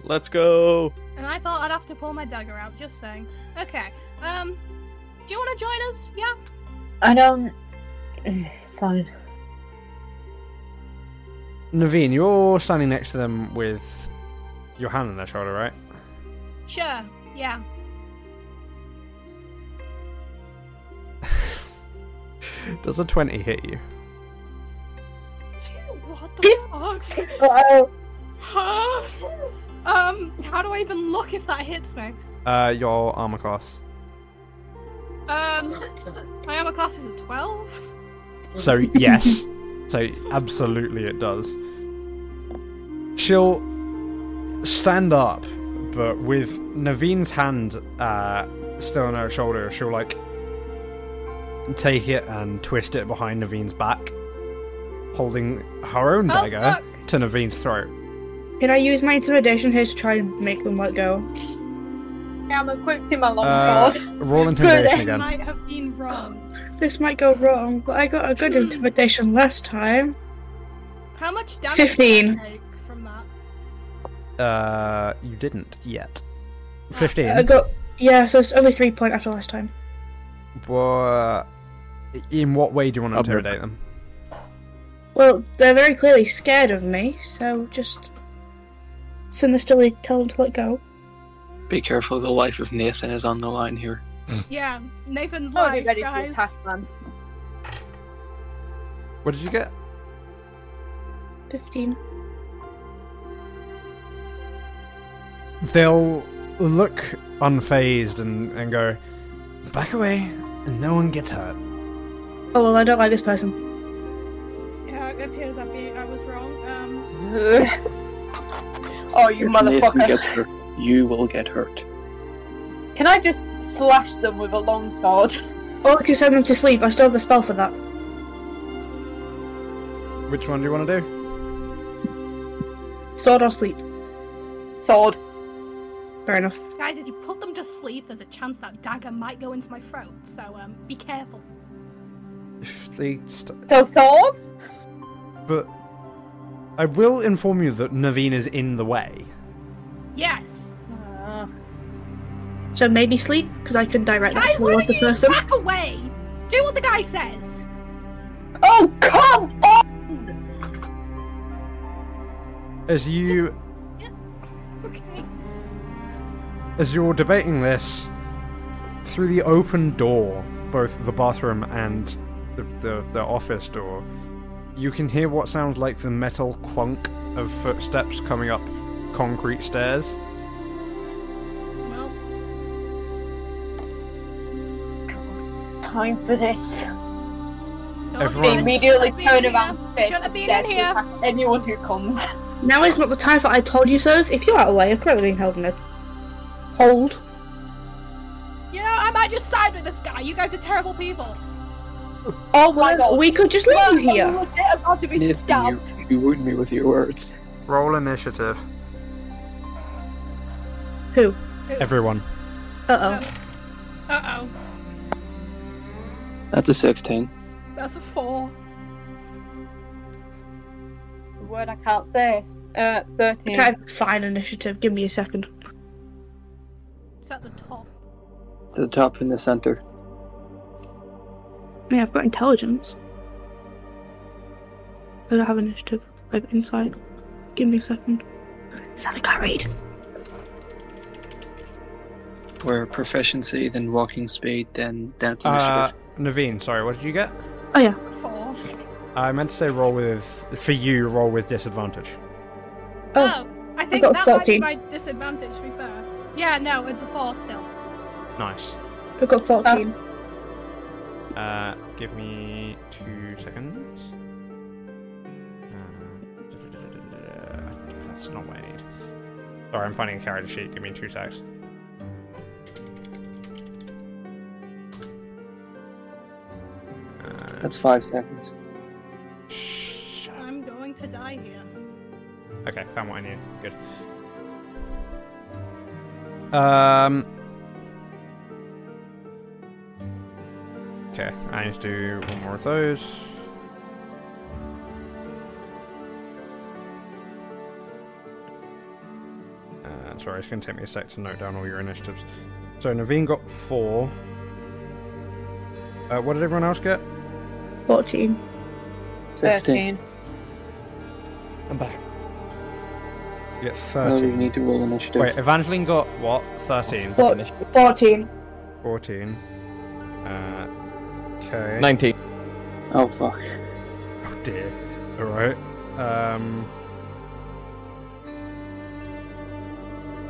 [SPEAKER 2] Let's go.
[SPEAKER 3] And I thought I'd have to pull my dagger out. Just saying. Okay. Um. Do you want to join us? Yeah.
[SPEAKER 5] I don't. Eh, Fine.
[SPEAKER 1] Naveen, you're standing next to them with your hand on their shoulder, right?
[SPEAKER 3] Sure. Yeah.
[SPEAKER 1] Does a 20 hit you?
[SPEAKER 3] What the
[SPEAKER 5] Oh,
[SPEAKER 3] fuck? um. How do I even look if that hits me?
[SPEAKER 1] Uh, your armor class.
[SPEAKER 3] Um. My armor class is a twelve.
[SPEAKER 1] So yes. so absolutely it does. She'll stand up, but with Naveen's hand uh, still on her shoulder, she'll like take it and twist it behind Naveen's back, holding her own
[SPEAKER 3] Oh,
[SPEAKER 1] dagger
[SPEAKER 3] fuck.
[SPEAKER 1] to Naveen's throat.
[SPEAKER 4] Can I use my intimidation here to try and make them let go?
[SPEAKER 5] I'm equipped in my
[SPEAKER 3] Oh,
[SPEAKER 1] Uh,
[SPEAKER 5] longsword.
[SPEAKER 1] roll intimidation
[SPEAKER 5] Good.
[SPEAKER 1] again.
[SPEAKER 9] might have been wrong.
[SPEAKER 4] This might go wrong, but I got a
[SPEAKER 5] Hmm.
[SPEAKER 4] good intimidation last time.
[SPEAKER 3] How much damage
[SPEAKER 4] 15.
[SPEAKER 3] did I take from that?
[SPEAKER 1] Uh, you didn't yet.
[SPEAKER 3] Uh,
[SPEAKER 4] I
[SPEAKER 1] Fifteen.
[SPEAKER 4] got yeah, so it's only three point after last time.
[SPEAKER 1] But in what way do you want to
[SPEAKER 2] Upward.
[SPEAKER 1] intimidate them?
[SPEAKER 4] Well, they're very clearly scared of me, so just sinisterly tell them to let go.
[SPEAKER 7] Be careful, the life of Nathan is on the line here.
[SPEAKER 9] Yeah, Nathan's
[SPEAKER 5] I'll be
[SPEAKER 9] life,
[SPEAKER 5] ready for
[SPEAKER 9] guys.
[SPEAKER 5] attack, man.
[SPEAKER 1] What did you get?
[SPEAKER 4] Fifteen.
[SPEAKER 1] They'll look unfazed and, and go, back away, and no one gets hurt.
[SPEAKER 4] Oh well, I don't like this person.
[SPEAKER 9] Yeah, it appears I, be, I was wrong. Um,
[SPEAKER 5] oh, you
[SPEAKER 7] if Nathan
[SPEAKER 5] motherfucker.
[SPEAKER 7] gets hurt, you will get hurt.
[SPEAKER 5] Can I just slash them with a longsword?
[SPEAKER 4] Or I can send them to sleep. I still have the spell for that.
[SPEAKER 1] Which one do you want to do?
[SPEAKER 4] Sword or sleep.
[SPEAKER 5] Sword.
[SPEAKER 4] Fair enough.
[SPEAKER 3] Guys, if you put them to sleep, there's a chance that dagger might go into my throat, so um, be careful.
[SPEAKER 1] If they st-
[SPEAKER 5] So sword?
[SPEAKER 1] but I will inform you that Naveen is in the way.
[SPEAKER 3] Yes.
[SPEAKER 5] Uh,
[SPEAKER 4] So maybe sleep because I can direct that
[SPEAKER 3] Guys, why
[SPEAKER 4] towards
[SPEAKER 3] don't you
[SPEAKER 4] the person.
[SPEAKER 3] back away? Do what the guy says.
[SPEAKER 5] Oh, come on!
[SPEAKER 1] As you
[SPEAKER 3] Okay.
[SPEAKER 1] as you're debating this, through the open door, both the bathroom and the, the, the office door, you can hear what sounds like the metal clunk of footsteps coming up concrete stairs.
[SPEAKER 3] Well,
[SPEAKER 5] Time for this.
[SPEAKER 3] don't
[SPEAKER 1] Everyone-
[SPEAKER 3] guys, we
[SPEAKER 5] Immediately
[SPEAKER 3] shouldn't have
[SPEAKER 5] turn
[SPEAKER 3] been
[SPEAKER 5] around.
[SPEAKER 3] here.
[SPEAKER 5] face
[SPEAKER 3] Shouldn't have
[SPEAKER 5] the
[SPEAKER 3] been in
[SPEAKER 5] stairs,
[SPEAKER 3] here.
[SPEAKER 5] attack Anyone who comes.
[SPEAKER 4] Now is not the time for I told you so's. If you're out of way, you're currently being held in a hold.
[SPEAKER 3] You know, I might just side with this guy. You guys are terrible people.
[SPEAKER 5] Oh my god.
[SPEAKER 4] We could just leave
[SPEAKER 5] Well,
[SPEAKER 4] you here.
[SPEAKER 5] we're legit about to be
[SPEAKER 7] Nathan,
[SPEAKER 5] stabbed.
[SPEAKER 7] you, you wound me with your words.
[SPEAKER 1] Roll initiative.
[SPEAKER 4] Who?
[SPEAKER 1] Everyone.
[SPEAKER 4] Uh oh.
[SPEAKER 9] uh oh.
[SPEAKER 7] That's a 16.
[SPEAKER 3] That's a four.
[SPEAKER 5] The word I can't say. Uh, 13.
[SPEAKER 4] Okay, fine initiative. Give me a second.
[SPEAKER 3] It's at the top.
[SPEAKER 7] To the top in the center.
[SPEAKER 4] Yeah, I've got intelligence. I don't have initiative. I have insight. Give me a second. Is that a guy read?
[SPEAKER 7] Where proficiency, then walking speed, then dance
[SPEAKER 1] Uh,
[SPEAKER 7] initiative.
[SPEAKER 1] Naveen, sorry, what did you get?
[SPEAKER 4] Oh yeah.
[SPEAKER 3] Four.
[SPEAKER 1] I meant to say roll with for you roll with disadvantage.
[SPEAKER 4] Oh,
[SPEAKER 9] Oh, I think
[SPEAKER 4] got a
[SPEAKER 9] that might be
[SPEAKER 4] 14.
[SPEAKER 9] my disadvantage, to be fair. Yeah, no, it's a four still.
[SPEAKER 1] Nice.
[SPEAKER 4] I've got 14.
[SPEAKER 1] Uh, give me two seconds. Uh, That's not what I need. Sorry, I'm finding a character sheet. Give me two seconds.
[SPEAKER 7] That's five seconds.
[SPEAKER 3] I'm going to die here.
[SPEAKER 1] Okay, found what I need. Good. Um. Okay, I need to do one more of those. Uh, sorry, it's going to take me a sec to note down all your initiatives. So Naveen got four. Uh, what did everyone else get?
[SPEAKER 4] 14.
[SPEAKER 7] 16.
[SPEAKER 5] 13.
[SPEAKER 1] I'm back. You get
[SPEAKER 7] No, you
[SPEAKER 1] thirteen.
[SPEAKER 7] need to roll initiative.
[SPEAKER 1] Wait, Evangeline got what? Thirteen.
[SPEAKER 4] Four- 14.
[SPEAKER 1] 14. Uh, okay.
[SPEAKER 2] 19.
[SPEAKER 7] Oh, fuck.
[SPEAKER 1] Oh dear. Alright. Um.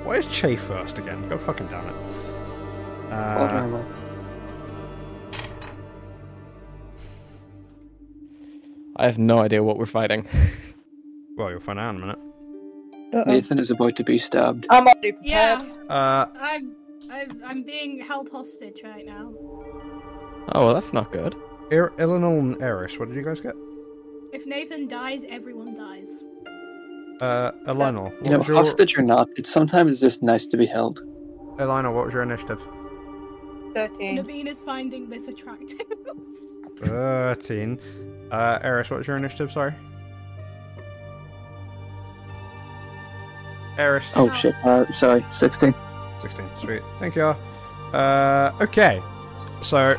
[SPEAKER 1] Why is Che first again? God fucking damn it.
[SPEAKER 7] Hold
[SPEAKER 1] Uh,
[SPEAKER 7] on, roll.
[SPEAKER 2] I have no idea what we're fighting.
[SPEAKER 1] well, you'll find out in a minute.
[SPEAKER 4] Uh-oh.
[SPEAKER 7] Nathan is about to be stabbed.
[SPEAKER 5] I'm already prepared.
[SPEAKER 3] Yeah,
[SPEAKER 1] Uh,
[SPEAKER 3] I'm, I'm, I'm being held hostage right now.
[SPEAKER 2] Oh, well, that's not good.
[SPEAKER 1] Ir- Illinol and Eris, what did you guys get?
[SPEAKER 3] If Nathan dies, everyone dies.
[SPEAKER 1] Uh, Elinor.
[SPEAKER 7] You know,
[SPEAKER 1] what was your-
[SPEAKER 7] hostage or not, it's sometimes just nice to be held.
[SPEAKER 1] Elena, what was your initiative?
[SPEAKER 5] 13.
[SPEAKER 9] Naveen is finding this attractive.
[SPEAKER 1] 13. Uh, Eris, what was your initiative? Sorry. Eris.
[SPEAKER 6] Oh shit. Uh, sorry, 16.
[SPEAKER 1] 16. Sweet. Thank you. Uh, okay. So,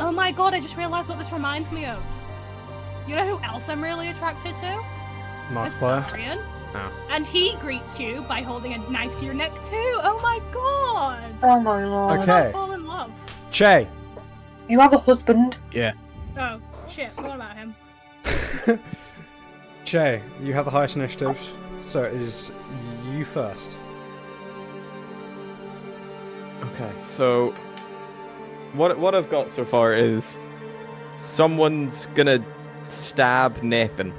[SPEAKER 3] Oh my god, I just realised what this reminds me of. You know who else I'm really attracted to?
[SPEAKER 1] Mark Player.
[SPEAKER 3] Astarian.
[SPEAKER 1] Oh.
[SPEAKER 3] And he greets you by holding a knife to your neck too. Oh my god!
[SPEAKER 5] Oh my lord.
[SPEAKER 3] I
[SPEAKER 1] Okay.
[SPEAKER 3] can't fall in love.
[SPEAKER 1] Che.
[SPEAKER 5] You have a husband.
[SPEAKER 3] Oh shit, forgot about him.
[SPEAKER 1] Che, you have the highest initiatives, so it is you first.
[SPEAKER 2] Okay, so what what I've got so far is someone's gonna stab Nathan.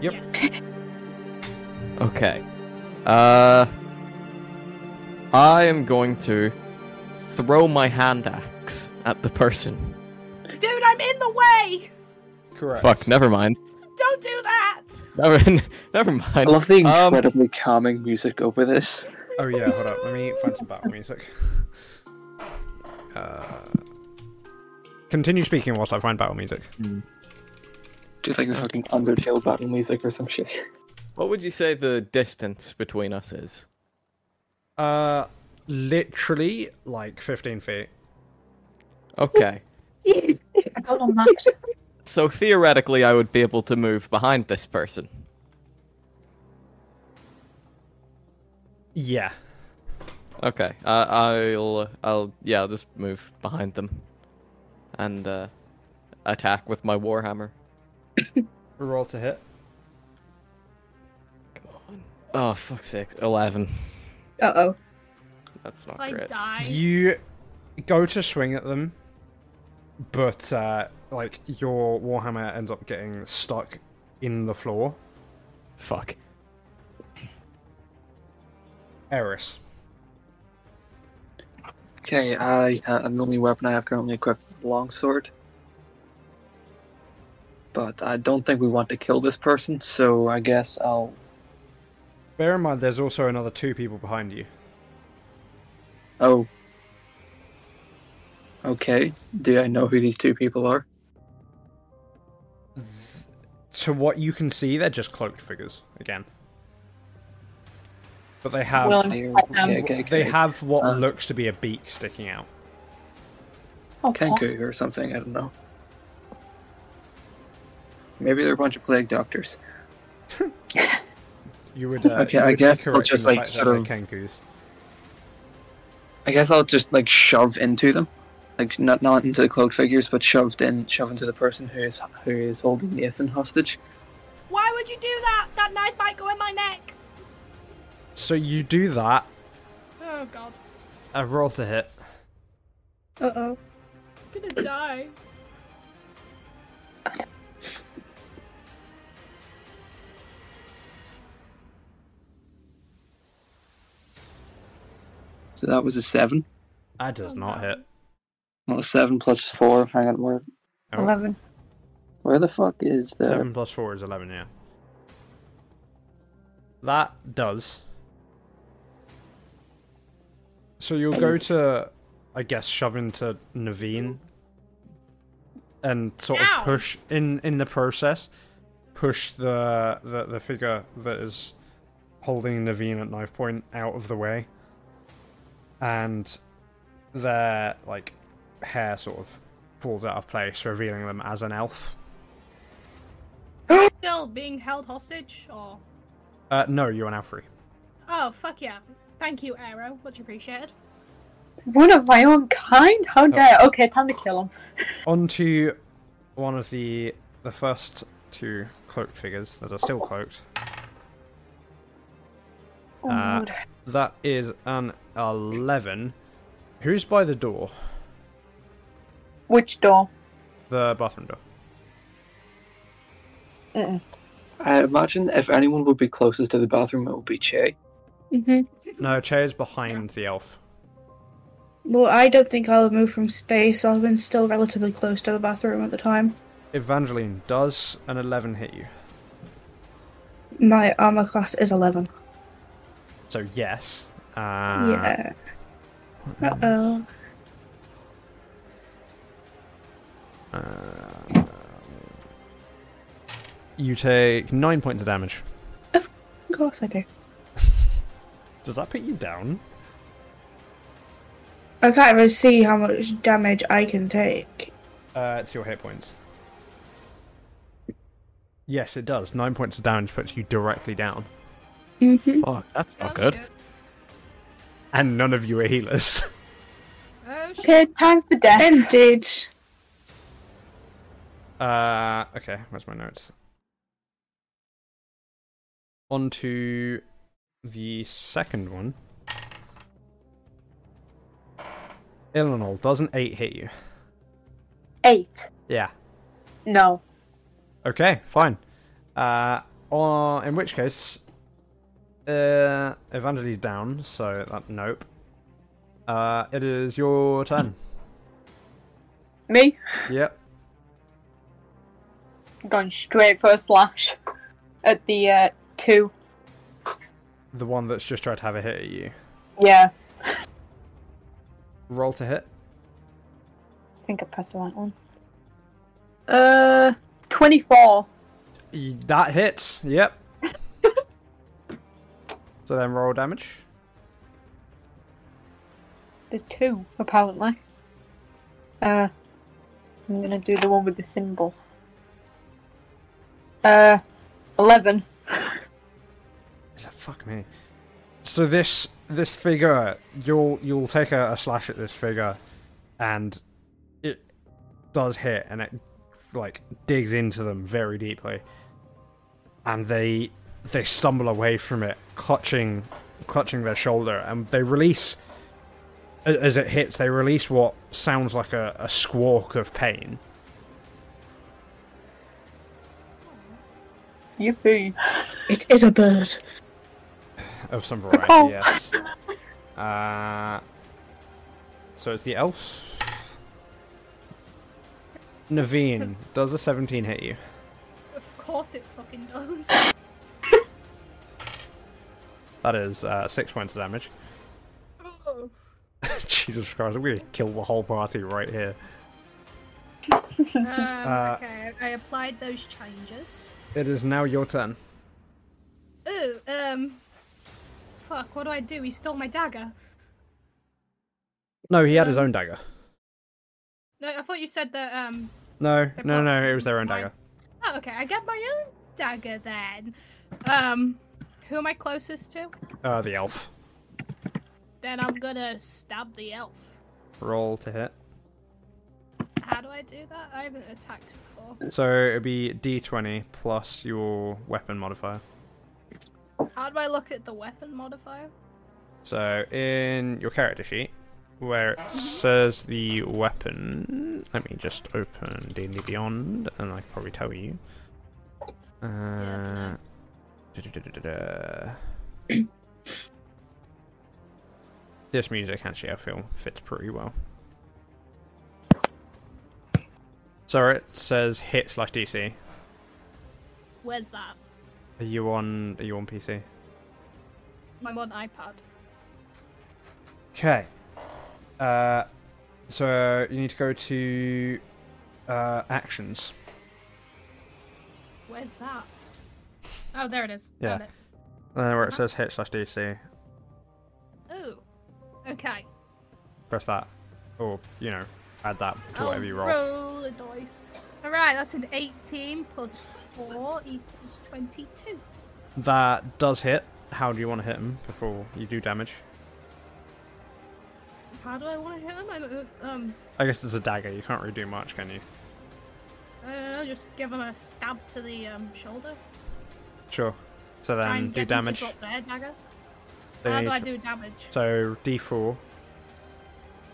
[SPEAKER 1] Yep.
[SPEAKER 3] Yes.
[SPEAKER 2] Okay. Uh, I am going to throw my hand axe at the person.
[SPEAKER 9] Dude, I'm in the way!
[SPEAKER 1] Correct.
[SPEAKER 2] Fuck, never mind.
[SPEAKER 9] Don't do that!
[SPEAKER 2] Never, never
[SPEAKER 6] I
[SPEAKER 2] mind.
[SPEAKER 6] love the
[SPEAKER 2] Um,
[SPEAKER 6] incredibly calming music over this.
[SPEAKER 1] Oh yeah, hold up. Let me find some battle music. Uh, continue speaking whilst I find battle music.
[SPEAKER 7] Do you think it's fucking
[SPEAKER 6] Undertale battle music or some shit.
[SPEAKER 2] What would you say the distance between us is?
[SPEAKER 1] Uh, literally like 15 feet.
[SPEAKER 2] Okay.
[SPEAKER 5] I got on maps.
[SPEAKER 2] So theoretically, I would be able to move behind this person.
[SPEAKER 1] Yeah.
[SPEAKER 2] Okay. Uh, I'll, I'll, yeah, I'll just move behind them, and uh, attack with my warhammer.
[SPEAKER 1] Roll to hit.
[SPEAKER 2] Come on. Oh fuck's sake! Eleven.
[SPEAKER 4] Uh oh.
[SPEAKER 2] That's
[SPEAKER 3] If
[SPEAKER 2] not
[SPEAKER 3] I
[SPEAKER 2] great.
[SPEAKER 3] die,
[SPEAKER 1] You go to swing at them, but uh, like your warhammer ends up getting stuck in the floor.
[SPEAKER 2] Fuck.
[SPEAKER 1] Eris.
[SPEAKER 7] Okay, I uh, and the only weapon I have currently equipped is the longsword.
[SPEAKER 6] But I don't think we want to kill this person, so I guess I'll.
[SPEAKER 1] Bear in mind, there's also another two people behind you.
[SPEAKER 6] Oh. Okay. Do I know who these two people are?
[SPEAKER 1] To what you can see, they're just cloaked figures again, but they have
[SPEAKER 5] Well,
[SPEAKER 6] Okay,
[SPEAKER 5] Um,
[SPEAKER 6] okay, okay,
[SPEAKER 1] they have what
[SPEAKER 6] Uh,
[SPEAKER 1] looks to be a beak sticking out.
[SPEAKER 5] Oh,
[SPEAKER 6] Kenku or something. I don't know. Maybe they're a bunch of plague doctors.
[SPEAKER 1] You would. Uh,
[SPEAKER 6] Okay,
[SPEAKER 1] you
[SPEAKER 6] I
[SPEAKER 1] would be
[SPEAKER 6] guess I'll
[SPEAKER 1] correct in
[SPEAKER 6] just,
[SPEAKER 1] the
[SPEAKER 6] like,
[SPEAKER 1] fact that
[SPEAKER 6] sort
[SPEAKER 1] they're Kenkus.
[SPEAKER 6] I guess I'll just like shove into them, like not not into the cloaked figures, but shoved in, shove into the person who is who is holding Nathan hostage.
[SPEAKER 9] Why would you do that? That knife might go in my neck!
[SPEAKER 1] So you do that.
[SPEAKER 9] Oh god.
[SPEAKER 1] A roll to hit.
[SPEAKER 4] Uh oh.
[SPEAKER 9] I'm gonna die.
[SPEAKER 6] So that was a seven.
[SPEAKER 1] That does not hit.
[SPEAKER 6] Well, seven plus four. Hang on, where
[SPEAKER 1] Oh,
[SPEAKER 4] 11.
[SPEAKER 6] where the fuck is the?
[SPEAKER 1] Seven plus four is eleven. Yeah. That does. So you'll go to, I guess, shove into Naveen, and sort
[SPEAKER 3] Ow.
[SPEAKER 1] of push in in the process, push the the, the figure that is holding Naveen at knife point out of the way, and their like hair sort of falls out of place, revealing them as an elf.
[SPEAKER 3] still being held hostage, or
[SPEAKER 1] Uh, no, you're now free.
[SPEAKER 3] oh fuck yeah! Thank you, Arrow. Much appreciated.
[SPEAKER 5] One of my own kind? How dare Okay, time to kill him.
[SPEAKER 1] On to one of the the first two cloaked figures that are still cloaked.
[SPEAKER 5] Oh,
[SPEAKER 1] Uh,
[SPEAKER 5] Lord.
[SPEAKER 1] That is an eleven. Who's by the door?
[SPEAKER 5] Which door?
[SPEAKER 1] The bathroom door.
[SPEAKER 5] Mm-mm.
[SPEAKER 6] I imagine if anyone would be closest to the bathroom, it would be Che.
[SPEAKER 4] Mm-hmm.
[SPEAKER 1] No, Che is behind the elf.
[SPEAKER 4] Well, I don't think I'll have moved from space. I've been still relatively close to the bathroom at the time.
[SPEAKER 1] Evangeline, does an eleven hit you?
[SPEAKER 4] My armor class is 11.
[SPEAKER 1] So yes. Uh,
[SPEAKER 4] yeah. Uh oh.
[SPEAKER 1] You take nine points of damage.
[SPEAKER 4] Of course I do.
[SPEAKER 1] Does that put you down?
[SPEAKER 4] I can't even see how much damage I can take.
[SPEAKER 1] Uh, it's your hit points. Yes, it does. Nine points of damage puts you directly down.
[SPEAKER 4] Mm-hmm.
[SPEAKER 8] Fuck, that's
[SPEAKER 2] Oh,
[SPEAKER 8] not good.
[SPEAKER 1] And none of you are healers.
[SPEAKER 3] Oh shit.
[SPEAKER 5] Okay, time for death.
[SPEAKER 4] Indeed.
[SPEAKER 1] Uh, okay, where's my notes? On to the second one. Illinois, doesn't 8 hit you?
[SPEAKER 5] Eight.
[SPEAKER 1] Yeah.
[SPEAKER 5] No.
[SPEAKER 1] Okay, fine. Uh, or in which case, uh, Evangeli's down, so that nope. Uh, it is your turn.
[SPEAKER 5] Me?
[SPEAKER 1] yep.
[SPEAKER 5] Going straight for a slash at the uh, two.
[SPEAKER 1] The one that's just tried to have a hit at you.
[SPEAKER 5] Yeah,
[SPEAKER 1] Roll to hit.
[SPEAKER 5] I think I pressed the right one. Uh, 24.
[SPEAKER 1] Y- That hits. Yep. so then roll damage.
[SPEAKER 5] There's two, apparently. Uh, I'm gonna do the one with the symbol. Uh, 11.
[SPEAKER 1] Fuck me. So this this figure, you'll you'll take a, a slash at this figure, and it does hit, and it like digs into them very deeply, and they they stumble away from it, clutching clutching their shoulder, and they release a- as it hits. They release what sounds like a, a squawk of pain.
[SPEAKER 5] Yippee.
[SPEAKER 4] It is a bird.
[SPEAKER 1] of some variety.
[SPEAKER 5] Oh.
[SPEAKER 1] Yes. Uh, so it's the elf. Naveen, does a 17 hit you?
[SPEAKER 3] Of course it fucking does. Um,
[SPEAKER 1] That is uh, six points of damage.
[SPEAKER 3] Oh.
[SPEAKER 1] Jesus Christ, I'm going to kill the whole party right here.
[SPEAKER 3] Um,
[SPEAKER 1] Uh,
[SPEAKER 3] okay, I applied those changes.
[SPEAKER 1] It is now your turn.
[SPEAKER 3] Ooh, um. Fuck, what do I do? He stole my dagger.
[SPEAKER 1] No, he had his own dagger.
[SPEAKER 3] No, I thought you said that, um.
[SPEAKER 1] No,
[SPEAKER 3] They're
[SPEAKER 1] no,
[SPEAKER 3] both-
[SPEAKER 1] no, it was their own
[SPEAKER 3] mine.
[SPEAKER 1] dagger.
[SPEAKER 3] Oh, okay, I get my own dagger then. Um. Who am I closest to?
[SPEAKER 1] Uh, the elf.
[SPEAKER 3] Then I'm gonna stab the elf.
[SPEAKER 1] Roll to hit.
[SPEAKER 3] How do I do that? I haven't attacked before.
[SPEAKER 1] So it'd be d20 plus your weapon modifier.
[SPEAKER 3] How do I look at the weapon modifier?
[SPEAKER 1] So in your character sheet, where it says the weapon, let me just open D and D Beyond, and I can probably tell you. Uh, da-da-da-da-da. this music actually, I feel fits pretty well. So it says hit slash DC.
[SPEAKER 3] Where's that?
[SPEAKER 1] Are you on? Are you on PC?
[SPEAKER 3] I'm on iPad.
[SPEAKER 1] Okay. Uh, so you need to go to uh, actions.
[SPEAKER 3] Where's that? Oh, there it is.
[SPEAKER 1] Yeah.
[SPEAKER 3] Found it.
[SPEAKER 1] And then where it
[SPEAKER 3] Uh-huh.
[SPEAKER 1] says hit slash DC,
[SPEAKER 3] Ooh. Okay.
[SPEAKER 1] press that. Or, you know, add that to
[SPEAKER 3] I'll
[SPEAKER 1] whatever you roll.
[SPEAKER 3] Roll the dice. All right, that's an 18 plus 4 equals 22.
[SPEAKER 1] That does hit. How do you want to hit him before you do damage?
[SPEAKER 3] How do I want to hit him? I don't, know, um,
[SPEAKER 1] I guess it's a dagger. You can't really do much, can you?
[SPEAKER 3] uh, I don't know, just give him a stab to the um, shoulder.
[SPEAKER 1] Sure. So
[SPEAKER 3] Try
[SPEAKER 1] then
[SPEAKER 3] and
[SPEAKER 1] do
[SPEAKER 3] get
[SPEAKER 1] damage.
[SPEAKER 3] Him to drop their dagger.
[SPEAKER 1] So you
[SPEAKER 3] How do
[SPEAKER 1] need
[SPEAKER 3] I
[SPEAKER 1] to-
[SPEAKER 3] do damage?
[SPEAKER 1] So D4.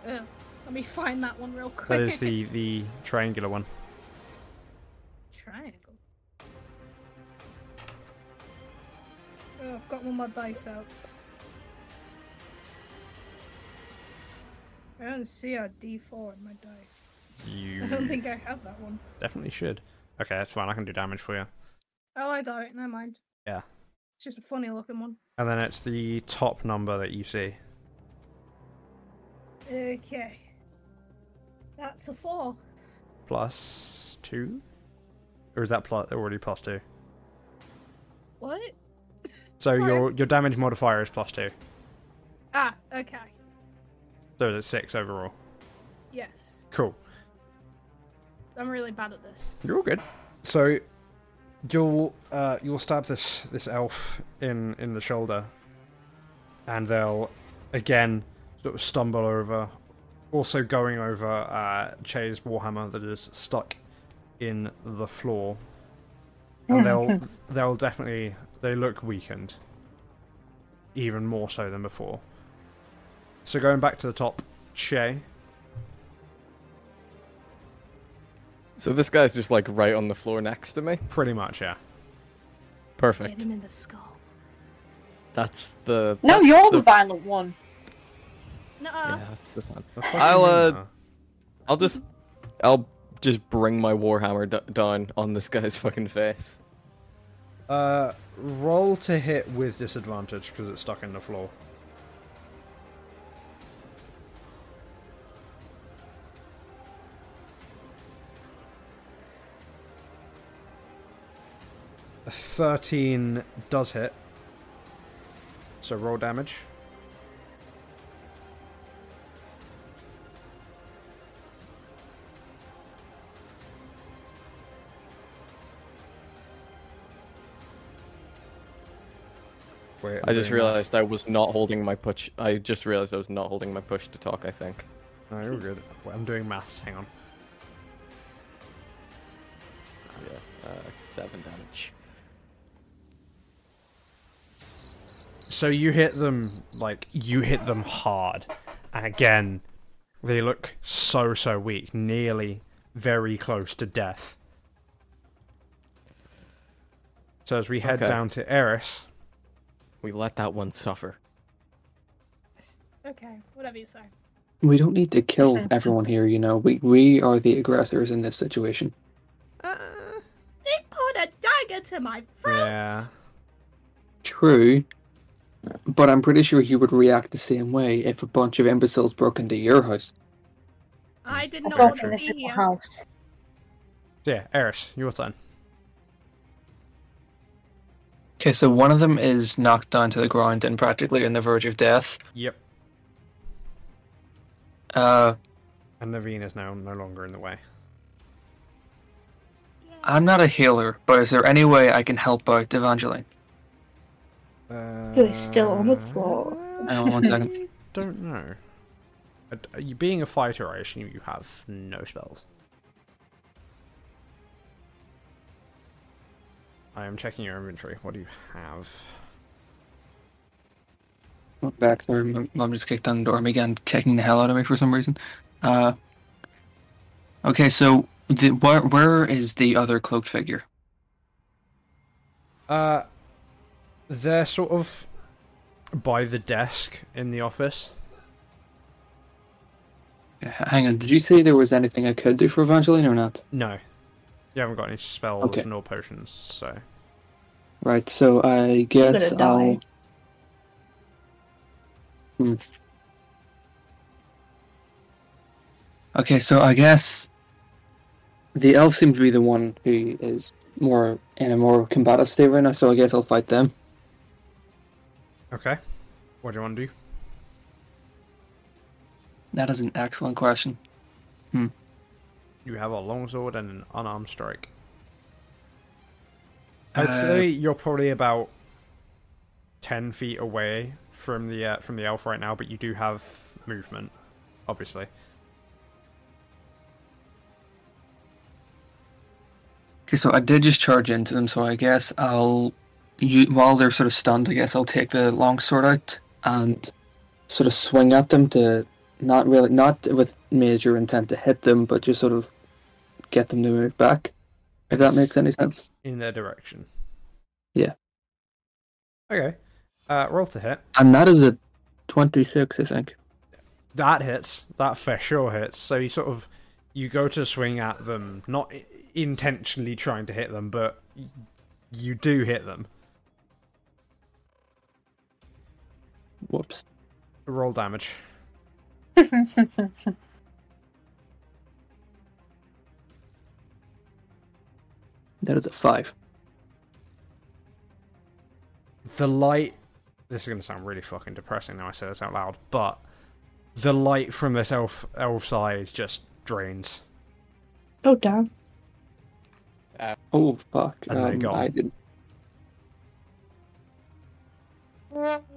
[SPEAKER 3] Ugh. Let me find that one real quick.
[SPEAKER 1] That is the the triangular one.
[SPEAKER 3] Triangle. Oh, I've got one more dice out. I don't see a d4 in my dice.
[SPEAKER 1] You
[SPEAKER 3] I don't think I have that one.
[SPEAKER 1] definitely should. Okay, that's fine. I can do damage for you.
[SPEAKER 3] Oh, I got it. Never mind.
[SPEAKER 1] Yeah.
[SPEAKER 3] It's just a funny looking one.
[SPEAKER 1] And then it's the top number that you see.
[SPEAKER 9] Okay. That's a four.
[SPEAKER 1] Plus two? Or is that plus already plus two?
[SPEAKER 9] What?
[SPEAKER 1] So your your damage modifier is plus two.
[SPEAKER 9] Ah, okay.
[SPEAKER 1] So it's six overall.
[SPEAKER 9] Yes.
[SPEAKER 1] Cool.
[SPEAKER 9] I'm really bad at this.
[SPEAKER 1] You're all good. So you'll uh, you'll stab this this elf in in the shoulder, and they'll again sort of stumble over, also going over uh, Che's warhammer that is stuck in the floor. And they'll they'll definitely they look weakened, even more so than before. So going back to the top, Che.
[SPEAKER 2] So this guy's just like right on the floor next to me.
[SPEAKER 1] Pretty much, yeah.
[SPEAKER 3] Hit
[SPEAKER 2] Perfect.
[SPEAKER 3] him in the skull.
[SPEAKER 2] That's the.
[SPEAKER 5] No,
[SPEAKER 2] that's
[SPEAKER 5] you're the violent one.
[SPEAKER 9] No.
[SPEAKER 2] Yeah, that's the fun.
[SPEAKER 1] The fuck do you
[SPEAKER 2] I'll,
[SPEAKER 1] mean,
[SPEAKER 2] uh,
[SPEAKER 1] huh?
[SPEAKER 2] I'll just, I'll just bring my warhammer d- down on this guy's fucking face.
[SPEAKER 1] Uh, roll to hit with disadvantage because it's stuck in the floor. A 13 does hit. So roll damage. Wait,
[SPEAKER 2] I just
[SPEAKER 1] doing math.
[SPEAKER 2] realized I was not holding my push. I just realized I was not holding my push to talk. I think.
[SPEAKER 1] No, you're good. Wait, I'm doing maths. Hang on.
[SPEAKER 2] Yeah. Uh, seven damage.
[SPEAKER 1] So you hit them like you hit them hard, and again, they look so so weak, nearly very close to death. So as we head
[SPEAKER 2] Okay.
[SPEAKER 1] down to Eris,
[SPEAKER 2] We let that one suffer.
[SPEAKER 9] Okay. Whatever you say.
[SPEAKER 7] We don't need to kill everyone here, you know. We we are the aggressors in this situation.
[SPEAKER 9] They put a dagger to my throat.
[SPEAKER 1] yeah,
[SPEAKER 7] True. But I'm pretty sure he would react the same way if a bunch of imbeciles broke into your house.
[SPEAKER 9] I did not
[SPEAKER 5] Broken
[SPEAKER 9] want to
[SPEAKER 5] this
[SPEAKER 9] be
[SPEAKER 5] little
[SPEAKER 9] here.
[SPEAKER 5] house.
[SPEAKER 1] so yeah, Eris, your turn.
[SPEAKER 6] Okay, so one of them is knocked down to the ground and practically on the verge of death.
[SPEAKER 1] Yep,
[SPEAKER 6] Uh,
[SPEAKER 1] and Naveen is now no longer in the way.
[SPEAKER 6] I'm not a healer, but is there any way I can help out Evangeline?
[SPEAKER 1] Uh,
[SPEAKER 4] You're still on the floor.
[SPEAKER 6] Hang on one second.
[SPEAKER 1] Don't know. Uh, d- You being a fighter, I assume you have no spells. I am checking your inventory. What do you have?
[SPEAKER 6] Look back, sorry, my mum just kicked on the door and began kicking the hell out of me for some reason. Uh, okay, so the, where, where is the other cloaked figure?
[SPEAKER 1] Uh, they're sort of by the desk in the office.
[SPEAKER 6] H- Hang on, did you say there was anything I could do for Evangeline or not?
[SPEAKER 1] No, you haven't got any spells
[SPEAKER 6] Okay.
[SPEAKER 1] nor potions, so
[SPEAKER 6] Right, so I guess
[SPEAKER 4] gonna die.
[SPEAKER 6] I'll. Hmm. Okay, so I guess the elf seems to be the one who is more in a more combative state right now. So I guess I'll fight them.
[SPEAKER 1] okay. What do you want to do?
[SPEAKER 6] That is an excellent question.
[SPEAKER 1] You have a longsword and an unarmed strike. I'd
[SPEAKER 6] Uh,
[SPEAKER 1] say you're probably about ten feet away from the uh, from the elf right now, but you do have movement, obviously.
[SPEAKER 6] Okay, so I did just charge into them. So I guess I'll, you, while they're sort of stunned, I guess I'll take the longsword out and sort of swing at them to not really, not with major intent to hit them, but just sort of get them to move back. If that makes any sense.
[SPEAKER 1] in their direction.
[SPEAKER 6] Yeah.
[SPEAKER 1] Okay. Uh, roll to hit.
[SPEAKER 6] And that is a twenty-six, I think.
[SPEAKER 1] That hits. That for sure hits. So you sort of you go to swing at them, not i- intentionally trying to hit them, but y- you do hit them.
[SPEAKER 6] Whoops.
[SPEAKER 1] Roll damage.
[SPEAKER 6] That is a five.
[SPEAKER 1] the light this is going to sound really fucking depressing now i say this out loud but the light from this elf elf's eyes just drains
[SPEAKER 4] Oh damn.
[SPEAKER 6] Oh fuck!
[SPEAKER 1] And they're
[SPEAKER 6] Um,
[SPEAKER 1] gone.
[SPEAKER 6] I did.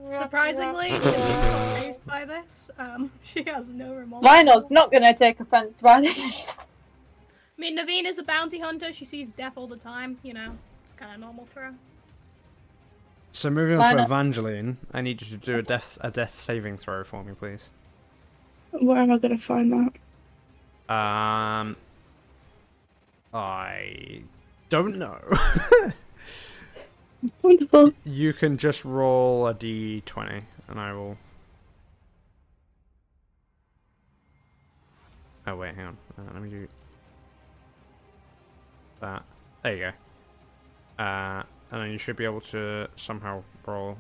[SPEAKER 9] Surprisingly, she was raised by this. Um, she has no remorse.
[SPEAKER 5] Lionel's not gonna take offense by this.
[SPEAKER 9] I mean, Naveen is a bounty hunter. She sees death all the time. You know, it's kind of normal for her.
[SPEAKER 1] so moving on
[SPEAKER 5] Why
[SPEAKER 1] to
[SPEAKER 5] not?
[SPEAKER 1] evangeline i need you to do a death a death saving throw for me please
[SPEAKER 4] Where am I gonna find that?
[SPEAKER 1] um i don't know
[SPEAKER 4] Wonderful.
[SPEAKER 1] you can just roll a d20 and i will oh wait hang on uh, let me do that there you go uh, and then you should be able to somehow roll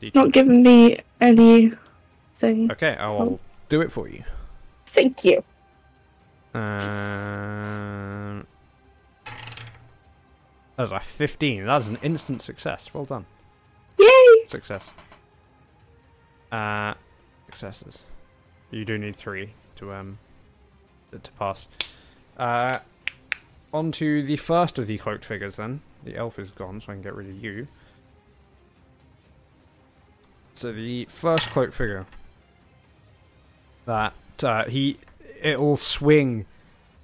[SPEAKER 1] d20
[SPEAKER 4] Not giving me anything.
[SPEAKER 1] okay i'll do it for you
[SPEAKER 4] Thank you.
[SPEAKER 1] um, that's a 15 that's an instant success well done
[SPEAKER 4] Yay!
[SPEAKER 1] Success. Uh, successes. You do need three to um to- to pass. Uh, on to the first of the cloaked figures. Then the elf is gone, so I can get rid of you. So the first cloaked figure. That uh, he it'll swing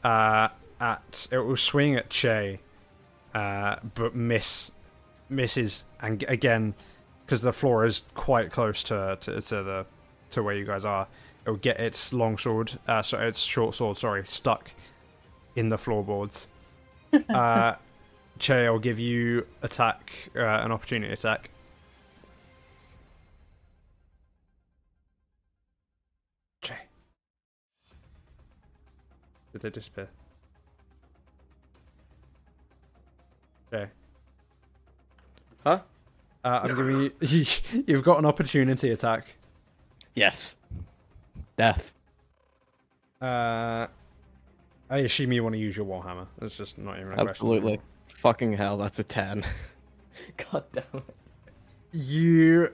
[SPEAKER 1] uh, at it will swing at Che, uh, but miss misses and g- again because the floor is quite close to, to to the to where you guys are. It'll get its long sword, uh, so its short sword, sorry, stuck in the floorboards. uh, Che, I'll give you attack uh, an opportunity attack. Che, did they disappear? Che.
[SPEAKER 2] Huh?
[SPEAKER 1] Uh, I'm giving you, you. You've got an opportunity attack.
[SPEAKER 2] Yes. Death.
[SPEAKER 1] Uh, I assume you want to use your warhammer. It's just not even a question.
[SPEAKER 2] Absolutely. Fucking hell, that's a 10. God damn it.
[SPEAKER 1] You,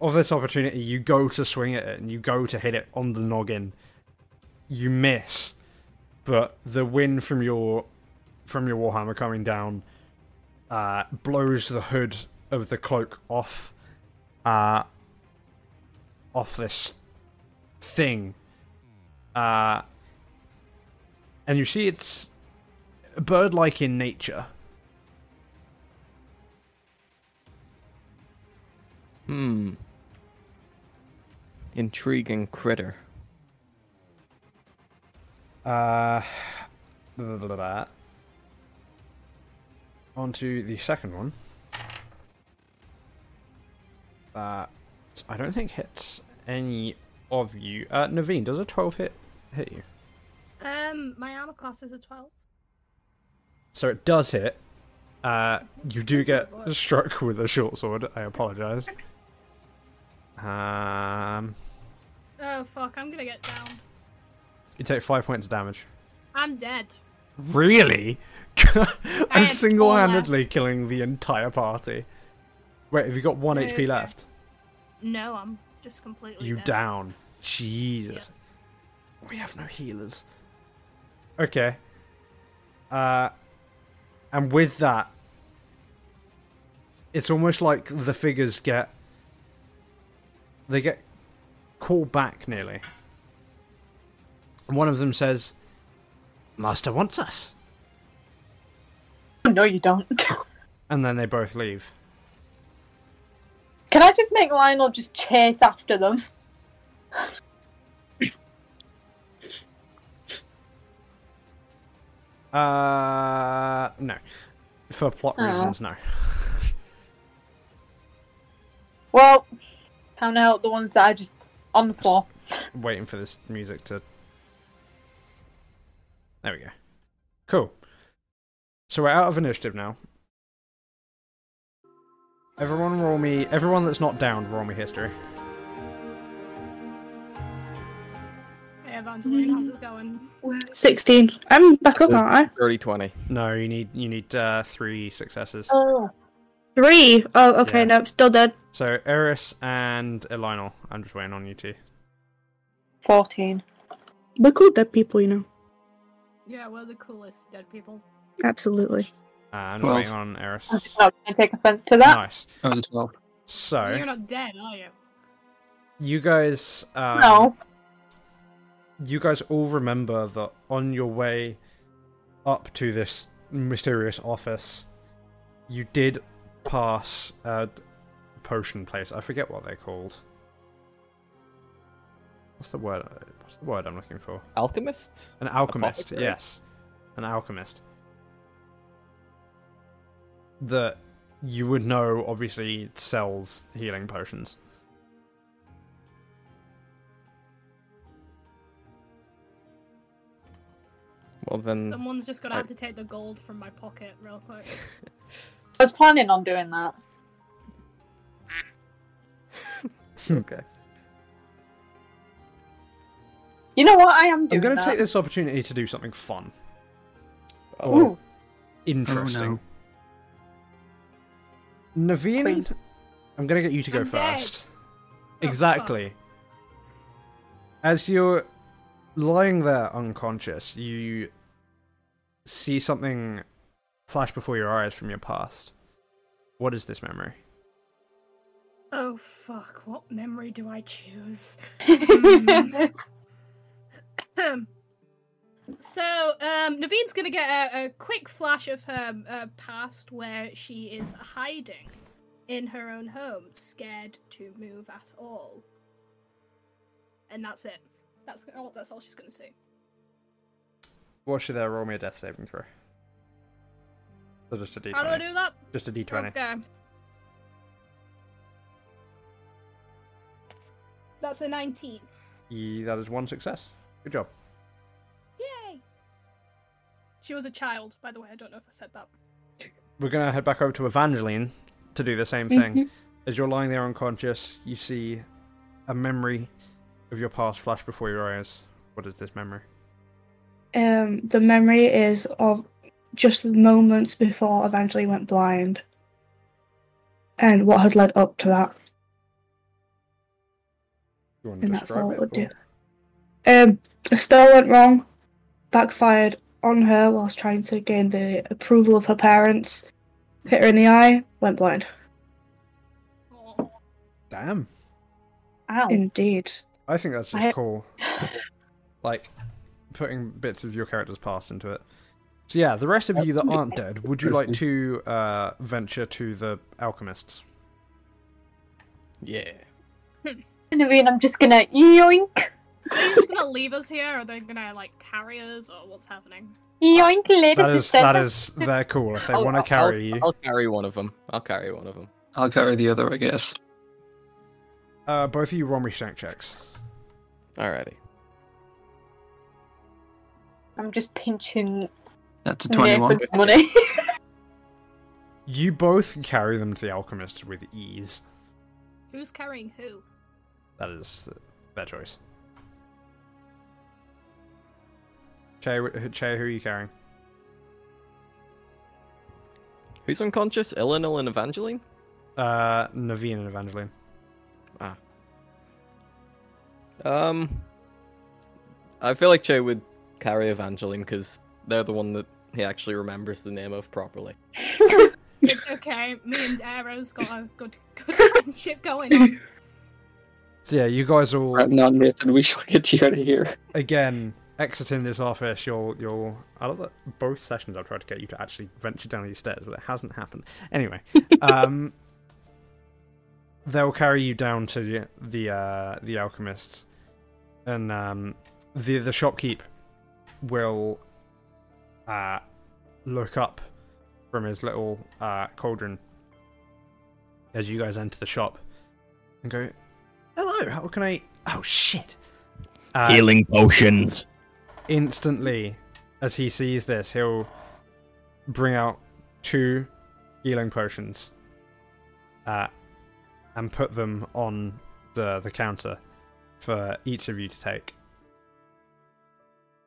[SPEAKER 1] of this opportunity, you go to swing at it and you go to hit it on the noggin. You miss, but the wind from your from your warhammer coming down uh, blows the hood of the cloak off, uh, off this thing, uh, and you see it's bird-like in nature.
[SPEAKER 2] Hmm. Intriguing critter.
[SPEAKER 1] Uh, blah, blah, blah, blah. On to the second one. Uh, I don't think hits any of you. Uh, Naveen, does a 12 hit hit you?
[SPEAKER 9] Um, my armor class is a 12.
[SPEAKER 1] So it does hit. Uh, you do get struck with a short sword. I apologize. Um,
[SPEAKER 9] Oh, fuck, I'm gonna get down.
[SPEAKER 1] you take five points of damage.
[SPEAKER 9] I'm dead.
[SPEAKER 1] Really? I'm
[SPEAKER 9] had
[SPEAKER 1] single handedly killing the entire party. Wait, have you got one
[SPEAKER 9] No,
[SPEAKER 1] HP
[SPEAKER 9] no.
[SPEAKER 1] left?
[SPEAKER 9] No, I'm just completely
[SPEAKER 1] You
[SPEAKER 9] dead.
[SPEAKER 1] down. Jesus.
[SPEAKER 9] Yes.
[SPEAKER 1] We have no healers. Okay. Uh, and with that, it's almost like the figures get. They get called back nearly. And One of them says, Master wants us.
[SPEAKER 5] No, you don't.
[SPEAKER 1] And then they both leave.
[SPEAKER 5] Can I just make Lionel just chase after them?
[SPEAKER 1] Uh, no. For plot
[SPEAKER 5] Aw.
[SPEAKER 1] reasons, no.
[SPEAKER 5] Well, can I help the ones that are just on the floor?
[SPEAKER 1] waiting for this music to. There we go. Cool. So we're out of initiative now. Everyone roll me. Everyone that's not downed, roll me history.
[SPEAKER 3] Evangeline, how's it going?
[SPEAKER 4] 16. I'm back up, aren't I?
[SPEAKER 8] 30 20.
[SPEAKER 1] No, you need you need uh, three successes.
[SPEAKER 5] Oh,
[SPEAKER 4] Three. Oh, okay,
[SPEAKER 1] Yeah.
[SPEAKER 4] no, I'm still dead.
[SPEAKER 1] So Eris and Elionel, I'm just waiting on you two.
[SPEAKER 5] 14.
[SPEAKER 4] We're cool dead people, you know.
[SPEAKER 3] Yeah, we're the coolest dead people.
[SPEAKER 4] Absolutely.
[SPEAKER 1] Uh, I'm just
[SPEAKER 6] Twelve.
[SPEAKER 1] waiting on Eris.
[SPEAKER 5] I'm not going to take offense to that.
[SPEAKER 1] Nice.
[SPEAKER 6] I was a 12.
[SPEAKER 1] So
[SPEAKER 3] You're not dead, are you?
[SPEAKER 1] you guys, um,
[SPEAKER 5] No.
[SPEAKER 1] you guys all remember that on your way up to this mysterious office, you did pass a potion place. I forget what they're called. What's the word? What's the word I'm looking for?
[SPEAKER 8] Alchemists?
[SPEAKER 1] An alchemist,
[SPEAKER 8] Apothecary?
[SPEAKER 1] yes. An alchemist. That you would know obviously sells healing potions.
[SPEAKER 8] Well, then.
[SPEAKER 3] Someone's just gonna
[SPEAKER 8] Mm. I-
[SPEAKER 3] have to take the gold from my pocket real quick.
[SPEAKER 5] I was planning on doing that.
[SPEAKER 8] Okay.
[SPEAKER 5] You know what? I am
[SPEAKER 1] I'm
[SPEAKER 5] doing
[SPEAKER 1] going to
[SPEAKER 5] that.
[SPEAKER 1] take this opportunity to do something fun.
[SPEAKER 8] Oh,
[SPEAKER 5] Ooh.
[SPEAKER 1] Interesting.
[SPEAKER 6] Oh,
[SPEAKER 1] Naveen,
[SPEAKER 5] Please.
[SPEAKER 1] I'm going to get you to go
[SPEAKER 3] I'm dead.
[SPEAKER 1] first.
[SPEAKER 3] Oh,
[SPEAKER 1] exactly. As you're lying there unconscious, you see something flash before your eyes from your past. What is this memory?
[SPEAKER 3] Oh fuck, what memory do I choose? Um, so um, Naveen's gonna get a, a quick flash of her uh, past where she is hiding in her own home, scared to move at all, and that's it. That's all. That's all she's gonna see.
[SPEAKER 1] What should there roll me a death saving throw? So just a d20.
[SPEAKER 3] How do I do that?
[SPEAKER 1] Just a d20.
[SPEAKER 3] Okay. That's a nineteen.
[SPEAKER 1] Ye- that is one success. Good job.
[SPEAKER 3] Yay! She was a child, by the way. I don't know if I said that.
[SPEAKER 1] We're gonna head back over to Evangeline to do the same thing. As you're lying there unconscious, you see a memory of your past flash before your eyes. What is this memory?
[SPEAKER 4] Um, the memory is of just the moments before Evangeline went blind and what had led up to that.
[SPEAKER 1] You want to
[SPEAKER 4] And that's all
[SPEAKER 1] describe
[SPEAKER 4] it would do.
[SPEAKER 1] or-
[SPEAKER 4] Um, a spell went wrong, backfired on her whilst trying to gain the approval of her parents, hit her in the eye, went blind.
[SPEAKER 3] Oh.
[SPEAKER 1] Damn,
[SPEAKER 4] Oh.
[SPEAKER 5] Ow.
[SPEAKER 4] Indeed.
[SPEAKER 1] I think that's just
[SPEAKER 5] I-
[SPEAKER 1] cool. like putting bits of your character's past into it. So yeah, the rest of you that aren't dead, would you like to uh, venture to the alchemists?
[SPEAKER 8] yeah.
[SPEAKER 5] Naveen, I'm just going to yoink,
[SPEAKER 3] Are you just gonna leave us here? Or are they gonna like carry us, or what's happening?
[SPEAKER 5] yoink, ladies
[SPEAKER 1] That
[SPEAKER 5] and
[SPEAKER 1] is that
[SPEAKER 5] gentlemen.
[SPEAKER 1] is they're cool if they want to carry you.
[SPEAKER 8] I'll carry one of them. I'll carry one of them.
[SPEAKER 6] I'll carry the other, I guess.
[SPEAKER 1] Uh, both of you roll me strength checks.
[SPEAKER 8] Alrighty.
[SPEAKER 5] I'm just pinching
[SPEAKER 6] That's a 21.
[SPEAKER 5] Nathan's money.
[SPEAKER 1] You both carry them to the alchemists with ease.
[SPEAKER 3] Who's carrying who?
[SPEAKER 1] That is uh, their choice. Che, wh- che who are you carrying?
[SPEAKER 8] Who's unconscious? Illinois and Evangeline?
[SPEAKER 1] Uh, Naveen and Evangeline.
[SPEAKER 8] Um, I feel like Che would carry Evangeline because they're the one that he actually remembers the name of properly.
[SPEAKER 3] It's okay. Me and Arrow's got a good, good friendship going on.
[SPEAKER 1] So yeah, you guys all
[SPEAKER 6] Right, not Nathan, we shall get you out of here.
[SPEAKER 1] again exiting this office. You'll you'll. I love that both sessions I've tried to get you to actually venture down these stairs, but it hasn't happened. Anyway, um, they'll carry you down to the uh, the alchemists, and um, the the shopkeep will uh, look up from his little uh, cauldron as you guys enter the shop and go, "Hello, how can I?" Oh shit! Uh,
[SPEAKER 2] Healing potions.
[SPEAKER 1] instantly, as he sees this, he'll bring out two healing potions uh, and put them on the, the counter for each of you to take.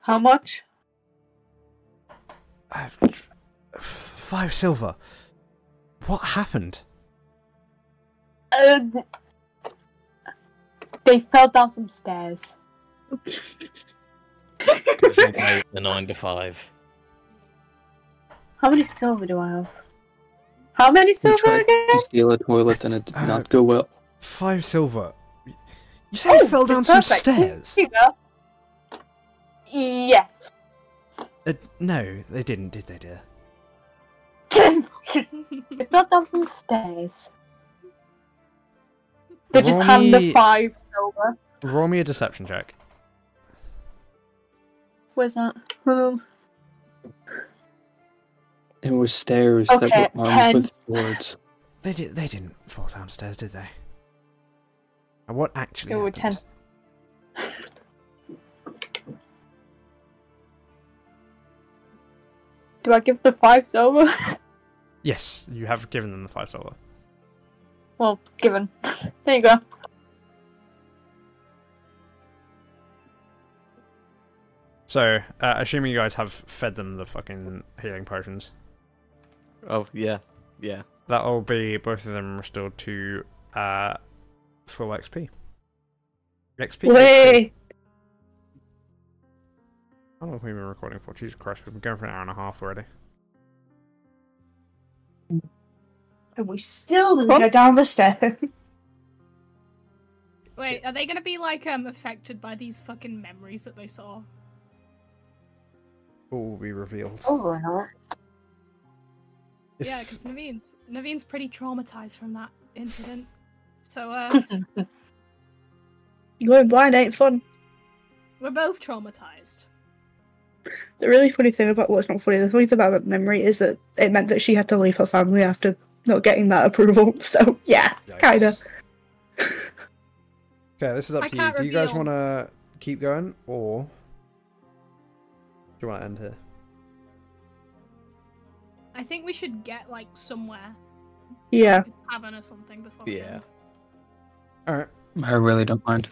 [SPEAKER 5] How much?
[SPEAKER 1] Uh, f- five silver. What happened?
[SPEAKER 5] Uh, they fell down some stairs.
[SPEAKER 2] the nine to five.
[SPEAKER 5] How many silver do I have? How many
[SPEAKER 6] You
[SPEAKER 5] silver
[SPEAKER 6] tried
[SPEAKER 5] again?
[SPEAKER 6] to steal a toilet and it did not go well.
[SPEAKER 1] Five silver. You said you fell down
[SPEAKER 5] Oh, It's
[SPEAKER 1] some
[SPEAKER 5] perfect.
[SPEAKER 1] stairs.
[SPEAKER 5] Here you go. Yes.
[SPEAKER 1] Uh, no, they didn't, did they, dear?
[SPEAKER 5] they fell down some stairs. They just hand
[SPEAKER 1] Romy-
[SPEAKER 5] the five silver.
[SPEAKER 1] Roll me a deception check.
[SPEAKER 5] Where's that? Um,
[SPEAKER 6] It was stairs
[SPEAKER 5] Okay,
[SPEAKER 6] that were armed
[SPEAKER 5] 10.
[SPEAKER 6] with swords.
[SPEAKER 1] They did. They didn't fall downstairs, did they? And what actually
[SPEAKER 5] They were
[SPEAKER 1] happened?
[SPEAKER 5] do I give the five silver?
[SPEAKER 1] Yes, you have given them the five silver.
[SPEAKER 5] well, given. There you go.
[SPEAKER 1] So, uh, assuming you guys have fed them the fucking healing potions,
[SPEAKER 8] Oh yeah, yeah.
[SPEAKER 1] that'll be both of them restored to uh, full XP. XP.
[SPEAKER 4] Way.
[SPEAKER 1] How long have we Oh, been recording for? Jesus Christ, we've been going for an hour and a half already.
[SPEAKER 4] And we still didn't go down the stair.
[SPEAKER 3] Wait, are they gonna be like um affected by these fucking memories that they saw?
[SPEAKER 1] All will be revealed.
[SPEAKER 5] Oh, we're not.
[SPEAKER 1] If-
[SPEAKER 3] Yeah, because Naveen's Naveen's pretty traumatized from that incident. So uh,
[SPEAKER 4] Going blind ain't fun.
[SPEAKER 3] we're both traumatized.
[SPEAKER 4] The really funny thing about what's not funny, the funny thing about that memory is that it meant that she had to leave her family after not getting that approval. So yeah, kind of.
[SPEAKER 1] Okay, this is up
[SPEAKER 3] I
[SPEAKER 1] to you.
[SPEAKER 3] can't
[SPEAKER 1] Do you guys
[SPEAKER 3] reveal.
[SPEAKER 1] want to keep going, or do you want to end here?
[SPEAKER 3] I think we should get like somewhere,
[SPEAKER 4] Yeah.
[SPEAKER 3] like a tavern or something before. we
[SPEAKER 8] Yeah.
[SPEAKER 3] end.
[SPEAKER 1] All right.
[SPEAKER 6] I really don't mind.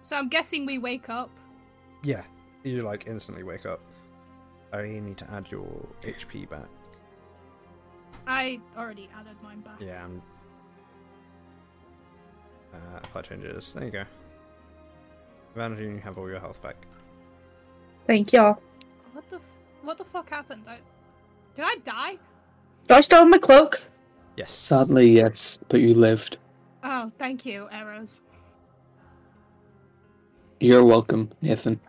[SPEAKER 3] So I'm guessing we wake up.
[SPEAKER 1] Yeah, you like instantly wake up. I need to add your HP back.
[SPEAKER 3] I already added mine back.
[SPEAKER 1] Yeah. I'm... Uh, apply changes. There you go. Advantage, and you have all your health back.
[SPEAKER 4] Thank y'all.
[SPEAKER 3] What the f- what the fuck happened? I- did I die?
[SPEAKER 4] Do I still have my cloak?
[SPEAKER 1] Yes.
[SPEAKER 6] Sadly, yes, but you lived.
[SPEAKER 3] Oh, thank you, arrows.
[SPEAKER 6] You're welcome, Nathan.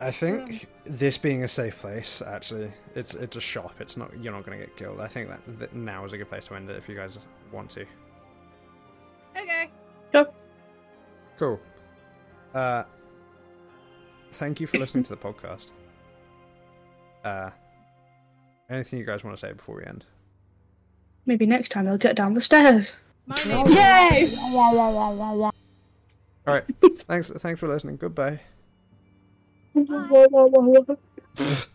[SPEAKER 1] I think this being a safe place, actually, it's it's a shop. It's not you're not gonna get killed. I think that, that now is a good place to end it if you guys want to.
[SPEAKER 3] Okay.
[SPEAKER 1] Cool. Uh, thank you for listening to the podcast. Uh, anything you guys want to say before we end?
[SPEAKER 4] Maybe next time they'll get down the stairs.
[SPEAKER 3] My
[SPEAKER 1] Troll.
[SPEAKER 3] name
[SPEAKER 5] Yay!
[SPEAKER 1] All right. thanks. Thanks for listening. Goodbye.
[SPEAKER 3] Bye.
[SPEAKER 4] Bye.